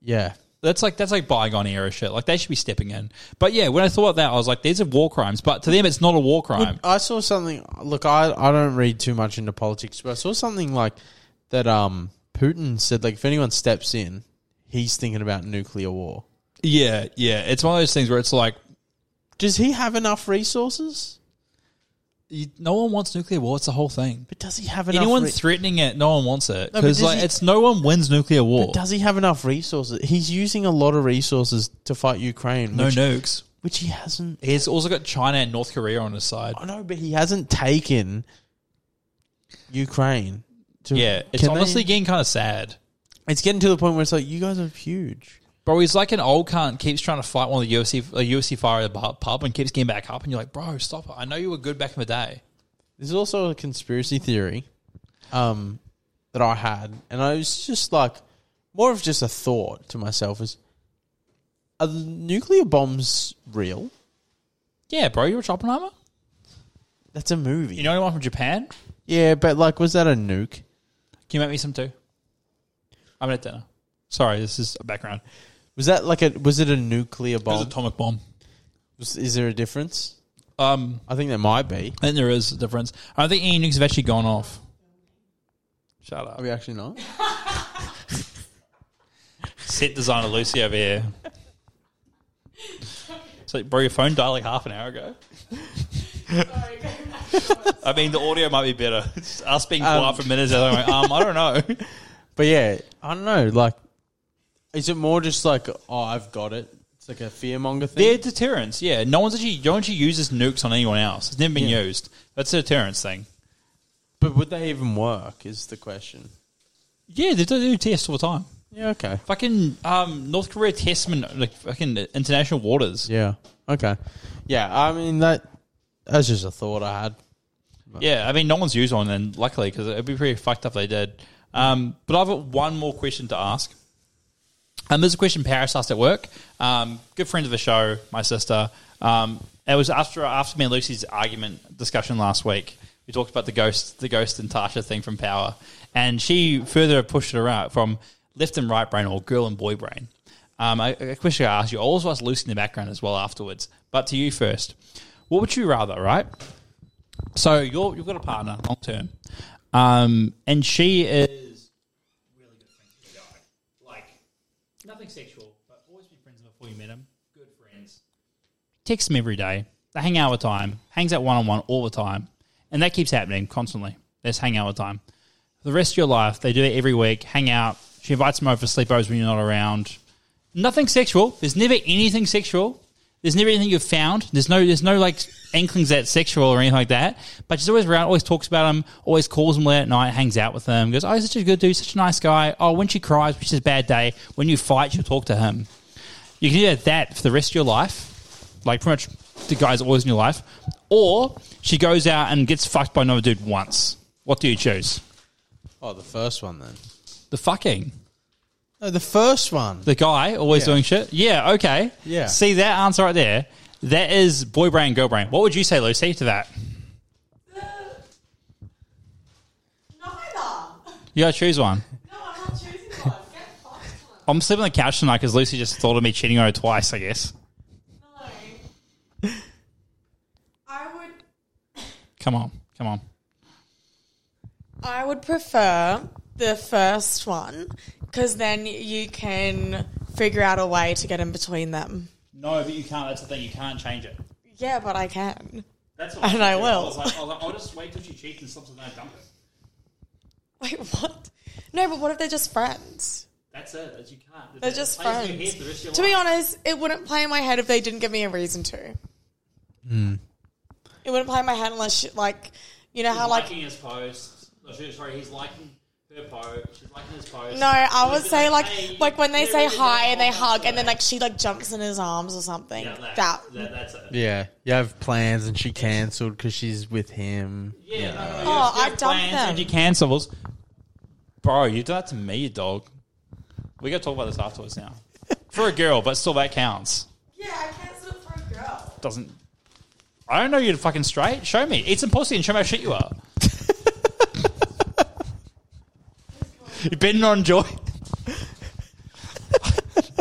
A: Yeah.
B: That's like that's like bygone era shit. Like they should be stepping in. But yeah, when I thought that, I was like, these are war crimes. But to them, it's not a war crime.
A: I saw something. Look, I, I don't read too much into politics, but I saw something like that. Um, Putin said like if anyone steps in, he's thinking about nuclear war.
B: Yeah, yeah. It's one of those things where it's like,
A: Does he have enough resources?
B: you, no one wants nuclear war. It's the whole thing.
A: But does he have enough?
B: Anyone
A: re-
B: threatening it, no one wants it
A: No, but
B: because
A: does
B: like
A: he-
B: it's no one wins nuclear war.
A: does he have enough resources? He's using a lot of resources to fight Ukraine,
B: No
A: which,
B: nukes.
A: which he hasn't.
B: He's also got China and North Korea on his side.
A: I know, but he hasn't taken Ukraine. To,
B: Yeah, it's
A: Can they-
B: honestly getting kind of sad.
A: it's getting to the point where it's like you guys are huge.
B: Bro, he's like an old cunt. Keeps trying to fight one of the UFC, a UFC fighter at the pub- pub, and keeps getting back up. And you're like, bro, stop it. I know you were good back in the day.
A: There's also a conspiracy theory um, that I had, and I was just like, more of just a thought to myself is, are the nuclear bombs real?
B: Yeah, bro, you were Oppenheimer.
A: That's a movie.
B: You know anyone from Japan?
A: yeah, but like, was that a nuke?
B: Can you make me some too? I'm at dinner. Sorry, this is background.
A: Was that like a was it a nuclear
B: It was
A: bomb?
B: an atomic bomb.
A: Was- is there a difference?
B: Um,
A: I think there might be.
B: and there is a difference. I don't think any nukes have actually gone off. Shut
A: Are
B: up.
A: we actually not?
B: Set designer Lucy over here. It's like, bro, your phone died like half an hour ago. I mean, the audio might be better. It's us being
A: Um,
B: quiet for minutes. I'm like, um, I don't (laughs) know.
A: But yeah, I don't know. Like, is it more just like, oh, I've got it? It's like a fearmonger thing.
B: They're deterrence, yeah. No one's actually, no one actually uses nukes on anyone else. It's never been
A: Yeah.
B: used. That's a deterrence thing.
A: but would they even work? Is the question.
B: Yeah, they do, they do tests all the time.
A: Yeah. Okay.
B: Fucking um, North Korea tests them in like fucking international waters.
A: Yeah. Okay. Yeah. I mean that. That's just a thought I had.
B: Yeah, I mean, no one's used one, and luckily, because it'd be pretty fucked up if they did. Um, but I've got one more question to ask. Um, there's a question Paris asked at work. Um, good friend of the show, my sister. Um, it was after after me and Lucy's argument discussion last week. We talked about the ghost, the ghost and Tasha thing from Power, and she further pushed it around from left and right brain or girl and boy brain. Um, a, a question I asked you. I also asked Lucy in the background as well afterwards, but to you first. What would you rather, right? So you're you've got a partner long term, um, and she is really good friends with the guy. Like nothing sexual, but always be friends before you met him. Good friends. Text him every day. They hang out with time. Hangs out one on one all the time, and that keeps happening constantly. They just hang out with time. The rest of your life, they do it every week. Hang out. She invites him over for sleepovers when you're not around. Nothing sexual. There's never anything sexual. There's never anything you've found. There's no there's no like anklings that's sexual or anything like that. But she's always around, always talks about him, always calls him late at night, hangs out with him, goes, Oh, he's such a good dude, such a nice guy. Oh, when she cries, which is a bad day, when you fight, she'll talk to him. You can do that for the rest of your life. Like pretty much the guy's always in your life. Or she goes out and gets fucked by another dude once. What do you choose?
A: Oh, the first one then.
B: The fucking.
A: No, the first one.
B: The guy always
A: Yeah.
B: doing shit. Yeah, okay.
A: Yeah.
B: See that answer right there. That is boy brain, girl brain. What would you say, Lucy, to that?
C: (laughs)
B: You gotta choose one. I'm sleeping on the couch tonight because Lucy just thought of me cheating on her twice, I guess.
C: I would
B: Come on, come on.
C: I would prefer the first one because then you can figure out a way to get in between them.
B: No, but you can't. That's the thing. You can't change it.
C: Yeah, but I can. (laughs)
B: That's what
C: I And I was will. doing. I was
B: I was like, I'll just wait till she cheats and stops and then dump it.
C: Wait, what? No, but what if they're just friends?
B: That's it. That's, you can't.
C: They're just friends. To be honest, it wouldn't play in my head if they didn't give me a reason to. It wouldn't play in my head unless, you, like, you know how, like,
B: his post. sorry, he's liking her post. She's liking his post.
C: no, I would say like, like when they say hi and they hug and then like she like jumps in his arms or something. that
B: that's it.
A: Yeah, you have plans, and she cancelled because she's with him.
B: Yeah.
C: Oh,
B: Your
C: I dumped
B: plans
C: them.
B: And you cancels. Bro, you did that to me, you dog. We gotta talk about this afterwards now. For a girl, but still that counts.
C: Yeah, I cancelled it for a girl.
B: Doesn't I don't know you're fucking straight. Show me. Eat some pussy and show me how shit you
C: (laughs)
B: are. you better not enjoy.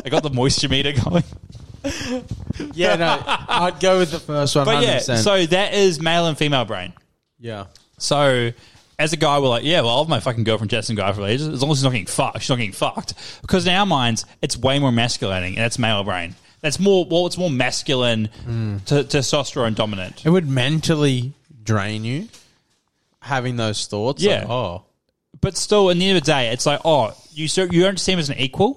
B: I got the moisture meter going.
A: Yeah, no, (laughs) I'd go with the first one.
B: But
A: 100%.
B: yeah, so that is male and female brain.
A: yeah,
B: So as a guy, we're like, yeah, well, I'll have my fucking girlfriend Jess and guy for ages. As long as she's not getting fucked, she's not getting fucked. Because in our minds, it's way more masculating, and that's male brain. That's more well, it's more masculine, t- testosterone dominant.
A: it would mentally drain you having those thoughts. like,
B: Yeah.
A: oh,
B: But still, at the end of the day, it's like, oh, you ser- you don't see him as an equal.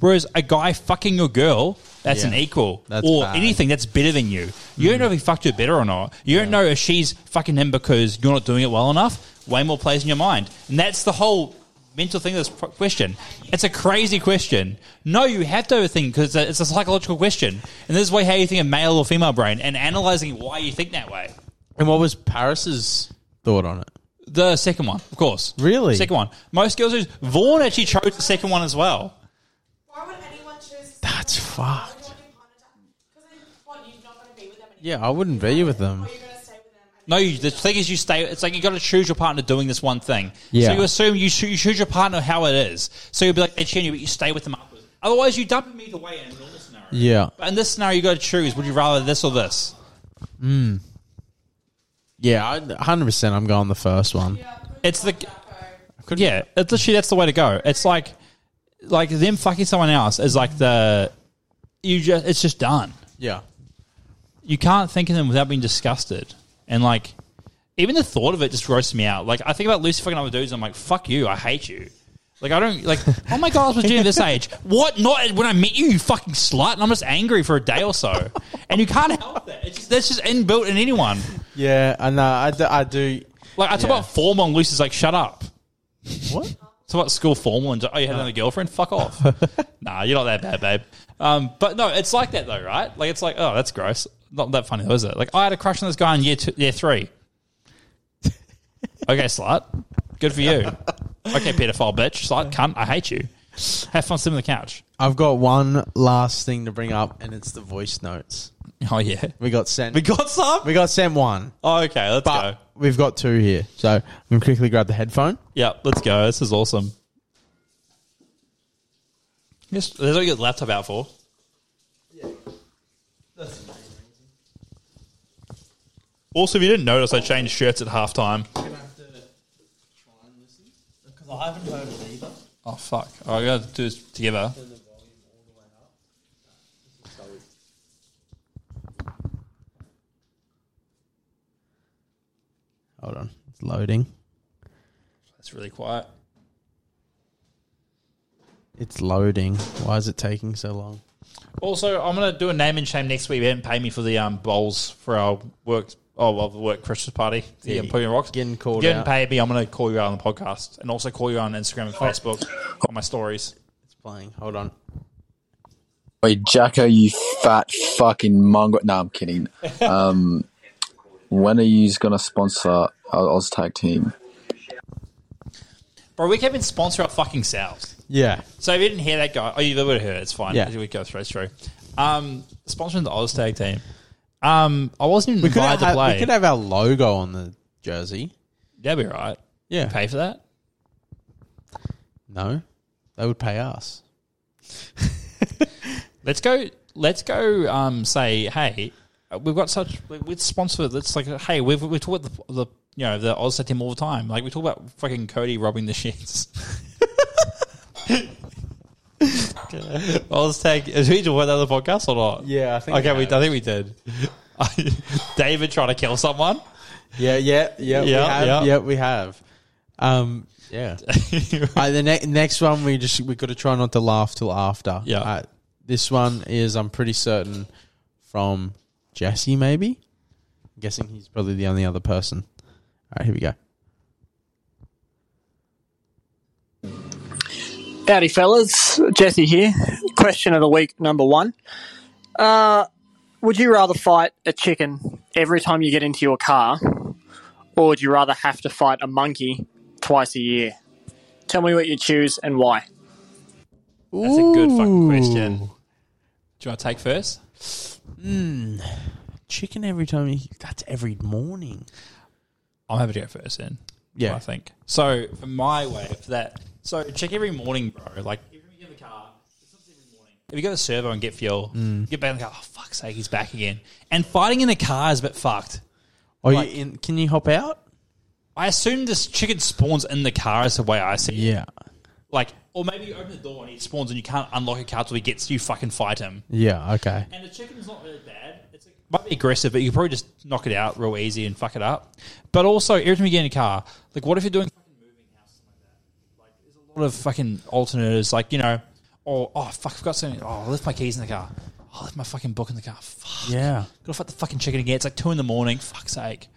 B: Whereas a guy fucking your girl, that's
A: Mm. Yeah.
B: an equal,
A: That's
B: or
A: bad. Mm.
B: anything that's better than you. You don't know if he fucked her better or not. You don't know if she's fucking him because you're not doing it well enough. Way more plays in your mind, and that's the whole mental thing. of This pro- question, it's a crazy question. No, you have to overthink because it's a psychological question, and this is why how you think of male or female brain, and analyzing why you think that way.
A: and what was Paris's thought on it?
B: The second one, of course.
A: Really?
B: Second one. Most girls use Vaughn actually chose the second one as well.
C: Why would anyone choose?
A: That's fucked.
C: Because then, what? You're not going to be with them anymore.
A: Yeah, I wouldn't be with them.
C: Or you're going to stay with them. and-
B: No, you, the thing is, you stay. It's like you got to choose your partner doing this one thing.
A: Yeah.
B: So you assume you, choo- you choose your partner how it is. So you'll be like, they cheating you, but you stay with them afterwards. Otherwise, you dump them either way in a normal scenario.
A: Yeah,
B: But in this scenario, you got to choose: would you rather this or this?
A: yeah, hundred percent. I'm going the first one.
B: It's the yeah. It's literally that's the way to go. It's like like them fucking someone else is like the you just it's just done.
A: Yeah,
B: you can't think of them without being disgusted. And like, even the thought of it just grosses me out. Like, I think about Lucy fucking other dudes. I'm like, fuck you. I hate you. Like, I don't like. Oh my god, I was with Gina this age. What? Not when I met you, you fucking slut. And I'm just angry for a day or so. And you can't help that. It's just, that's just inbuilt in anyone.
A: yeah, and uh, I, do, I do.
B: Like, I talk
A: Yeah.
B: about formal, and Lucy's like, shut up.
A: What?
B: It's about school formal and oh, you had another girlfriend? Fuck off. nah, you're not that bad, babe. Um, but no, it's like that though, right? Like it's like, oh, that's gross. Not that funny, though, is it? Like I had a crush on this guy in year two, year three. okay, slut. Good for you. Okay, pedophile bitch, slut, cunt. I hate you. Have fun sitting on the couch.
A: I've got one last thing to bring up, and it's the voice notes.
B: Oh yeah,
A: We got sent.
B: we got some.
A: (laughs) we got sent one.
B: Oh, okay, let's
A: But
B: go.
A: we've got two here. So I'm going to quickly grab the headphone.
B: Yeah, let's go. This is awesome. Yes, there's what you get the laptop out for. Also, if you didn't notice, I changed shirts at halftime.
A: Because I haven't heard it either.
B: Oh fuck! All right, we gotta do this together.
A: Hold on. It's loading.
B: That's really quiet.
A: It's loading. Why is it taking so long?
B: Also, I'm gonna do a name and shame next week. They didn't pay me for the um bowls for our work. Oh, well, the work Christmas party. The
A: Yeah,
B: um, Putting Rocks.
A: getting called
B: You didn't
A: out.
B: pay me. I'm gonna call you out on the podcast and also call you out on Instagram
A: (laughs)
B: and Facebook on my stories.
A: It's playing. Hold on.
D: Wait, Jacko, you fat fucking mongrel. No, I'm kidding. Um, when are you going to sponsor our Oz Tag Team?
B: Bro, we can't even sponsor our fucking selves.
A: Yeah.
B: So if you didn't hear that guy, oh, you would have heard. it, It's fine.
A: Yeah.
B: We go straight through. Um, sponsoring the Oz Tag Team. Um, I wasn't even
A: We could, have,
B: invited to play.
A: we could have our logo on the jersey.
B: That'd be right.
A: Yeah.
B: Pay for that.
A: No. They would pay us.
B: Let's go. Let's go. Um, say hey, uh, we've got such. we- We'd sponsor. That's like hey, we've we talk about the, the you know the Oz Tag Team all the time. Like we talk about fucking Cody robbing the shits. (laughs) Oz Tag. Did we do another podcast or not?
A: Yeah, I think
B: Okay,
A: we
B: we,
A: have.
B: I think we did. (laughs) David trying to kill someone.
A: Yeah, yeah, yeah.
B: Yeah, yeah.
A: we have. Um, yeah. Uh, the ne- next one, we just we got to try not to laugh till after.
B: Yeah.
A: Uh, this one is, I'm pretty certain, from Jesse. Maybe. I'm guessing he's probably the only other person. All right, here we go.
E: Howdy, fellas. Jesse here. Question of the week number one. Uh, would you rather fight a chicken every time you get into your car, or would you rather have to fight a monkey twice a year? Tell me what you choose and why.
B: That's a good fucking question. Do you want to take first?
A: Chicken every time you. That's every morning.
B: I'm happy to go first then.
A: Yeah.
B: I think. So for my way for that, so check every morning, bro. Like every time you get in the car, it's not every morning. If you go to the servo and get fuel,
A: Mm.
B: get back and go, oh, fuck's sake, he's back again. And fighting in a car is a bit fucked.
A: Or
B: Like-
A: you in, can you hop out?
B: I assume this chicken spawns in the car is the way I see it.
A: Yeah,
B: Like, or maybe you open the door and he spawns and you can't unlock a car till he gets to you, fucking fight him.
A: yeah, okay.
B: And the chicken's not really bad. It's like, might be aggressive, but you can probably just knock it out real easy and fuck it up. But also, every time you get in a car, like, what if you're doing fucking moving house or something like that? Like, there's a lot of fucking alternatives, like, you know, or, oh, fuck, I forgot something. Oh, I left my keys in the car. Oh, I left my fucking book in the car. Fuck.
A: Yeah,
B: Gotta fight the fucking chicken again. It's like two in the morning. Fuck's sake.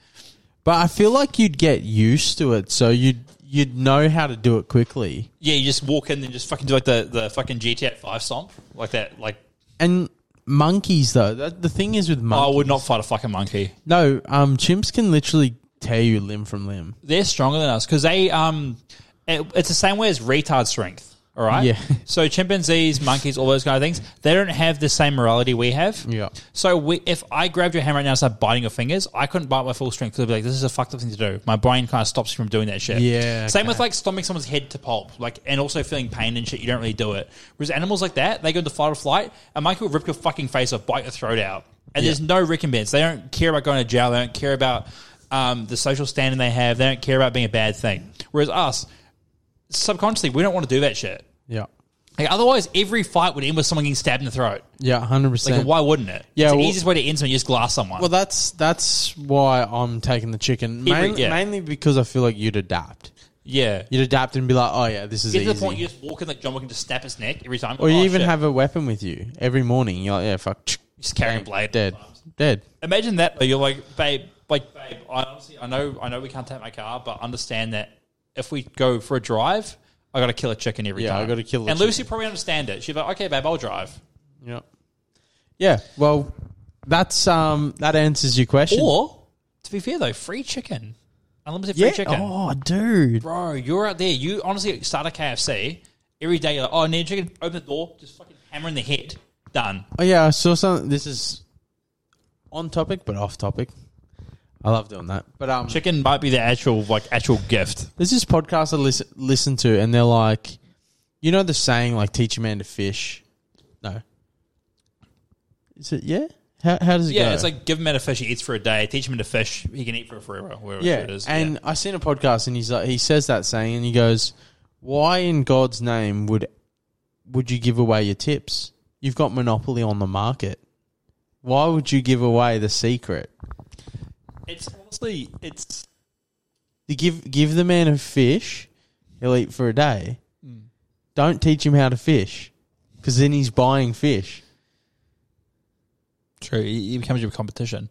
A: but I feel like you'd get used to it, so you'd you'd know how to do it quickly.
B: Yeah, you just walk in and just fucking do like the, the fucking GTA 5 stomp. Like that. Like,
A: And monkeys, though, that, the thing is with
B: I
A: monkeys,
B: would not fight a fucking monkey.
A: no, um, chimps can literally tear you limb from limb.
B: they're stronger than us because they um, it, it's the same way as retard strength. All right.
A: Yeah.
B: (laughs) So chimpanzees, monkeys, all those kind of things, they don't have the same morality we have.
A: Yeah.
B: So we, if I grabbed your hand right now and started biting your fingers, I couldn't bite my full strength because I'd be like, this is a fucked up thing to do. My brain kind of stops you from doing that shit.
A: Yeah,
B: Same
A: okay.
B: with like stomping someone's head to pulp, like, and also feeling pain and shit. You don't really do it. Whereas animals like that, they go into fight or flight. A monkey will rip your fucking face off, bite your throat out, and there's no recompense. They don't care about going to jail. They don't care about um, the social standing they have. They don't care about being a bad thing. Whereas us, subconsciously, we don't want to do that shit.
A: Yeah,
B: Like, otherwise, every fight would end with someone getting stabbed in the throat.
A: yeah, hundred
B: Like,
A: percent.
B: why wouldn't it?
A: Yeah,
B: it's the
A: well-
B: easiest way to end someone. You just glass someone.
A: Well, that's that's why I'm taking the chicken
B: Every-
A: mainly,
B: yeah.
A: mainly because I feel like you'd adapt.
B: yeah.
A: You'd adapt and be like, oh yeah, this is
B: Get to
A: easy.
B: the point you just walk in like John Wick and just snap his neck every time.
A: or you
B: Oh,
A: even
B: shit.
A: have a weapon with you every morning. You're like, yeah, fuck,
B: just carrying a blade.
A: dead, dead.
B: Imagine that. though. You're like, babe, like, babe. I honestly, I know, I know, we can't take my car, but understand that if we go for a drive, I got to kill a chicken every
A: Yeah,
B: time.
A: I gotta kill a
B: And Lucy probably understand it. She's like, okay, babe, I'll drive.
A: Yeah, yeah. Well, that's um, that answers your question.
B: Or to be fair though, free chicken, unlimited free
A: yeah,
B: chicken.
A: oh dude,
B: Bro, you're out there. You honestly start a KFC every day. You're like, oh, I need a chicken. Open the door, just fucking hammer in the head. Done.
A: Oh yeah, I saw something. This is on topic but off topic. I love doing that. But um,
B: Chicken might be the actual like actual gift.
A: there's this podcast I listen listen to, and they're like, you know, the saying like "teach a man to fish." No, is it? Yeah. How, how does it go?
B: Yeah, it's like give him a fish, he eats for a day. Teach him to fish, he can eat for forever. Wherever
A: yeah.
B: it is.
A: And I seen a podcast, and he's like, he says that saying, and he goes, "Why in God's name would would you give away your tips? You've got monopoly on the market. Why would you give away the secret?"
B: It's honestly, it's
A: You give give the man a fish, he'll eat for a day. Don't teach him how to fish, because then he's buying fish.
B: true. It becomes your competition.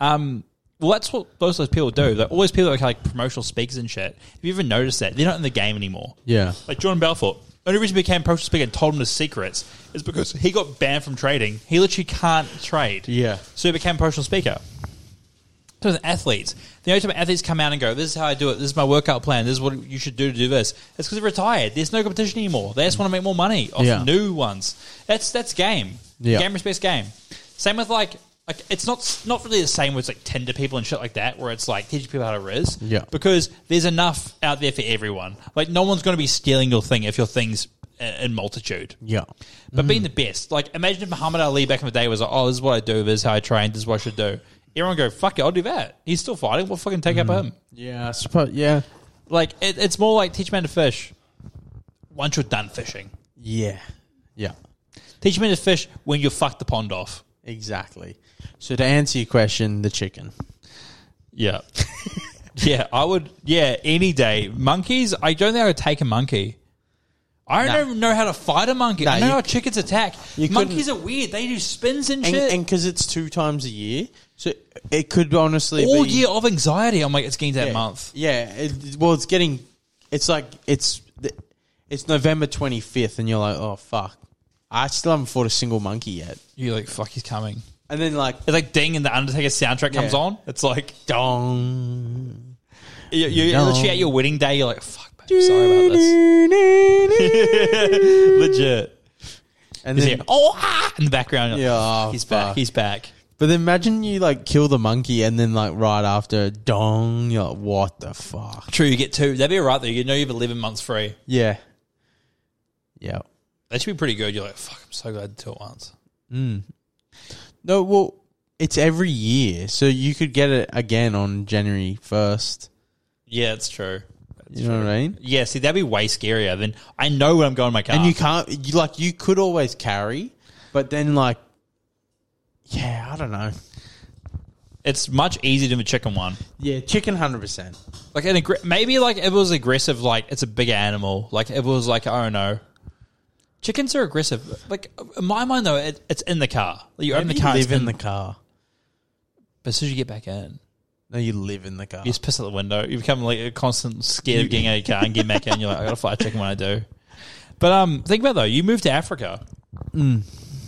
B: Um, well, that's what most of those people do. They're always people that are like promotional speakers and shit. Have you ever noticed that they're not in the game anymore?
A: Yeah,
B: Like Jordan Belfort. The only reason he became promotional speaker and told him the secrets is because he got banned from trading. He literally can't trade.
A: yeah,
B: So he became a professional speaker. So as athletes, the only time athletes come out and go, "This is how I do it. This is my workout plan. This is what you should do to do this." It's because they're retired. There's no competition anymore. They just want to make more money off
A: Yeah.
B: new ones. That's that's game.
A: Yeah.
B: Game respects game. Same with like. Like, it's not not really the same with like Tinder people and shit like that, where it's like teaching people how to riz.
A: Yeah.
B: Because there's enough out there for everyone. Like, no one's going to be stealing your thing if your thing's in in multitude.
A: yeah,
B: But being the best, like imagine if Muhammad Ali back in the day was like, "Oh, this is what I do. This is how I train. This is what I should do." Everyone go, "Fuck it, I'll do that." He's still fighting. We'll fucking take up him.
A: yeah. I suppose. Yeah,
B: Like it, it's more like teach man to fish. Once you're done fishing,
A: yeah, yeah.
B: teach man to fish when you fuck the pond off.
A: Exactly. So to answer your question, the chicken.
B: Yeah, (laughs) yeah. I would. Yeah, any day. Monkeys. I don't think I would take a monkey. I
A: No.
B: don't even know how to fight a monkey. I
A: No,
B: know
A: you-
B: how chickens attack.
A: you
B: Monkeys are weird. They do spins and,
A: And
B: shit.
A: because it's two times a year, so it could honestly
B: all
A: be
B: year of anxiety. I'm like, it's getting to that
A: yeah,
B: month.
A: Yeah. It, well, it's getting. It's like it's the- it's November twenty fifth, and you're like, oh fuck, I still haven't fought a single monkey yet.
B: You're like, fuck, he's coming.
A: And then like
B: It's like ding and the Undertaker soundtrack comes
A: Yeah.
B: on. It's like
A: dong.
B: you, you, you're
A: No.
B: literally at your wedding day. You're like, fuck, babe, sorry about this. (laughs) Legit.
A: And
B: Is he?
A: then,
B: Oh, ah, in the background. You're like,
A: Yeah,
B: "Fuck, he's
A: fuck.
B: back. He's back.
A: but then imagine you like kill the monkey, and then like right after dong, you're like, what the fuck?
B: True, you get two. That'd be alright though. You know you have eleven months free.
A: Yeah. Yeah.
B: They should be pretty good. You're like, fuck, I'm so glad to do it once.
A: No, well, it's every year, so you could get it again on January first.
B: Yeah, it's true.
A: You know what I mean?
B: Yeah, see, that'd be way scarier than I know when I'm going in my car.
A: And you can't, you, like, you could always carry, but then, like, yeah, I don't know.
B: it's much easier than the chicken one.
A: Yeah, chicken hundred percent.
B: Like an aggr- maybe like if it was aggressive, like it's a big animal. Like if it was like oh no, chickens are aggressive. Like in my mind though, it, it's in the car. Like, you open the car, it's
A: live in the car.
B: But as soon as you get back in,
A: No, you live in the car.
B: you just piss out the window. You become like a constant scared of getting out of your car and getting back in. You're like, I gotta fly a chicken when I do. But um, think about it, though, you moved to Africa. Mm.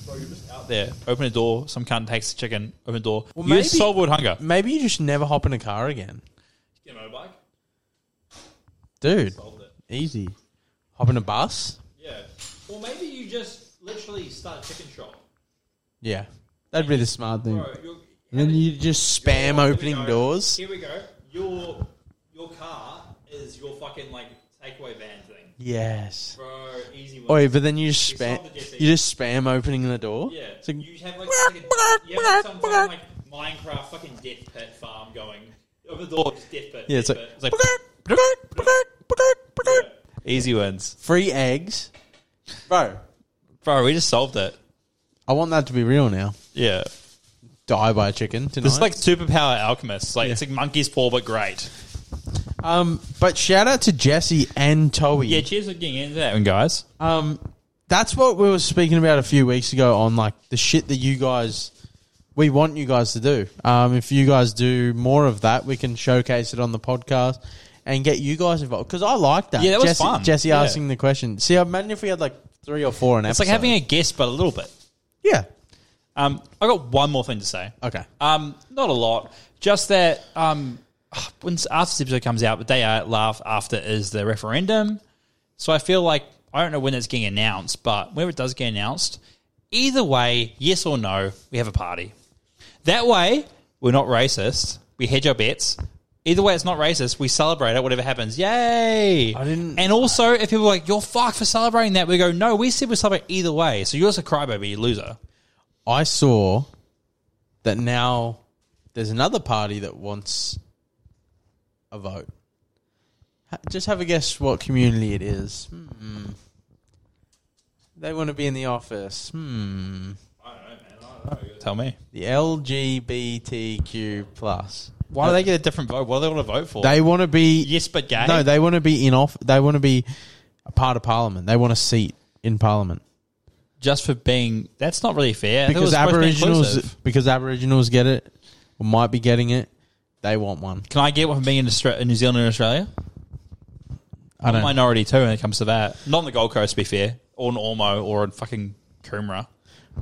B: Bro, you're just out there. Open a door. Some cunt takes the chicken. Open a door. you
A: maybe-
B: just solve world hunger.
A: Maybe you just never hop in a car again,
B: Get a motorbike.
A: dude.
B: Hold it.
A: Easy. Hop in a bus.
B: Yeah. Or maybe you just literally start a chicken shop.
A: Yeah, that'd be the smart thing.
B: you're,
A: And then you just spam opening doors.
B: Here we go. Your your car is your fucking like takeaway van thing,
A: Yes.
B: bro. Easy one.
A: Oi, but then you just
B: You
A: spam.
B: solved the Jesse.
A: You just spam opening the door.
B: yeah.
A: It's like,
B: you have like, fucking- you have like some fucking, like Minecraft fucking death pit farm going over the door. Just death pit.
A: Yeah, it's
B: death
A: like-
B: pit. easy wins,
A: free eggs, bro.
B: bro. We just solved it.
A: I want that to be real now.
B: Yeah.
A: Die by a chicken tonight.
B: It's like superpower alchemists. Like it's like monkey's paw, but great.
A: um, but shout out to Jesse and Toey.
B: Yeah, cheers for getting into that one, guys.
A: Um, that's what we were speaking about a few weeks ago on like the shit that you guys we want you guys to do. Um, if you guys do more of that, we can showcase it on the podcast and get you guys involved because I like that.
B: Yeah, that was
A: Jesse,
B: fun.
A: Jesse
B: Yeah.
A: asking the question. See, I imagine if we had like three or four an
B: It's
A: episode.
B: like having a guest, but a little bit.
A: yeah.
B: Um, I got one more thing to say.
A: Okay.
B: Um, not a lot. Just that um, when after this episode comes out, the day I laugh after is the referendum. So I feel like I don't know when it's getting announced, but whenever it does get announced, either way, yes or no, we have a party. That way, we're not racist. We hedge our bets. Either way, it's not racist. We celebrate it. Whatever happens, yay! I
A: didn't-
B: And also, if people are like, "You're fucked for celebrating that," we go, "No, we said we celebrate either way." So you're just a crybaby, you loser.
A: I saw that now there's another party that wants a vote. Ha- Just have a guess what community it is. Hmm. They want to be in the office. Hmm.
B: Tell me.
A: The LGBTQ plus.
B: Why do they get a different vote? What do they want to vote for?
A: They want to be
B: yes, but gay.
A: no. They want to be in off. They want to be a part of parliament. They want a seat in parliament
B: just for being. That's not really fair. I thought it
A: because
B: was supposed to be
A: Aboriginals
B: inclusive.
A: because Aboriginals get it or might be getting it. They want one.
B: Can I get one for being in, Austra- in New Zealand and Australia?
A: I
B: I'm a
A: don't.
B: minority too when it comes to that. Not on the Gold Coast, to be fair, or in Ormo or in fucking Coomera.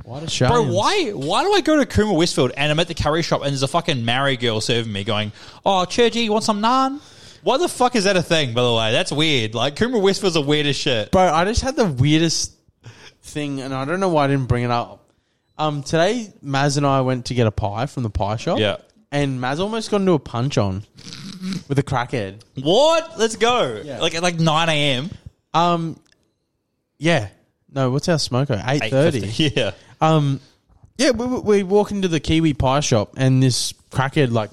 A: Why do
B: Bro,
A: Australians-
B: why why do I go to Coomera Westfield and I'm at the curry shop and there's a fucking Maori girl serving me going, "Oh, Churchy, you want some naan?" Why the fuck is that a thing? By the way, that's weird. Like Coomera Westfield's the weirdest shit.
A: Bro, I just had the weirdest thing, and I don't know why I didn't bring it up. Um, today Maz and I went to get a pie from the pie shop.
B: Yeah.
A: and Maz almost got into a punch on with a crackhead.
B: What? Let's go. Like at like 9 a.m.
A: Um, yeah, no, what's our smoker? Eight thirty.
B: 8:50. (laughs) Yeah.
A: Um, yeah, we, we we walk into the Kiwi pie shop, and this crackhead like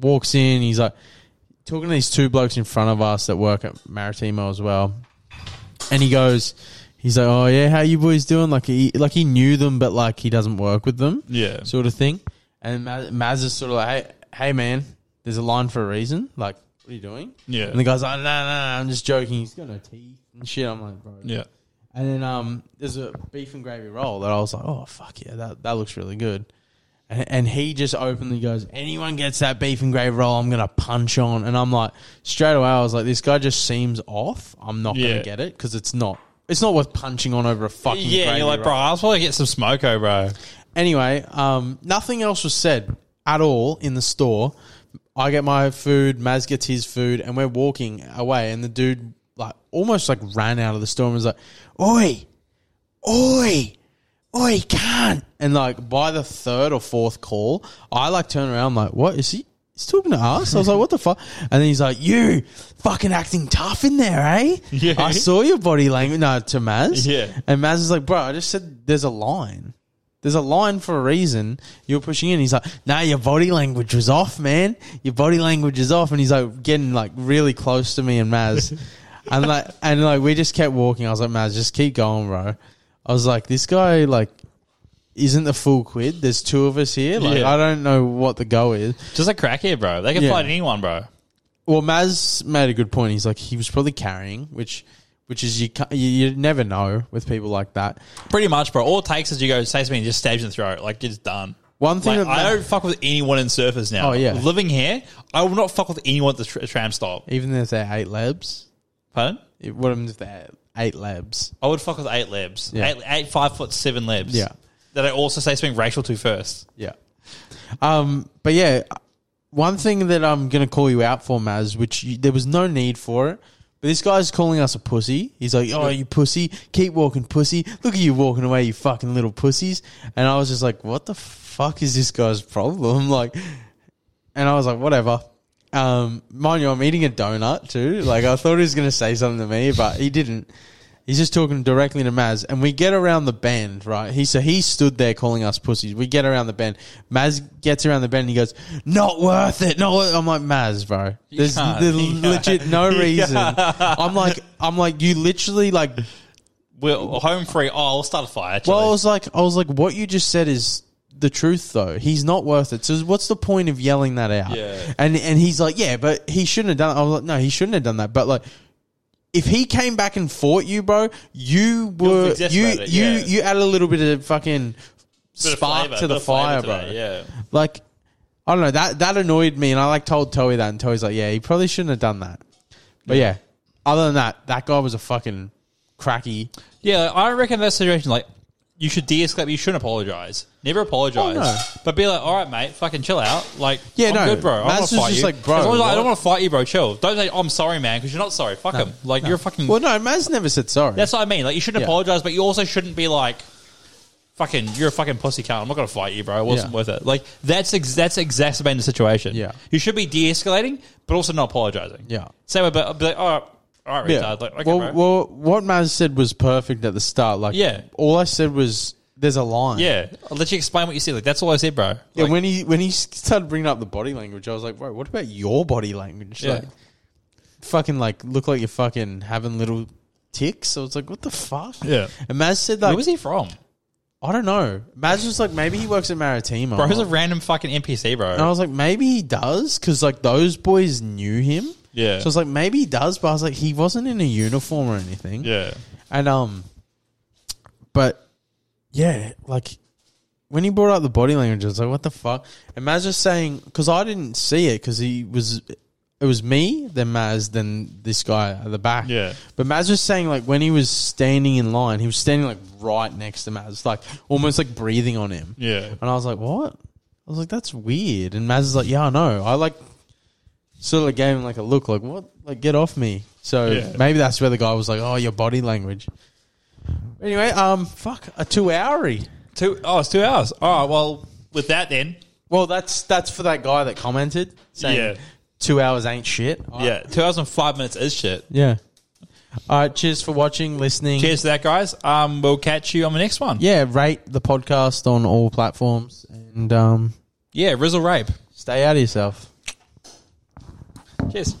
A: walks in. He's like talking to these two blokes in front of us that work at Maritimo as well, and he goes, he's like, "Oh yeah, how you boys doing?" Like he like he knew them, but like he doesn't work with them,
B: Yeah.
A: sort of thing. And Maz, Maz is sort of like, "Hey, hey man, there's a line for a reason. Like, what are you doing?"
B: Yeah.
A: and the guy's like, "No, no, no, I'm just joking. He's got no teeth and shit." I'm like, "Bro,
B: Yeah.
A: and then um, there's a beef and gravy roll that I was like, oh fuck yeah, that that looks really good. And, and he just openly goes, anyone gets that beef and gravy roll, I'm gonna punch on. And I'm like, straight away, I was like, this guy just seems off. I'm not
B: Yeah.
A: gonna get it because it's not. It's not worth punching on over a fucking.
B: Yeah,
A: gravy
B: you're like,
A: roll.
B: bro, I was probably get some smoko, bro.
A: Anyway, um, nothing else was said at all in the store. I get my food, Maz gets his food, and we're walking away. And the dude, like, almost like ran out of the store and was like, "Oi, oi, oi, can't!" And like by the third or fourth call, I like turn around, like, "What is he? he's talking to us. I was like, what the fuck? And then he's like, you fucking acting tough in there, eh?
B: Yeah.
A: I saw your body language. No, to Maz.
B: Yeah.
A: And Maz is like, bro, I just said there's a line. There's a line for a reason. You're pushing in. He's like, nah, your body language was off, man. Your body language is off. And he's like getting like really close to me and
B: (laughs)
A: Maz. and like, and like, we just kept walking. I was like, Maz, just keep going, bro. I was like, this guy, like, isn't the full quid. There's two of us here. Like,
B: Yeah.
A: I don't know what the go is.
B: Just like crack here, bro. They can
A: Yeah.
B: fight anyone, bro.
A: Well, Maz made a good point. He's like, he was probably carrying, which, which is you, ca- you, you never know with people like that.
B: Pretty much, bro. All it takes is you go say something and just stabs in the throat. Like it's done.
A: One thing
B: Like,
A: that
B: I don't fuck with anyone in surfers now.
A: Oh, yeah.
B: Living here, I will not fuck with anyone at the tr- tram stop.
A: even if they're eight labs,
B: Pardon?
A: it, what happens if they're eight labs?
B: I would fuck with eight libs.
A: Yeah.
B: Eight, eight five foot seven libs.
A: Yeah.
B: That I also say something racial to first.
A: Yeah. Um, but yeah, one thing that I'm gonna call you out for, Maz, which you, there was no need for it. But this guy's calling us a pussy. He's like, "Oh, you pussy! Keep walking, pussy! Look at you walking away, you fucking little pussies!" And I was just like, "What the fuck is this guy's problem?" (laughs) Like, and I was like, "Whatever." Um, mind you, I'm eating a donut too. Like, I thought he was gonna say something to me, but he didn't. He's just talking directly to Maz, and we get around the bend, right? He so he stood there calling us pussies. We get around the bend. Maz gets around the bend. and He goes, "Not worth it." No, I'm like Maz, bro. There's,
B: can't.
A: there's
B: You
A: legit
B: (laughs)
A: no reason. I'm like, I'm like, you literally like.
B: We're home free. Oh, I'll start a fire. Actually.
A: Well, I was like, I was like, what you just said is the truth, though. He's not worth it. So what's the point of yelling that out?
B: Yeah.
A: And and he's like, yeah, but he shouldn't have done. It. I was like, no, he shouldn't have done that. But like. If he came back and fought you, bro, you were
B: exasperated,
A: you you
B: yeah.
A: you add a little bit of fucking
B: Bit of
A: spark
B: flavour,
A: to the
B: bit of flavour
A: fire,
B: to
A: bro.
B: that, Yeah.
A: Like, I don't know that that annoyed me, and I like told Toey that, and Toey's like, yeah, he probably shouldn't have done that. But yeah, other than that, that guy was a fucking cracky.
B: Yeah, I reckon that situation, like, you should de-escalate. but You shouldn't apologize. Never apologize.
A: Oh, no.
B: But be like, all right, mate, fucking chill out. Like,
A: Yeah,
B: I'm
A: no,
B: good,
A: Maz
B: bro. I don't want
A: was
B: to fight
A: just
B: you.
A: like, bro,
B: As long as I- I
A: what?
B: don't want to fight you, bro. Chill. Don't say, I'm sorry, man, because you're not sorry. Fuck him. Like, you're a fucking.
A: Well, no, Maz never said sorry.
B: That's what I mean. Like, you shouldn't
A: Yeah.
B: apologize, but you also shouldn't be like, fucking, you're a fucking pussy cunt. I'm not going to fight you, bro. It wasn't
A: Yeah.
B: worth it. Like, that's ex- that's exacerbating the situation.
A: Yeah.
B: You should be de escalating, but also not apologizing.
A: Yeah.
B: Same way, but be like, all right, all right,
A: yeah.
B: retard. Like, okay,
A: well,
B: bro.
A: well, what Maz said was perfect at the start. Like,
B: Yeah.
A: all I said was there's a line.
B: yeah. I'll let you explain what you said. Like, that's all I said, bro. Like,
A: Yeah, when he when he started bringing up the body language, I was like, "Bro, what about your body language?
B: Yeah.
A: Like, fucking like look like you're fucking having little ticks." I was like, "What the fuck?"
B: Yeah.
A: And Maz said, "Like,
B: where was he from?
A: I don't know." Maz was like, "Maybe he works at Maritima."
B: Bro, he's a random fucking NPC, bro.
A: And I was like, maybe he does, because like those boys knew him.
B: Yeah.
A: So I was like, maybe he does, but I was like, he wasn't in a uniform or anything.
B: yeah.
A: And um, but yeah, like when he brought up the body language, I was like, what the fuck? And Maz was saying because I didn't see it because he was. It was me, then Maz, then this guy at the back.
B: Yeah.
A: But Maz was saying like when he was standing in line, he was standing like right next to Maz, like almost like breathing on him.
B: Yeah.
A: And I was like, what? I was like, that's weird. And Maz is like, yeah, I know. I like sort of gave him like a look, like, what? Like, get off me. So
B: Yeah.
A: maybe that's where the guy was like, oh, your body language. Anyway, um, fuck, a two houry.
B: Two, oh, it's two hours. All right, well, with that then.
A: Well, that's that's for that guy that commented saying
B: Yeah.
A: two hours ain't shit.
B: Yeah, Uh, two hours and five minutes is shit.
A: Yeah. All right. Cheers for watching, listening.
B: Cheers to that, guys. Um, we'll catch you on the next one.
A: Yeah. Rate the podcast on all platforms and um,
B: Yeah, Rizzle Rape.
A: stay out of yourself.
B: Cheers.